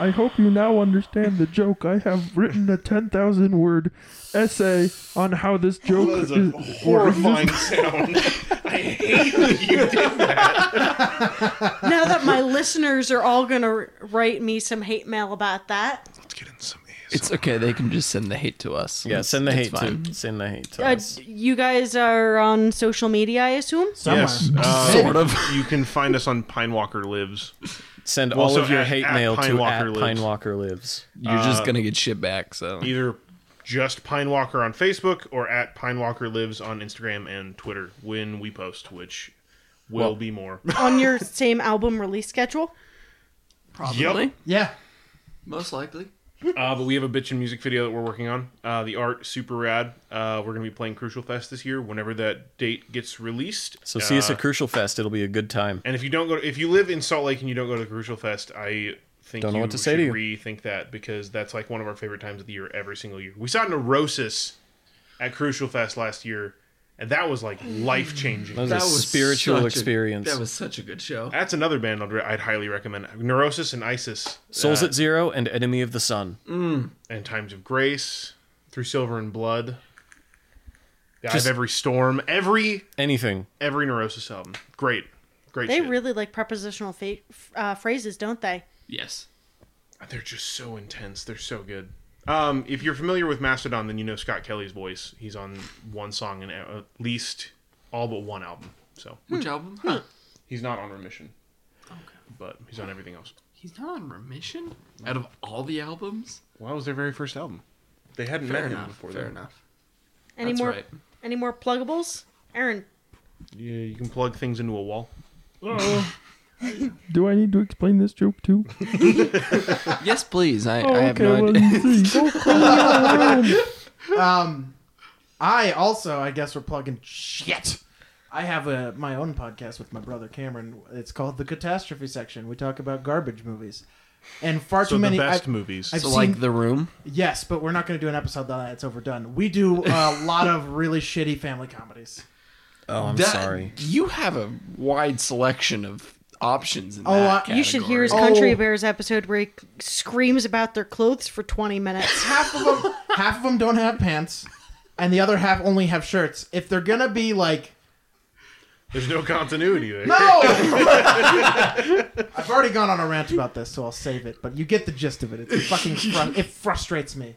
Speaker 5: I hope you now understand the joke. I have written a ten thousand word essay on how this joke
Speaker 3: That is a
Speaker 5: is
Speaker 3: horrifying sound. I hate that you did that.
Speaker 1: now that my listeners are all going to write me some hate mail about that,
Speaker 3: Let's get in some ASMR.
Speaker 6: It's okay. They can just send the hate to us.
Speaker 4: Yeah,
Speaker 6: It's-
Speaker 4: send the
Speaker 6: it's
Speaker 4: hate
Speaker 6: fine.
Speaker 4: to send the hate to
Speaker 1: uh,
Speaker 4: us.
Speaker 1: you guys are on social media, I assume?
Speaker 2: Somewhere.
Speaker 3: Yes, uh,
Speaker 6: Sort of.
Speaker 3: You can find us on Pine Walker Lives.
Speaker 4: Send
Speaker 3: well,
Speaker 4: all
Speaker 3: so
Speaker 4: of your
Speaker 3: at-
Speaker 4: hate
Speaker 3: at
Speaker 4: mail
Speaker 3: Pine
Speaker 4: to
Speaker 3: Walker
Speaker 4: at
Speaker 3: Lives.
Speaker 4: Pine Walker Lives.
Speaker 6: You're just gonna get shit back. So
Speaker 3: Either just Pine Walker on Facebook or at Pine Walker Lives on Instagram and Twitter when we post, which will be more.
Speaker 1: on your same album release schedule?
Speaker 6: probably
Speaker 2: Yeah.
Speaker 7: Most likely.
Speaker 3: Uh, but we have a bitchin' music video that we're working on. Uh, the art super rad. Uh, we're gonna be playing Crucial Fest this year. Whenever that date gets released,
Speaker 4: So see us
Speaker 3: Uh,
Speaker 4: at Crucial Fest. It'll be a good time.
Speaker 3: and if you don't go, to, if you live in Salt Lake and you don't go to the Crucial Fest, I think
Speaker 4: Don't know
Speaker 3: you
Speaker 4: what to say
Speaker 3: should
Speaker 4: to you.
Speaker 3: rethink that because that's like one of our favorite times of the year every single year. We saw Neurosis at Crucial Fest last year, and that was like life changing.
Speaker 4: That was a spiritual
Speaker 7: such a-
Speaker 4: experience.
Speaker 7: that was such a good show.
Speaker 3: That's another band I'd, re- I'd highly recommend. Neurosis and Isis.
Speaker 4: Souls
Speaker 3: uh,
Speaker 4: at Zero and Enemy of the Sun.
Speaker 3: and Times of Grace, Through Silver and Blood. The Eye
Speaker 4: Just-
Speaker 3: of Every Storm, every
Speaker 4: Anything.
Speaker 3: every Neurosis album. Great, great.
Speaker 1: They
Speaker 3: shit.
Speaker 1: really like prepositional fa- f- uh, phrases, don't they?
Speaker 7: Yes.
Speaker 3: They're just so intense. They're so good. Um, if you're familiar with Mastodon, then you know Scott Kelly's voice. He's on one song and at least all but one album. So
Speaker 6: Hmm.
Speaker 7: Which album? Huh.
Speaker 3: he's not on Remission. But he's on everything else.
Speaker 7: He's not on remission. Out of all the albums,
Speaker 3: Well, that was their very first album. They hadn't
Speaker 7: fair
Speaker 3: met him
Speaker 7: enough.
Speaker 3: before.
Speaker 7: fair
Speaker 3: that.
Speaker 7: enough.
Speaker 1: Any
Speaker 7: That's
Speaker 1: more
Speaker 7: right.
Speaker 1: any more pluggables? Aaron,
Speaker 3: Yeah, you can plug things into a wall.
Speaker 5: Do I need to explain this joke too?
Speaker 6: yes, please. I,
Speaker 5: Oh,
Speaker 6: I have
Speaker 5: okay.
Speaker 6: no
Speaker 5: well,
Speaker 6: idea.
Speaker 5: you see, go clean your room.
Speaker 2: Um, I also, I guess we're plugging shit. I have a my own podcast with my brother Cameron. It's called the Catastrophe Section. We talk about garbage movies, and far
Speaker 3: So
Speaker 2: too many.
Speaker 3: the best
Speaker 2: I've-
Speaker 3: movies.
Speaker 2: I've
Speaker 6: So
Speaker 2: seen-
Speaker 6: like the room.
Speaker 2: yes, but we're not going to do an episode on that. It's overdone. We do a lot of really shitty family comedies.
Speaker 4: Oh, I'm
Speaker 7: That-
Speaker 4: sorry.
Speaker 7: You have a wide selection of options in
Speaker 2: Oh,
Speaker 7: that
Speaker 2: I-
Speaker 1: uh, you should hear his
Speaker 7: category.
Speaker 1: Country
Speaker 2: Oh.
Speaker 1: Bears episode where he screams about their clothes for 20 minutes.
Speaker 2: half of them half of them don't have pants and the other half only have shirts if they're gonna be like
Speaker 3: There's no continuity there.
Speaker 2: no i've already gone on a rant about this so i'll save it but you get the gist of it it's fucking fru- it frustrates me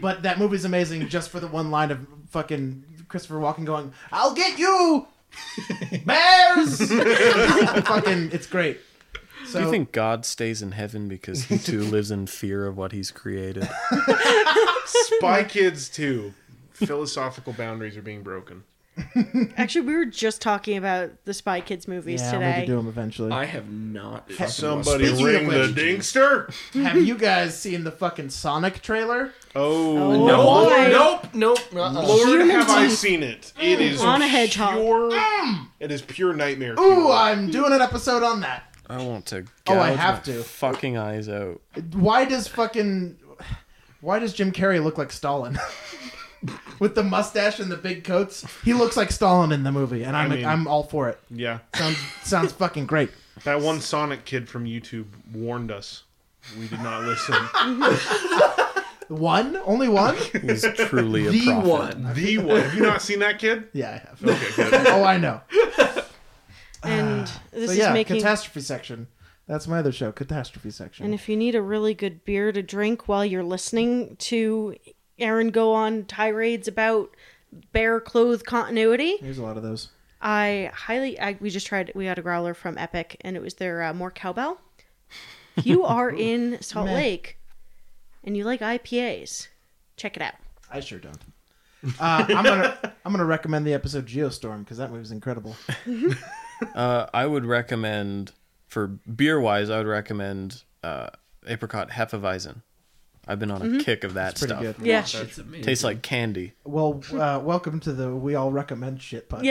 Speaker 2: but that movie's amazing just for the one line of fucking christopher walken going i'll get you bears fucking it's great so
Speaker 4: Do you think God stays in heaven because he too lives in fear of what he's created?
Speaker 3: Spy Kids too. Philosophical boundaries are being broken.
Speaker 1: Actually, we were just talking about the Spy Kids movies
Speaker 2: yeah, we
Speaker 1: today.
Speaker 2: could do them eventually.
Speaker 7: I have not.
Speaker 3: Somebody
Speaker 2: Speaking of
Speaker 3: ring the
Speaker 2: which-
Speaker 3: dingster.
Speaker 2: Have you guys seen the fucking Sonic trailer?
Speaker 3: Oh,
Speaker 1: No. Why?
Speaker 7: nope, nope. uh-uh.
Speaker 3: Lord,
Speaker 1: Human
Speaker 3: have I
Speaker 1: teeth.
Speaker 3: seen it? It is
Speaker 1: On a hedgehog.
Speaker 3: Pure, it is pure nightmare.
Speaker 2: Ooh,
Speaker 3: fuel.
Speaker 2: I'm doing an episode on that.
Speaker 4: I want to.
Speaker 2: Oh, I
Speaker 4: gouge
Speaker 2: have
Speaker 4: my
Speaker 2: to.
Speaker 4: Fucking eyes out.
Speaker 2: Why does fucking why does Jim Carrey look like Stalin? With the mustache and the big coats, he looks like Stalin in the movie, and I'm
Speaker 3: I mean-
Speaker 2: I'm all for it.
Speaker 3: yeah.
Speaker 2: Sounds sounds fucking great.
Speaker 3: That one Sonic kid from YouTube warned us. We did not listen.
Speaker 2: One, only one.
Speaker 4: He's truly a
Speaker 7: The
Speaker 4: prophet.
Speaker 7: one.
Speaker 3: the one. Have you not seen that kid?
Speaker 2: Yeah, I have.
Speaker 3: Okay, good.
Speaker 2: Oh, I know.
Speaker 1: And this
Speaker 2: So
Speaker 1: is
Speaker 2: yeah,
Speaker 1: making
Speaker 2: catastrophe section. That's my other show, catastrophe section.
Speaker 1: And if you need a really good beer to drink while you're listening to Aaron go on tirades about bear clothes continuity,
Speaker 2: There's a lot of those.
Speaker 1: I highly I, we just tried we had a growler from Epic and it was their uh, more cowbell. If you are in Salt
Speaker 2: Meh.
Speaker 1: Lake and you like IPAs, Check it out.
Speaker 2: I sure don't. Uh, I'm gonna I'm gonna recommend the episode Geostorm because that movie's incredible.
Speaker 4: Uh, I would recommend for beer wise, I would recommend uh, apricot hefeweizen. I've been on a kick of that
Speaker 2: Pretty
Speaker 4: stuff.
Speaker 2: good.
Speaker 1: Yeah.
Speaker 7: It's amazing.
Speaker 4: Tastes like candy.
Speaker 2: Well, uh, welcome to the We All Recommend Shit podcast.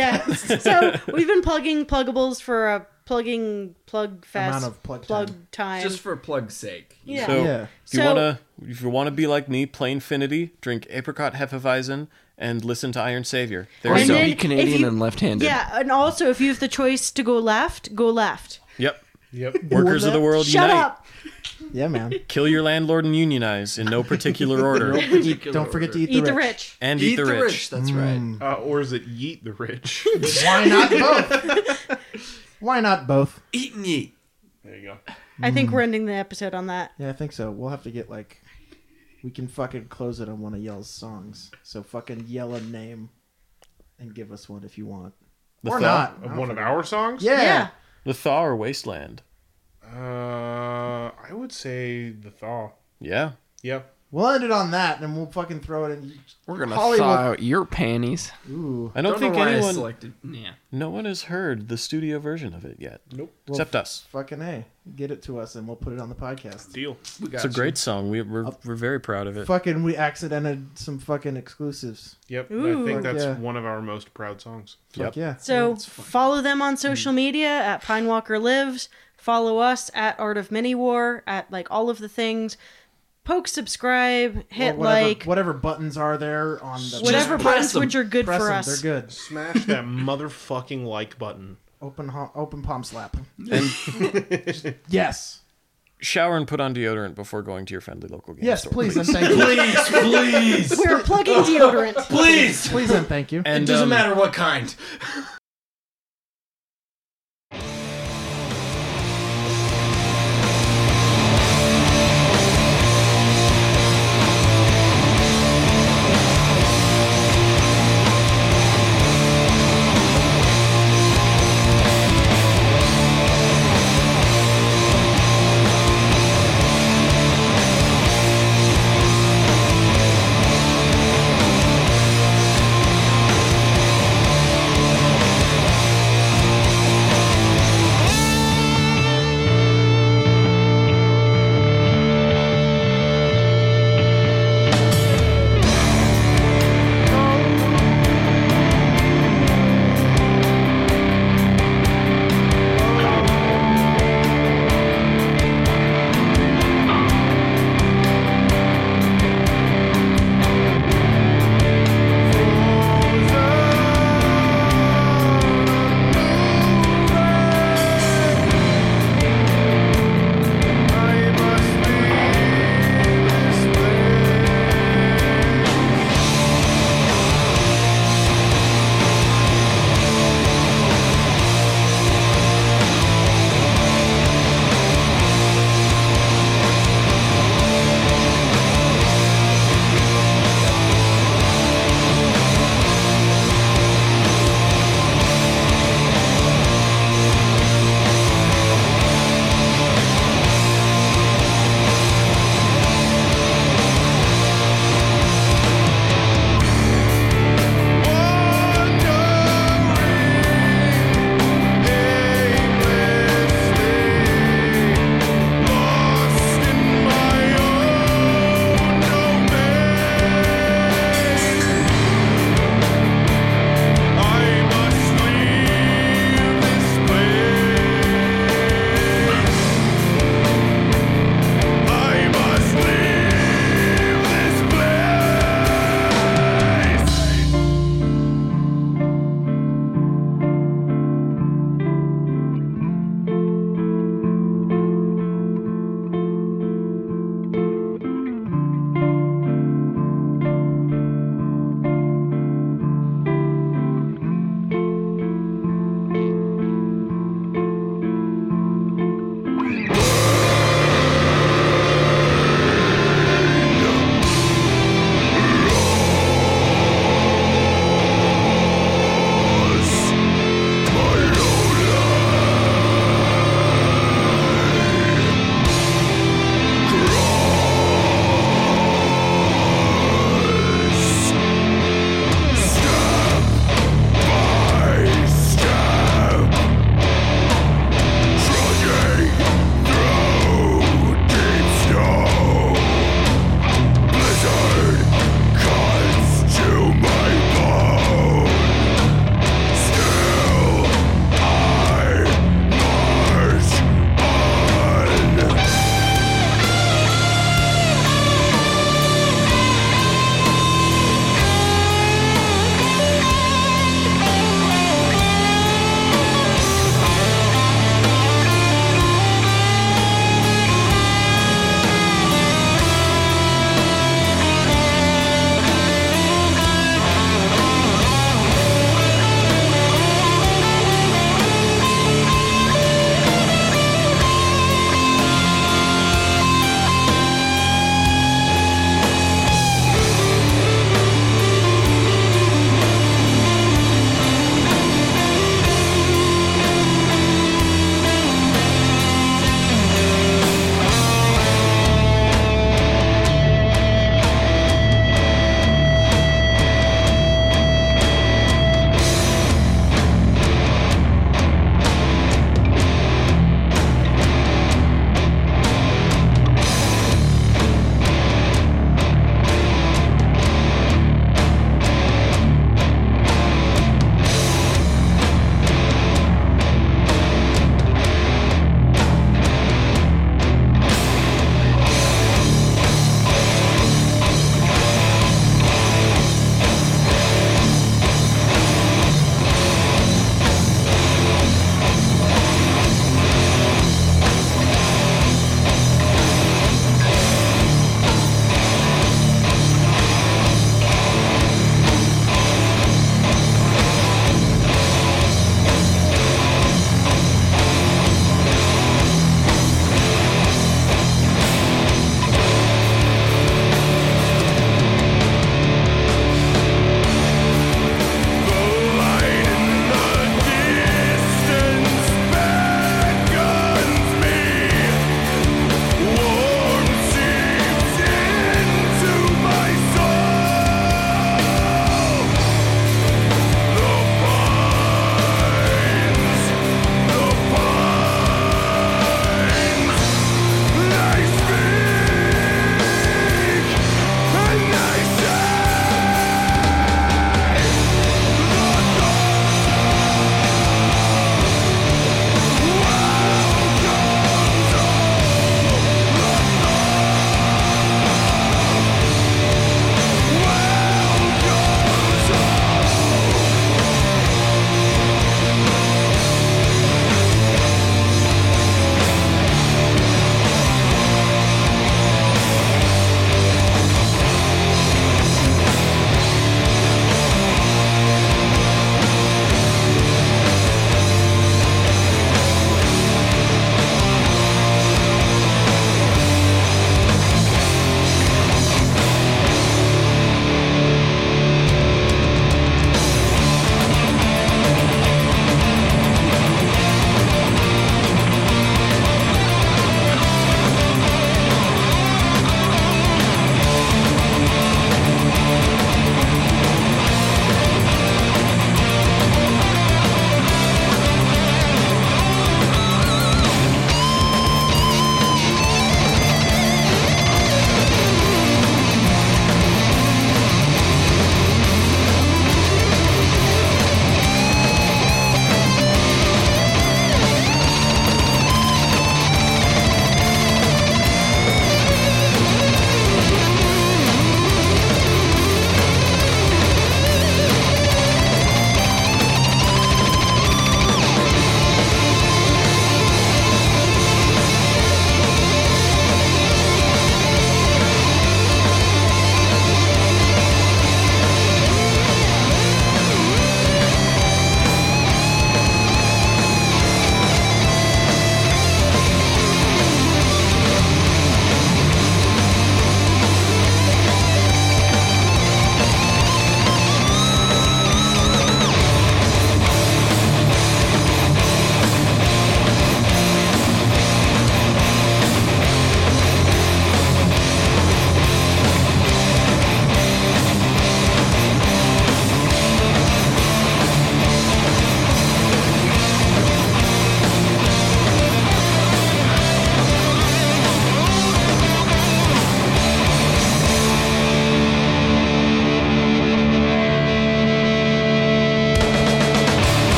Speaker 1: Yeah. so we've been plugging pluggables for a plugging plug fest
Speaker 2: Amount of plug time.
Speaker 1: time.
Speaker 7: just for plug's sake.
Speaker 1: yeah.
Speaker 4: So
Speaker 2: Yeah.
Speaker 4: if you
Speaker 1: So-
Speaker 4: wanna if you wanna be like me, plainfinity, drink apricot hefeweizen, and listen to Iron Savior. There you
Speaker 1: And
Speaker 6: Also,
Speaker 4: go.
Speaker 1: then
Speaker 6: be
Speaker 1: if
Speaker 6: Canadian
Speaker 1: you-
Speaker 6: and left-handed.
Speaker 1: yeah, and also if you have the choice to go left, go left.
Speaker 4: Yep.
Speaker 3: Yep.
Speaker 4: Workers of the world
Speaker 1: Shut
Speaker 4: unite.
Speaker 1: up.
Speaker 2: yeah, man.
Speaker 4: Kill your landlord and unionize in no particular order.
Speaker 2: Don't forget to eat,
Speaker 1: Eat
Speaker 2: the,
Speaker 1: the
Speaker 2: rich.
Speaker 1: rich.
Speaker 4: and
Speaker 7: Eat, the, rich. That's
Speaker 4: Mm.
Speaker 7: right.
Speaker 3: Uh, or is it Yeet the Rich?
Speaker 2: Why not both? Why not both?
Speaker 7: Eat and eat.
Speaker 3: there you go.
Speaker 1: I think
Speaker 2: Mm.
Speaker 1: we're ending the episode on that.
Speaker 2: Yeah, I think so. We'll have to get like, we can fucking close it on one of Yell's songs. So fucking yell a name, and give us one if you want,
Speaker 4: The
Speaker 2: or
Speaker 4: thaw,
Speaker 2: not.
Speaker 3: Of one of our songs?
Speaker 2: Yeah.
Speaker 1: Yeah.
Speaker 4: The thaw or wasteland.
Speaker 3: Uh, I would say The Thaw.
Speaker 4: Yeah.
Speaker 3: Yep.
Speaker 2: We'll end it on that, and we'll fucking throw it in.
Speaker 6: We're gonna
Speaker 2: Hollywood-
Speaker 6: thaw out your panties.
Speaker 2: Ooh.
Speaker 4: I don't,
Speaker 7: Don't
Speaker 4: think
Speaker 7: know why I
Speaker 4: anyone
Speaker 7: selected. Yeah.
Speaker 4: no one has heard the studio version of it yet.
Speaker 3: Nope.
Speaker 4: Except us.
Speaker 2: Fucking a, get it to us, and we'll put it on the podcast.
Speaker 3: Deal.
Speaker 4: It's a great song. We,
Speaker 2: Uh,
Speaker 4: we're, we're very proud of it.
Speaker 2: Fucking, we accidented some fucking exclusives.
Speaker 3: Yep.
Speaker 1: Ooh.
Speaker 3: I think that's
Speaker 2: Yeah.
Speaker 3: one of our most proud songs.
Speaker 2: Fuck
Speaker 4: Yep.
Speaker 2: yeah.
Speaker 1: So
Speaker 2: Mm-hmm.
Speaker 1: follow them on social media at Pine Walker Lives. Follow us at Art of Mini War at like all of the things. Poke, subscribe, hit
Speaker 2: Or whatever,
Speaker 1: like,
Speaker 2: whatever buttons are there on the
Speaker 1: whatever buttons
Speaker 7: press them.
Speaker 1: which are good
Speaker 2: press
Speaker 1: for
Speaker 2: them.
Speaker 1: us.
Speaker 2: They're good.
Speaker 3: Smash that motherfucking like button.
Speaker 2: Open ho- open palm slap.
Speaker 4: And
Speaker 2: Yes.
Speaker 4: shower and put on deodorant before going to your friendly local game
Speaker 2: Yes,
Speaker 4: store.
Speaker 2: please and thank you.
Speaker 7: Please, please,
Speaker 1: We're plugging deodorant.
Speaker 7: please.
Speaker 2: Please and thank you.
Speaker 4: And,
Speaker 7: Doesn't
Speaker 4: um,
Speaker 7: matter what kind.